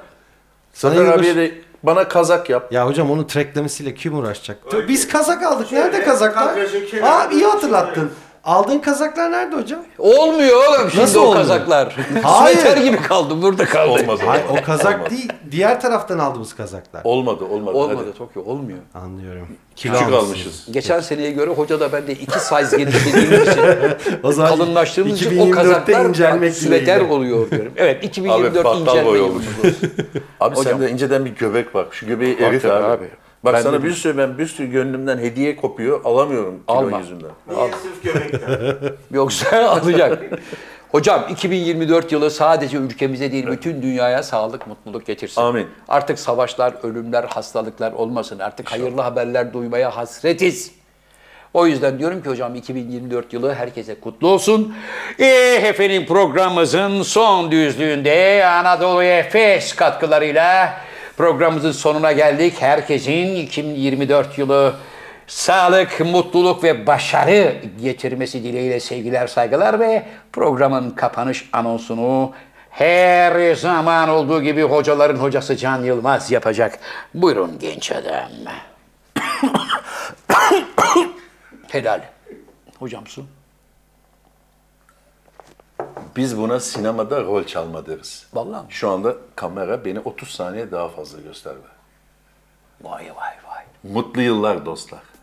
[SPEAKER 6] Sana
[SPEAKER 2] Zafer
[SPEAKER 6] yılbaşı-
[SPEAKER 2] abiye de bana kazak yap.
[SPEAKER 6] Ya hocam onun tracklemesiyle kim uğraşacak?
[SPEAKER 8] Öyle.
[SPEAKER 6] Biz kazak aldık.
[SPEAKER 8] Şöyle,
[SPEAKER 6] nerede kazaklar?
[SPEAKER 8] kadrajı kenara-
[SPEAKER 6] Aa iyi hatırlattın. Aldığın kazaklar nerede hocam?
[SPEAKER 3] Olmuyor oğlum şimdi
[SPEAKER 6] Nasıl
[SPEAKER 3] o
[SPEAKER 6] olmuyor?
[SPEAKER 3] kazaklar.
[SPEAKER 6] Hayır.
[SPEAKER 3] Süveter gibi kaldım burada kaldım.
[SPEAKER 2] Olmaz o.
[SPEAKER 6] Hayır o kazak
[SPEAKER 2] Olmadı.
[SPEAKER 6] değil. Diğer taraftan aldığımız kazaklar.
[SPEAKER 2] Olmadı, olmadı.
[SPEAKER 3] Olmadı
[SPEAKER 2] Hadi.
[SPEAKER 3] Tokyo olmuyor.
[SPEAKER 6] Anlıyorum. Kilo
[SPEAKER 2] Küçük
[SPEAKER 6] almışsınız.
[SPEAKER 2] almışız.
[SPEAKER 3] Geçen seneye göre hoca da ben de iki size getirdiğim için
[SPEAKER 6] O zaman
[SPEAKER 3] kalınlaştığımız için o
[SPEAKER 6] 2024'te
[SPEAKER 3] kazaklar er
[SPEAKER 6] incelmek
[SPEAKER 3] süveter
[SPEAKER 6] dileğiyle.
[SPEAKER 3] oluyor diyorum. Evet
[SPEAKER 2] Abi
[SPEAKER 3] 2024
[SPEAKER 2] battal boy
[SPEAKER 3] incelmeyi
[SPEAKER 2] olmuş. abi sende inceden bir göbek bak. Şu göbeği erit abi.
[SPEAKER 3] tabii abi.
[SPEAKER 2] Bak
[SPEAKER 3] Ben
[SPEAKER 2] sana
[SPEAKER 3] de-
[SPEAKER 2] bir sürü ben bir sürü gönlümden hediye kopuyor. Alamıyorum kilo
[SPEAKER 3] Alma.
[SPEAKER 2] yüzünden.
[SPEAKER 8] Niye sırf göbekten?
[SPEAKER 3] Yoksa alacak. Hocam 2024 yılı sadece ülkemize değil bütün dünyaya sağlık, mutluluk getirsin.
[SPEAKER 2] Amin.
[SPEAKER 3] Artık savaşlar, ölümler, hastalıklar olmasın. Artık hayırlı haberler duymaya hasretiz. O yüzden diyorum ki hocam 2024 yılı herkese kutlu olsun. E
[SPEAKER 7] Eh efendim programımızın son düzlüğünde Anadolu Efes katkılarıyla
[SPEAKER 3] Programımızın sonuna geldik. Herkesin 2024 yılı sağlık, mutluluk ve başarı getirmesi dileğiyle sevgiler, saygılar ve programın kapanış anonsunu her zaman olduğu gibi hocaların hocası Can Yılmaz yapacak. Buyurun genç adam. Helal. Hocam su.
[SPEAKER 2] Biz buna sinemada rol çalma deriz.
[SPEAKER 3] Vallahi mi?
[SPEAKER 2] Şu anda kamera beni 30 saniye daha fazla gösterdi.
[SPEAKER 3] Vay vay vay.
[SPEAKER 2] Mutlu yıllar dostlar.